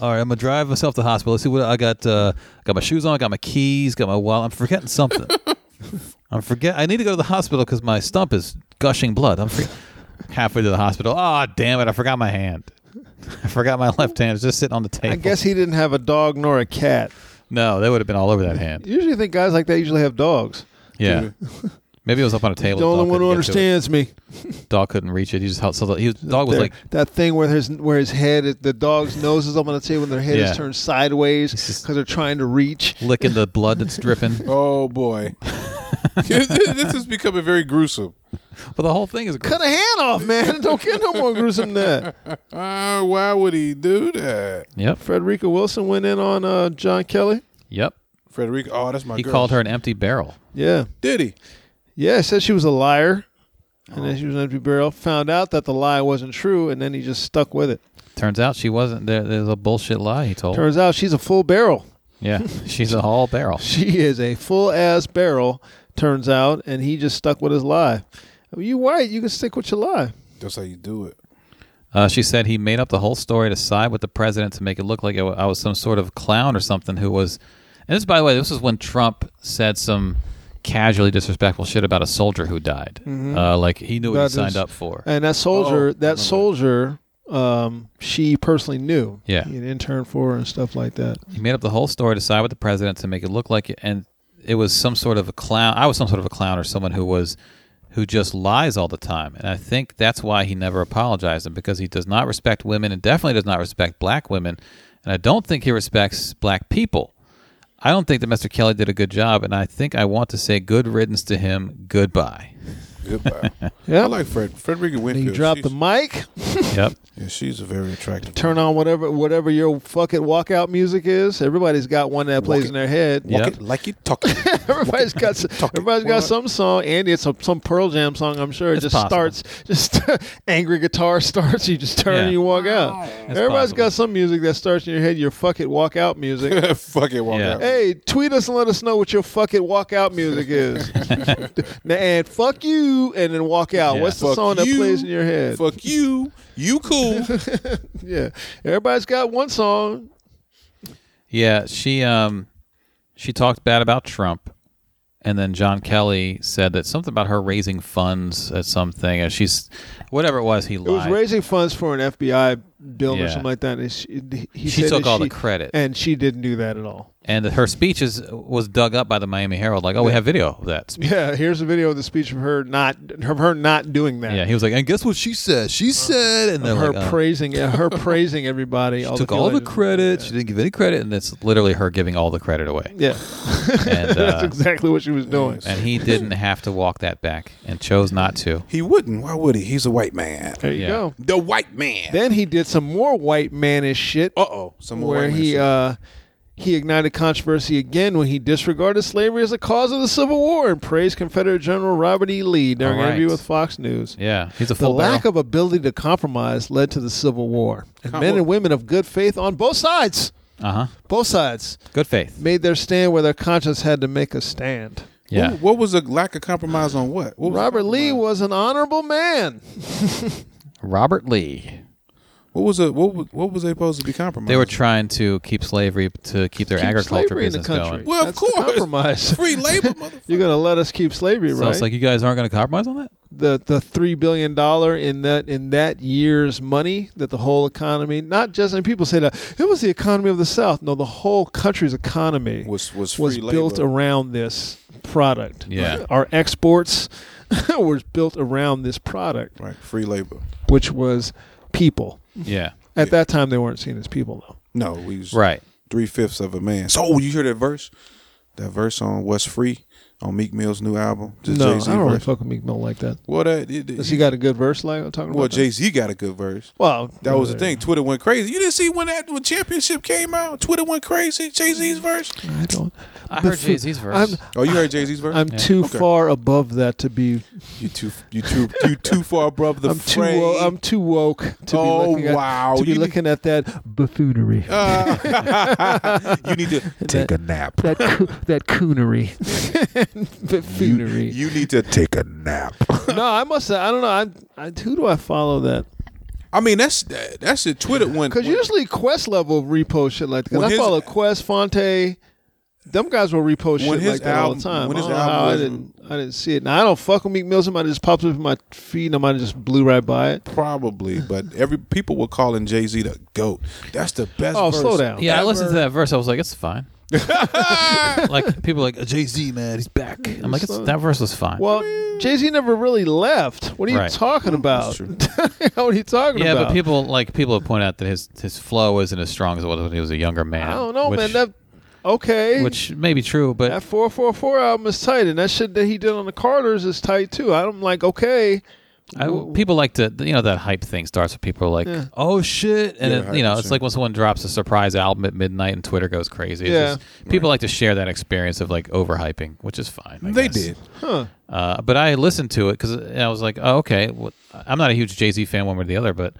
[SPEAKER 3] All right, I'm gonna drive myself to the hospital. Let's see what I got. Uh, got my shoes on. Got my keys. Got my wallet. I'm forgetting something. I'm forget. I need to go to the hospital because my stump is gushing blood. I'm forget- halfway to the hospital. Ah, damn it! I forgot my hand. I forgot my left hand. It's just sitting on the table.
[SPEAKER 2] I guess he didn't have a dog nor a cat.
[SPEAKER 3] no, they would have been all over that hand.
[SPEAKER 2] Usually, I think guys like that usually have dogs.
[SPEAKER 3] Yeah. Maybe it was up on a
[SPEAKER 2] The
[SPEAKER 3] table.
[SPEAKER 2] only
[SPEAKER 3] Dog
[SPEAKER 2] one who
[SPEAKER 3] couldn't get to
[SPEAKER 2] understands me.
[SPEAKER 3] It. Dog couldn't reach it. He just held. So the he was, dog was
[SPEAKER 2] There-
[SPEAKER 3] like,
[SPEAKER 2] that thing where his where his head, is, the dog's nose is up on the table, and their head
[SPEAKER 3] Yeah.
[SPEAKER 2] is turned sideways
[SPEAKER 3] just-
[SPEAKER 2] because they're trying to reach.
[SPEAKER 3] licking the blood that's dripping.
[SPEAKER 4] Oh boy. this is becoming very gruesome.
[SPEAKER 3] But the whole thing is
[SPEAKER 2] Cut a hand off, man. Don't get no more gruesome than that.
[SPEAKER 4] Uh, why would he do that?
[SPEAKER 3] Yep.
[SPEAKER 2] Frederica Wilson went in on uh, John Kelly.
[SPEAKER 3] Yep.
[SPEAKER 4] Frederica, oh, that's my
[SPEAKER 3] He
[SPEAKER 4] girl.
[SPEAKER 3] called her an empty barrel.
[SPEAKER 2] Yeah.
[SPEAKER 4] Did he?
[SPEAKER 2] Yeah, said she was a liar. And then she was an empty barrel. Found out that the lie wasn't true, and then he just stuck with it.
[SPEAKER 3] Turns out she wasn't. There, there's a bullshit lie he told.
[SPEAKER 2] Turns out she's a full barrel.
[SPEAKER 3] yeah, she's a whole barrel.
[SPEAKER 2] She is a full ass barrel, turns out, and he just stuck with his lie. You white, you can stick with your lie.
[SPEAKER 4] That's how you do it.
[SPEAKER 3] Uh, she said he made up the whole story to side with the president to make it look like I wa- I was some sort of clown or something who was. And this, by the way, this is when Trump said some casually disrespectful shit about a soldier who died. Uh, like he knew what
[SPEAKER 2] That
[SPEAKER 3] he
[SPEAKER 2] is-
[SPEAKER 3] signed up for.
[SPEAKER 2] And that soldier,
[SPEAKER 4] Oh,
[SPEAKER 2] that soldier, um, she personally knew.
[SPEAKER 3] Yeah.
[SPEAKER 2] He had interned for her and stuff like that.
[SPEAKER 3] He made up the whole story to side with the president to make it look like it, and it was some sort of a clown. I was some sort of a clown or someone who was who just lies all the time, and I think that's why he never apologized, and because he does not respect women, and definitely does not respect black women, and I don't think he respects black people. I don't think that Mr. Kelly did a good job, and I think I want to say good riddance to him. Goodbye.
[SPEAKER 4] Goodbye.
[SPEAKER 2] Yeah.
[SPEAKER 4] I like Fred. Frederica
[SPEAKER 2] And
[SPEAKER 4] Winfield.
[SPEAKER 2] you drop the
[SPEAKER 4] she's,
[SPEAKER 2] mic,
[SPEAKER 3] Yep.
[SPEAKER 4] yeah, she's a very attractive.
[SPEAKER 2] turn on whatever whatever your fucking walkout music is. Everybody's got one that plays
[SPEAKER 4] it.
[SPEAKER 2] in their head.
[SPEAKER 4] Walk
[SPEAKER 3] Yep.
[SPEAKER 4] it like you talk it.
[SPEAKER 2] Everybody's got s-
[SPEAKER 4] Talk it.
[SPEAKER 2] everybody's got
[SPEAKER 4] What?
[SPEAKER 2] some song, and it's a, some Pearl Jam song. I'm sure it
[SPEAKER 3] It's
[SPEAKER 2] just
[SPEAKER 3] possible.
[SPEAKER 2] starts, just angry guitar starts. You just turn
[SPEAKER 3] Yeah.
[SPEAKER 2] and you walk out. Everybody's
[SPEAKER 3] possible.
[SPEAKER 2] got some music that starts in your head. Your fuck it walk out music.
[SPEAKER 4] Fuck it, walk
[SPEAKER 3] Yeah.
[SPEAKER 4] out.
[SPEAKER 2] hey, tweet us and let us know what your fuck it walk out music is. Now, and fuck you, and then walk out.
[SPEAKER 3] Yeah.
[SPEAKER 2] What's the
[SPEAKER 4] Fuck
[SPEAKER 2] song that
[SPEAKER 4] you.
[SPEAKER 2] plays in your head?
[SPEAKER 4] Fuck you. You cool.
[SPEAKER 2] Yeah, everybody's got one song.
[SPEAKER 3] Yeah, she um she talked bad about Trump and then John Kelly said that something about her raising funds at something and she's whatever it was he
[SPEAKER 2] It was
[SPEAKER 3] lied.
[SPEAKER 2] raising funds for an FBI bill or
[SPEAKER 3] Yeah.
[SPEAKER 2] something like that. And she, he
[SPEAKER 3] She
[SPEAKER 2] said
[SPEAKER 3] took
[SPEAKER 2] that
[SPEAKER 3] all the
[SPEAKER 2] she-
[SPEAKER 3] credit.
[SPEAKER 2] and she didn't do that at all.
[SPEAKER 3] and her speech is, was dug up by the Miami Herald like, "Oh, we have video of that." speech."
[SPEAKER 2] Yeah, here's a video of the speech of her not of her not doing that.
[SPEAKER 3] Yeah, he was like, "And guess what she said? She said." And then
[SPEAKER 2] her
[SPEAKER 3] like, uh,
[SPEAKER 2] praising yeah, her praising everybody. all
[SPEAKER 3] took
[SPEAKER 2] the
[SPEAKER 3] all the
[SPEAKER 2] theologians.
[SPEAKER 3] credit. She didn't give any credit and it's literally her giving all the credit away.
[SPEAKER 2] Yeah,
[SPEAKER 3] And
[SPEAKER 2] that's
[SPEAKER 3] uh,
[SPEAKER 2] exactly what she was doing.
[SPEAKER 3] and he didn't have to walk that back and chose not to.
[SPEAKER 4] He wouldn't. Why would he? He's a white man.
[SPEAKER 2] There you
[SPEAKER 3] Yeah.
[SPEAKER 2] go.
[SPEAKER 4] The white man.
[SPEAKER 2] Then he did some more white manish shit.
[SPEAKER 4] Uh oh. Some more
[SPEAKER 2] where
[SPEAKER 4] white man
[SPEAKER 2] he
[SPEAKER 4] shit.
[SPEAKER 2] uh, he ignited controversy again when he disregarded slavery as a cause of the Civil War and praised Confederate General Robert E. Lee during
[SPEAKER 3] All
[SPEAKER 2] an interview
[SPEAKER 3] right.
[SPEAKER 2] with Fox News.
[SPEAKER 3] Yeah, he's a
[SPEAKER 2] The
[SPEAKER 3] full
[SPEAKER 2] lack
[SPEAKER 3] barrel.
[SPEAKER 2] of ability to compromise led to the Civil War, and men and women of good faith on both sides,
[SPEAKER 3] uh-huh.
[SPEAKER 2] both sides,
[SPEAKER 3] Good faith.
[SPEAKER 2] made their stand where their conscience had to make a stand.
[SPEAKER 3] Yeah.
[SPEAKER 4] What, what was the lack of compromise on what? what was the
[SPEAKER 2] Robert Lee
[SPEAKER 4] compromise?
[SPEAKER 2] was an honorable man.
[SPEAKER 3] Robert Lee.
[SPEAKER 4] What was a what? Was, what was they supposed to be compromised?
[SPEAKER 3] They were trying to keep slavery to keep their
[SPEAKER 2] Keep
[SPEAKER 3] agriculture
[SPEAKER 2] slavery in the
[SPEAKER 3] business
[SPEAKER 2] country.
[SPEAKER 3] going.
[SPEAKER 4] Well,
[SPEAKER 2] That's
[SPEAKER 4] of
[SPEAKER 2] the
[SPEAKER 4] course.
[SPEAKER 2] compromise.
[SPEAKER 4] free labor, motherfucker.
[SPEAKER 2] You're gonna let us keep slavery,
[SPEAKER 3] So
[SPEAKER 2] right?
[SPEAKER 3] it's like you guys aren't going to compromise on that.
[SPEAKER 2] the the three billion dollar in that in that year's money that the whole economy, not just and people say that it was the economy of the South. No, the whole country's economy
[SPEAKER 4] Was was free
[SPEAKER 2] was
[SPEAKER 4] labor.
[SPEAKER 2] built around this product.
[SPEAKER 3] Yeah.
[SPEAKER 2] our exports was built around this product,
[SPEAKER 4] right? Free labor.
[SPEAKER 2] which was people.
[SPEAKER 3] Yeah.
[SPEAKER 2] At that time, they weren't seen as people though.
[SPEAKER 4] No, we was
[SPEAKER 3] Right.
[SPEAKER 4] three fifths of a man. So you hear that verse? That verse on What's Free on Meek Mill's new album. The
[SPEAKER 2] no,
[SPEAKER 4] Jay-Z
[SPEAKER 2] I don't really
[SPEAKER 4] verse.
[SPEAKER 2] fuck with Meek Mill like that.
[SPEAKER 4] Well, that it,
[SPEAKER 2] Does he got a good verse like I'm talking
[SPEAKER 4] well,
[SPEAKER 2] about? that?
[SPEAKER 4] Jay Z got a good verse.
[SPEAKER 2] Well,
[SPEAKER 4] That was the
[SPEAKER 2] there.
[SPEAKER 4] thing. Twitter went crazy. You didn't see when that when championship came out. Twitter went crazy. Jay Z's verse.
[SPEAKER 2] I don't.
[SPEAKER 3] I heard
[SPEAKER 2] Before-
[SPEAKER 3] Jay Z's verse.
[SPEAKER 2] I'm,
[SPEAKER 4] Oh, you heard Jay Z's verse?
[SPEAKER 2] I'm too
[SPEAKER 4] Okay.
[SPEAKER 2] far above that to be
[SPEAKER 4] you too. You too. You too far above the
[SPEAKER 2] I'm too
[SPEAKER 4] fray.
[SPEAKER 2] wo- I'm too woke to
[SPEAKER 4] Oh,
[SPEAKER 2] be looking at,
[SPEAKER 4] wow.
[SPEAKER 2] to be
[SPEAKER 4] You need-
[SPEAKER 2] looking at that buffoonery,
[SPEAKER 4] Uh, you need to
[SPEAKER 2] Take
[SPEAKER 4] a nap.
[SPEAKER 2] that coo- that coonery, buffoonery.
[SPEAKER 4] You need to take a nap.
[SPEAKER 2] no, I must. Say, I don't know. I, I who do I follow that?
[SPEAKER 4] I mean, that's that, that's it. Twitter went
[SPEAKER 2] Because usually Quest level repost shit like that.
[SPEAKER 4] When
[SPEAKER 2] Because I
[SPEAKER 4] his-
[SPEAKER 2] follow Quest Fonte. Them guys will repost
[SPEAKER 4] When
[SPEAKER 2] shit
[SPEAKER 4] his
[SPEAKER 2] like that all
[SPEAKER 4] album-
[SPEAKER 2] the time.
[SPEAKER 4] when
[SPEAKER 2] I
[SPEAKER 4] his
[SPEAKER 2] don't know how
[SPEAKER 4] album
[SPEAKER 2] I
[SPEAKER 4] was-
[SPEAKER 2] didn't. I didn't see it. Now I don't fuck with Meek Mill. Somebody just pops up in my feed. and I might have just blew right by it.
[SPEAKER 4] probably, but every people were calling Jay Z the goat. That's the best.
[SPEAKER 2] Oh,
[SPEAKER 4] verse
[SPEAKER 2] slow down.
[SPEAKER 3] yeah, I
[SPEAKER 4] ever.
[SPEAKER 3] listened to that verse. I was like, it's fine. like people are like Jay Z, man, he's back. I'm like, it's, that verse was fine.
[SPEAKER 2] Well, Jay Z never really left. What are you
[SPEAKER 3] Right.
[SPEAKER 2] talking about? what are you talking
[SPEAKER 3] yeah,
[SPEAKER 2] about?
[SPEAKER 3] but people like people have pointed out that his his flow isn't as strong as it was when he was a younger man.
[SPEAKER 2] I don't know,
[SPEAKER 3] which-
[SPEAKER 2] man. That okay.
[SPEAKER 3] which may be true, but
[SPEAKER 2] that 444 album is tight, and that shit that he did on the Carters is tight too. I'm like, okay,
[SPEAKER 3] I, people like to, you know, that hype thing starts with people are like, oh shit. And,
[SPEAKER 4] Yeah,
[SPEAKER 3] it, you know, it's
[SPEAKER 4] 100%.
[SPEAKER 3] like when someone drops a surprise album at midnight and Twitter goes crazy. It's
[SPEAKER 2] Yeah.
[SPEAKER 3] just- people like to share that experience of like overhyping, which is fine. I
[SPEAKER 4] They
[SPEAKER 3] guess.
[SPEAKER 4] did.
[SPEAKER 3] Uh, but I listened to it because I was like, oh, okay. Well, I'm not a huge Jay Z fan one way or the other, but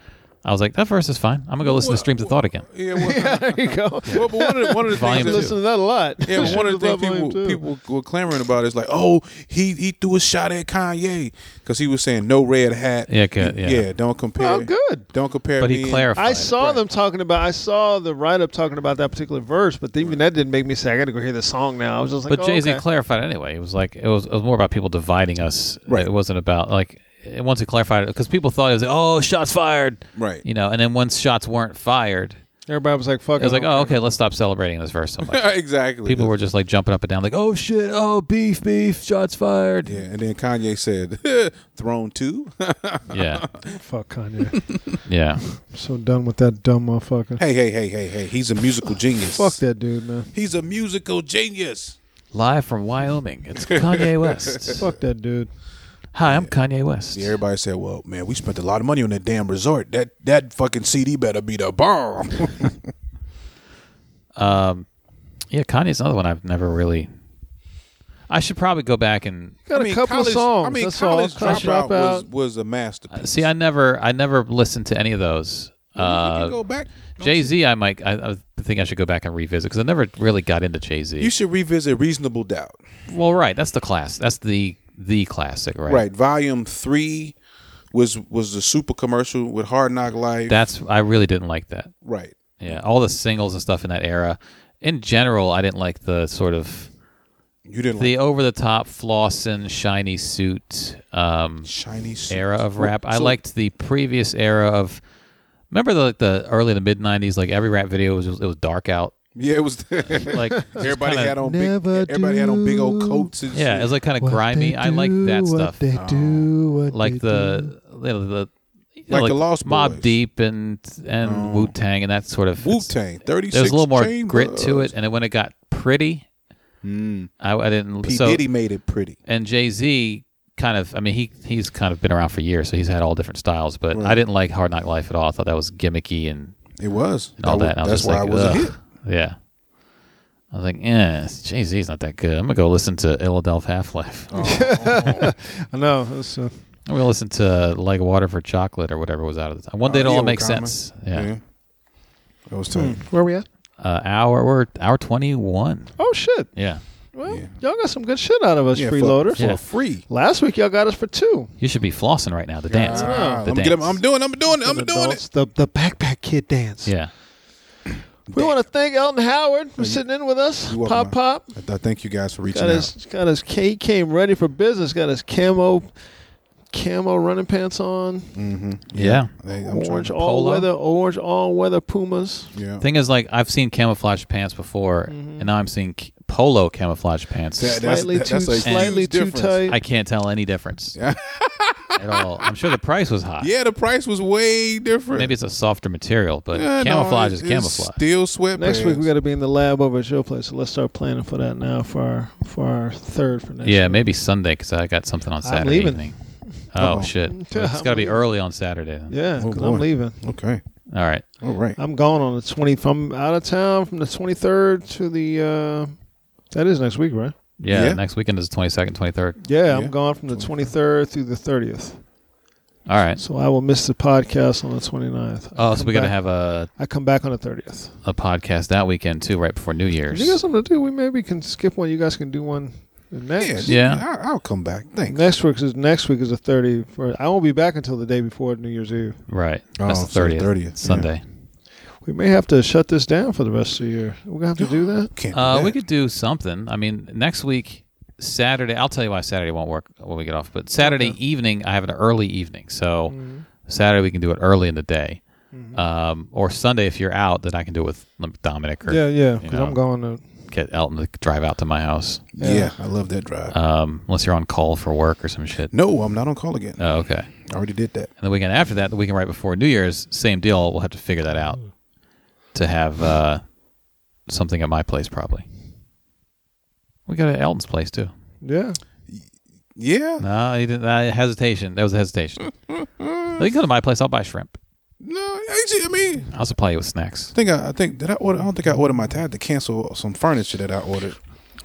[SPEAKER 3] I was like, that verse is fine. I'm going to go listen to Streams of Thought again.
[SPEAKER 4] Yeah, well,
[SPEAKER 2] there you go.
[SPEAKER 4] well, but one of the, one of the
[SPEAKER 3] Volume two.
[SPEAKER 4] things that,
[SPEAKER 2] Listen to that a lot.
[SPEAKER 4] Yeah, but one of the
[SPEAKER 2] Love
[SPEAKER 4] things
[SPEAKER 2] Volume
[SPEAKER 4] people
[SPEAKER 2] Two.
[SPEAKER 4] people were clamoring about is like, oh, he he threw a shot at Kanye because he was saying no red hat.
[SPEAKER 3] Yeah, ca- yeah.
[SPEAKER 4] don't compare.
[SPEAKER 2] Oh, good.
[SPEAKER 4] Don't compare.
[SPEAKER 3] But he
[SPEAKER 4] me and-
[SPEAKER 3] clarified.
[SPEAKER 2] I
[SPEAKER 3] it.
[SPEAKER 2] saw them talking about. I saw the write up talking about that particular verse, but even that didn't make me say I got to go hear the song now. I was just like,
[SPEAKER 3] But
[SPEAKER 2] oh,
[SPEAKER 3] Jay Z
[SPEAKER 2] okay.
[SPEAKER 3] clarified anyway. It was like it was, it was more about people dividing us.
[SPEAKER 4] Right.
[SPEAKER 3] It wasn't about like it- once he clarified it because people thought it was like, oh shots fired.
[SPEAKER 4] Right.
[SPEAKER 3] You know, and then once shots weren't fired,
[SPEAKER 2] Everybody was like, "Fuck."
[SPEAKER 3] it was
[SPEAKER 2] I
[SPEAKER 3] like
[SPEAKER 2] don't
[SPEAKER 3] oh
[SPEAKER 2] care.
[SPEAKER 3] okay, let's stop celebrating this verse. So much.
[SPEAKER 4] exactly.
[SPEAKER 3] people were just like jumping up and down like oh shit oh beef beef shots fired.
[SPEAKER 4] Yeah, and then Kanye said, "Throne two.
[SPEAKER 3] Yeah.
[SPEAKER 2] Fuck Kanye.
[SPEAKER 3] yeah.
[SPEAKER 2] I'm so done with that dumb motherfucker.
[SPEAKER 4] hey, hey, hey, hey, hey. He's a musical genius.
[SPEAKER 2] Fuck that dude, man.
[SPEAKER 4] He's a musical genius.
[SPEAKER 3] Live from Wyoming, it's Kanye West.
[SPEAKER 2] Fuck that dude.
[SPEAKER 3] Hi, I'm Kanye West.
[SPEAKER 4] Yeah, everybody said, "Well, man, we spent a lot of money on that damn resort. That that fucking CD better be the bomb."
[SPEAKER 3] Um, yeah, Kanye's another one I've never really. I should probably go back and
[SPEAKER 2] Got a couple of songs.
[SPEAKER 4] I mean,
[SPEAKER 2] that's
[SPEAKER 4] college
[SPEAKER 2] all. College
[SPEAKER 4] dropout, was,
[SPEAKER 2] Dropout.
[SPEAKER 4] was a masterpiece.
[SPEAKER 3] See, I never, I never listened to any of those.
[SPEAKER 4] you
[SPEAKER 3] Uh,
[SPEAKER 4] can go back. Don't
[SPEAKER 3] Jay Z, I might, I, I think I should go back and revisit because I never really got into Jay Z.
[SPEAKER 4] You should revisit Reasonable Doubt.
[SPEAKER 3] well, right, that's the class, that's the the classic, right?
[SPEAKER 4] Right. Volume three was was the super commercial with Hard Knock Life.
[SPEAKER 3] That's I really didn't like that.
[SPEAKER 4] right.
[SPEAKER 3] Yeah, all the singles and stuff in that era. In general, I didn't like the sort of
[SPEAKER 4] You didn't
[SPEAKER 3] the
[SPEAKER 4] like
[SPEAKER 3] over the top flossing, shiny suit um,
[SPEAKER 4] shiny suit.
[SPEAKER 3] era of rap. I
[SPEAKER 4] So-
[SPEAKER 3] liked the previous era of. Remember the like the early to mid '90s, like every rap video was it was dark out.
[SPEAKER 4] Yeah, it was.
[SPEAKER 3] Like
[SPEAKER 4] everybody
[SPEAKER 3] kinda-
[SPEAKER 4] had on big.
[SPEAKER 2] Never
[SPEAKER 4] Everybody had on big old
[SPEAKER 2] do.
[SPEAKER 4] coats and
[SPEAKER 3] Yeah, it
[SPEAKER 4] shit.
[SPEAKER 3] was like kind of grimy. I like that stuff.
[SPEAKER 2] They
[SPEAKER 4] Uh-huh.
[SPEAKER 2] do what
[SPEAKER 3] Like the you know, the you know,
[SPEAKER 4] Like the Lost
[SPEAKER 3] Mob
[SPEAKER 4] Boys.
[SPEAKER 3] Deep and and Wu Tang and that sort of
[SPEAKER 4] Wu Tang. Thirty six.
[SPEAKER 3] There was a little more grit to it, and then when it got pretty, I, I didn't.
[SPEAKER 4] Hmm. P
[SPEAKER 3] so
[SPEAKER 4] Diddy made it pretty.
[SPEAKER 3] and Jay Z kind of. I mean, he he's kind of been around for years, so he's had all different styles. But I didn't like Hard Knock Life at all. I thought that was gimmicky and,
[SPEAKER 4] It was.
[SPEAKER 3] and all that. and I was
[SPEAKER 4] that's
[SPEAKER 3] just
[SPEAKER 4] why
[SPEAKER 3] like,
[SPEAKER 4] I was a
[SPEAKER 3] "Ugh."
[SPEAKER 4] hit.
[SPEAKER 3] Yeah. I was like, yeah, Jay Z's not that good. I'm gonna go listen to Illadelph Half Life.
[SPEAKER 4] Oh.
[SPEAKER 2] I know. It's, uh,
[SPEAKER 3] I'm gonna listen to like Water for Chocolate or whatever was out at the time. One day
[SPEAKER 4] Uh,
[SPEAKER 3] it'll
[SPEAKER 4] yeah,
[SPEAKER 3] all make
[SPEAKER 4] Wakame.
[SPEAKER 3] sense. Yeah.
[SPEAKER 4] Yeah. That was tight.
[SPEAKER 2] where we at?
[SPEAKER 3] Uh, hour we're hour twenty one.
[SPEAKER 2] Oh shit.
[SPEAKER 3] Yeah.
[SPEAKER 2] Well,
[SPEAKER 4] Yeah.
[SPEAKER 2] y'all got some good shit out of us,
[SPEAKER 4] Yeah, for-
[SPEAKER 2] freeloaders.
[SPEAKER 4] for,
[SPEAKER 3] Yeah.
[SPEAKER 4] free.
[SPEAKER 2] Last week y'all got us for two.
[SPEAKER 3] You should be flossing right now. The dance.
[SPEAKER 4] Ah,
[SPEAKER 3] The
[SPEAKER 4] I'm, getting,
[SPEAKER 3] dance.
[SPEAKER 4] I'm doing. I'm doing. it, I'm doing it.
[SPEAKER 2] Adults, The the backpack kid dance.
[SPEAKER 3] Yeah.
[SPEAKER 2] We want to thank Elton Howard for sitting in with us.
[SPEAKER 4] You're welcome,
[SPEAKER 2] Pop
[SPEAKER 4] man.
[SPEAKER 2] pop.
[SPEAKER 4] I, I thank you guys for reaching
[SPEAKER 2] Got
[SPEAKER 4] out.
[SPEAKER 2] his got his he came ready for business. Got his camo camo running pants on.
[SPEAKER 3] Yeah.
[SPEAKER 4] Hey, I'm trying
[SPEAKER 2] Orange
[SPEAKER 4] to-
[SPEAKER 2] all
[SPEAKER 3] polo.
[SPEAKER 2] weather orange all weather Pumas.
[SPEAKER 4] Yeah.
[SPEAKER 3] Thing is, like, I've seen camouflage pants before, and now I'm seeing c- polo camouflage pants.
[SPEAKER 4] That- that's-
[SPEAKER 2] Slightly
[SPEAKER 4] that-
[SPEAKER 2] too
[SPEAKER 4] that's a huge
[SPEAKER 2] slightly too
[SPEAKER 4] difference.
[SPEAKER 2] tight.
[SPEAKER 3] I can't tell any difference at all. I'm sure the price was high.
[SPEAKER 4] Yeah, the price was way different.
[SPEAKER 3] Maybe it's a softer material, but
[SPEAKER 4] Yeah, no,
[SPEAKER 3] camouflage is
[SPEAKER 4] it's- it's
[SPEAKER 3] camouflage.
[SPEAKER 4] Still sweatpants.
[SPEAKER 2] Next week we got to be in the lab over at your place, so let's start planning for that now for our for our third for next.
[SPEAKER 3] yeah,
[SPEAKER 2] week.
[SPEAKER 3] maybe Sunday because I got something on Saturday
[SPEAKER 2] leaving.
[SPEAKER 3] evening. Oh, shit!
[SPEAKER 2] Yeah,
[SPEAKER 3] it's
[SPEAKER 2] I'm
[SPEAKER 3] got to be
[SPEAKER 2] leaving.
[SPEAKER 3] early on Saturday. Then.
[SPEAKER 2] yeah,
[SPEAKER 4] Oh,
[SPEAKER 2] 'cause
[SPEAKER 4] boy.
[SPEAKER 2] I'm leaving.
[SPEAKER 4] Okay.
[SPEAKER 3] All right.
[SPEAKER 4] All right.
[SPEAKER 2] I'm gone on the 20. I'm out of town from the 23rd to the. Uh, that is next week, right?
[SPEAKER 3] Yeah,
[SPEAKER 4] Yeah.
[SPEAKER 3] Next weekend is 22nd, 23rd.
[SPEAKER 2] Yeah,
[SPEAKER 4] Yeah.
[SPEAKER 2] I'm gone from the 23rd through the 30th.
[SPEAKER 3] All right.
[SPEAKER 2] So I will miss the podcast on the 29th. I
[SPEAKER 3] Oh, so
[SPEAKER 2] come
[SPEAKER 3] we got to
[SPEAKER 2] back-
[SPEAKER 3] have a,
[SPEAKER 2] I come back on the 30th.
[SPEAKER 3] a podcast that weekend too, right before New
[SPEAKER 2] If
[SPEAKER 3] Year's.
[SPEAKER 2] you got something to do, we maybe can skip one. You guys can do one
[SPEAKER 4] Yeah.
[SPEAKER 2] next.
[SPEAKER 3] Yeah.
[SPEAKER 4] I, I'll come back. Thanks.
[SPEAKER 2] Next week is next week is the 30. For I won't be back until the day before New Year's Eve.
[SPEAKER 3] right.
[SPEAKER 4] Oh,
[SPEAKER 3] That's
[SPEAKER 4] so
[SPEAKER 3] the 30th.
[SPEAKER 4] 30th, yeah.
[SPEAKER 3] Sunday.
[SPEAKER 2] We may have to shut this down for the rest of the year. We're gonna have to do that.
[SPEAKER 4] Can't do
[SPEAKER 3] Uh, we
[SPEAKER 4] that.
[SPEAKER 3] could do something. I mean, next week, Saturday. I'll tell you why Saturday won't work when we get off. But Saturday evening, I have an early evening, so
[SPEAKER 4] Mm-hmm.
[SPEAKER 3] Saturday we can do it early in the day, um, or Sunday if you're out, then I can do it with like, Dominic or
[SPEAKER 2] Yeah, yeah.
[SPEAKER 3] you
[SPEAKER 2] Because
[SPEAKER 3] know,
[SPEAKER 2] I'm uh, going to.
[SPEAKER 3] get Elton to drive out to my house.
[SPEAKER 4] yeah. I love that drive.
[SPEAKER 3] Um, unless you're on call for work or some shit.
[SPEAKER 4] no, I'm not on call again.
[SPEAKER 3] Oh, okay.
[SPEAKER 4] I already did that.
[SPEAKER 3] And the weekend after that, the weekend right before New Year's, same deal. We'll have to figure that out to have uh, something at my place probably. We got it at Elton's place too.
[SPEAKER 2] Yeah.
[SPEAKER 4] Yeah.
[SPEAKER 3] No, he didn't. Uh, hesitation. That was a hesitation. they can come to my place. I'll buy shrimp.
[SPEAKER 4] No, actually, I mean,
[SPEAKER 3] I'll supply you with snacks.
[SPEAKER 4] I think I, I think did I order? I don't think I ordered my dad to cancel some furniture that I ordered.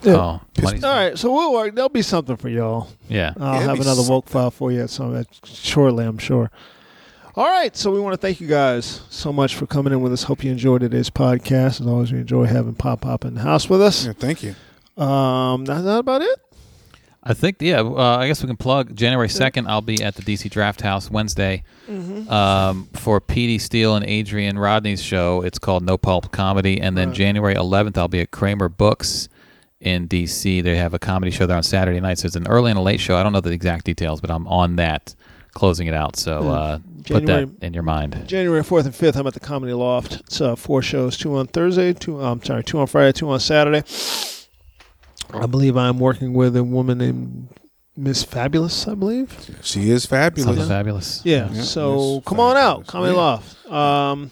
[SPEAKER 3] Oh, money's-
[SPEAKER 2] All right, so we'll work. There'll be something for y'all.
[SPEAKER 3] Yeah.
[SPEAKER 2] I'll
[SPEAKER 4] it'd
[SPEAKER 2] have
[SPEAKER 4] be
[SPEAKER 2] another woke file for you at some at shortly, I'm sure. All right, so we want to thank you guys so much for coming in with us. Hope you enjoyed today's podcast. As always, we enjoy having Pop Pop in the house with us.
[SPEAKER 4] Yeah, thank you.
[SPEAKER 2] Um, that's that about it.
[SPEAKER 3] I think yeah. Uh, I guess we can plug January second. I'll be at the DC Draft House Wednesday um, for Petey Steele and Adrian Rodney's show. It's called No Pulp Comedy. And then January eleventh, I'll be at Kramer Books in DC. They have a comedy show there on Saturday nights. It's an early and a late show. I don't know the exact details, but I'm on that, closing it out. So uh, put that
[SPEAKER 2] January-
[SPEAKER 3] in your mind.
[SPEAKER 2] January 4th and 5th, I'm at the Comedy Loft. It's uh, four shows, two on Thursday, two, I'm sorry, two on Friday, two on Saturday. I believe I'm working with a woman named Miss Fabulous, I believe.
[SPEAKER 4] She is
[SPEAKER 3] Sounds
[SPEAKER 4] fabulous.
[SPEAKER 3] fabulous.
[SPEAKER 2] Yeah,
[SPEAKER 4] Yeah,
[SPEAKER 2] so
[SPEAKER 4] Miss
[SPEAKER 2] come on out,
[SPEAKER 4] Fabulous.
[SPEAKER 2] Comedy
[SPEAKER 4] Yeah.
[SPEAKER 2] Loft. Um,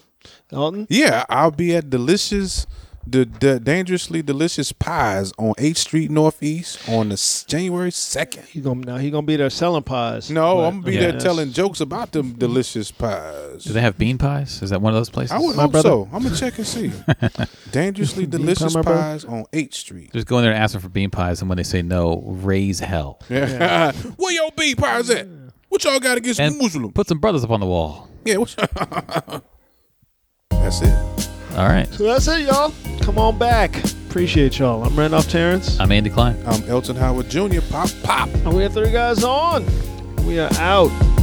[SPEAKER 2] Elton,
[SPEAKER 4] Yeah, I'll be at Delicious, the, the Dangerously Delicious Pies on 8th Street Northeast on the s- January 2nd.
[SPEAKER 2] he gonna, now he going to be there selling pies.
[SPEAKER 4] No,
[SPEAKER 2] But-
[SPEAKER 4] I'm gonna be
[SPEAKER 3] yeah.
[SPEAKER 4] there telling jokes about them delicious pies.
[SPEAKER 3] Do they have bean pies? Is that one of those places?
[SPEAKER 4] I would
[SPEAKER 2] My
[SPEAKER 4] hope
[SPEAKER 2] brother.
[SPEAKER 4] so. I'm gonna check and see. Dangerously delicious
[SPEAKER 2] my brother?
[SPEAKER 4] pies on 8th Street.
[SPEAKER 3] Just go in there and ask them for bean pies, and when they say no, raise hell.
[SPEAKER 4] Where y'all be pies at? What y'all got against
[SPEAKER 3] And
[SPEAKER 4] Muslim?
[SPEAKER 3] put some brothers up on the wall.
[SPEAKER 4] Yeah, what y'all- That's it.
[SPEAKER 3] All right.
[SPEAKER 2] So that's it, y'all. Come on back. Appreciate y'all. I'm Randolph Terrence.
[SPEAKER 3] I'm Andy Klein.
[SPEAKER 4] I'm Elton Howard Jr. Pop pop.
[SPEAKER 2] And we have three guys on. We are out.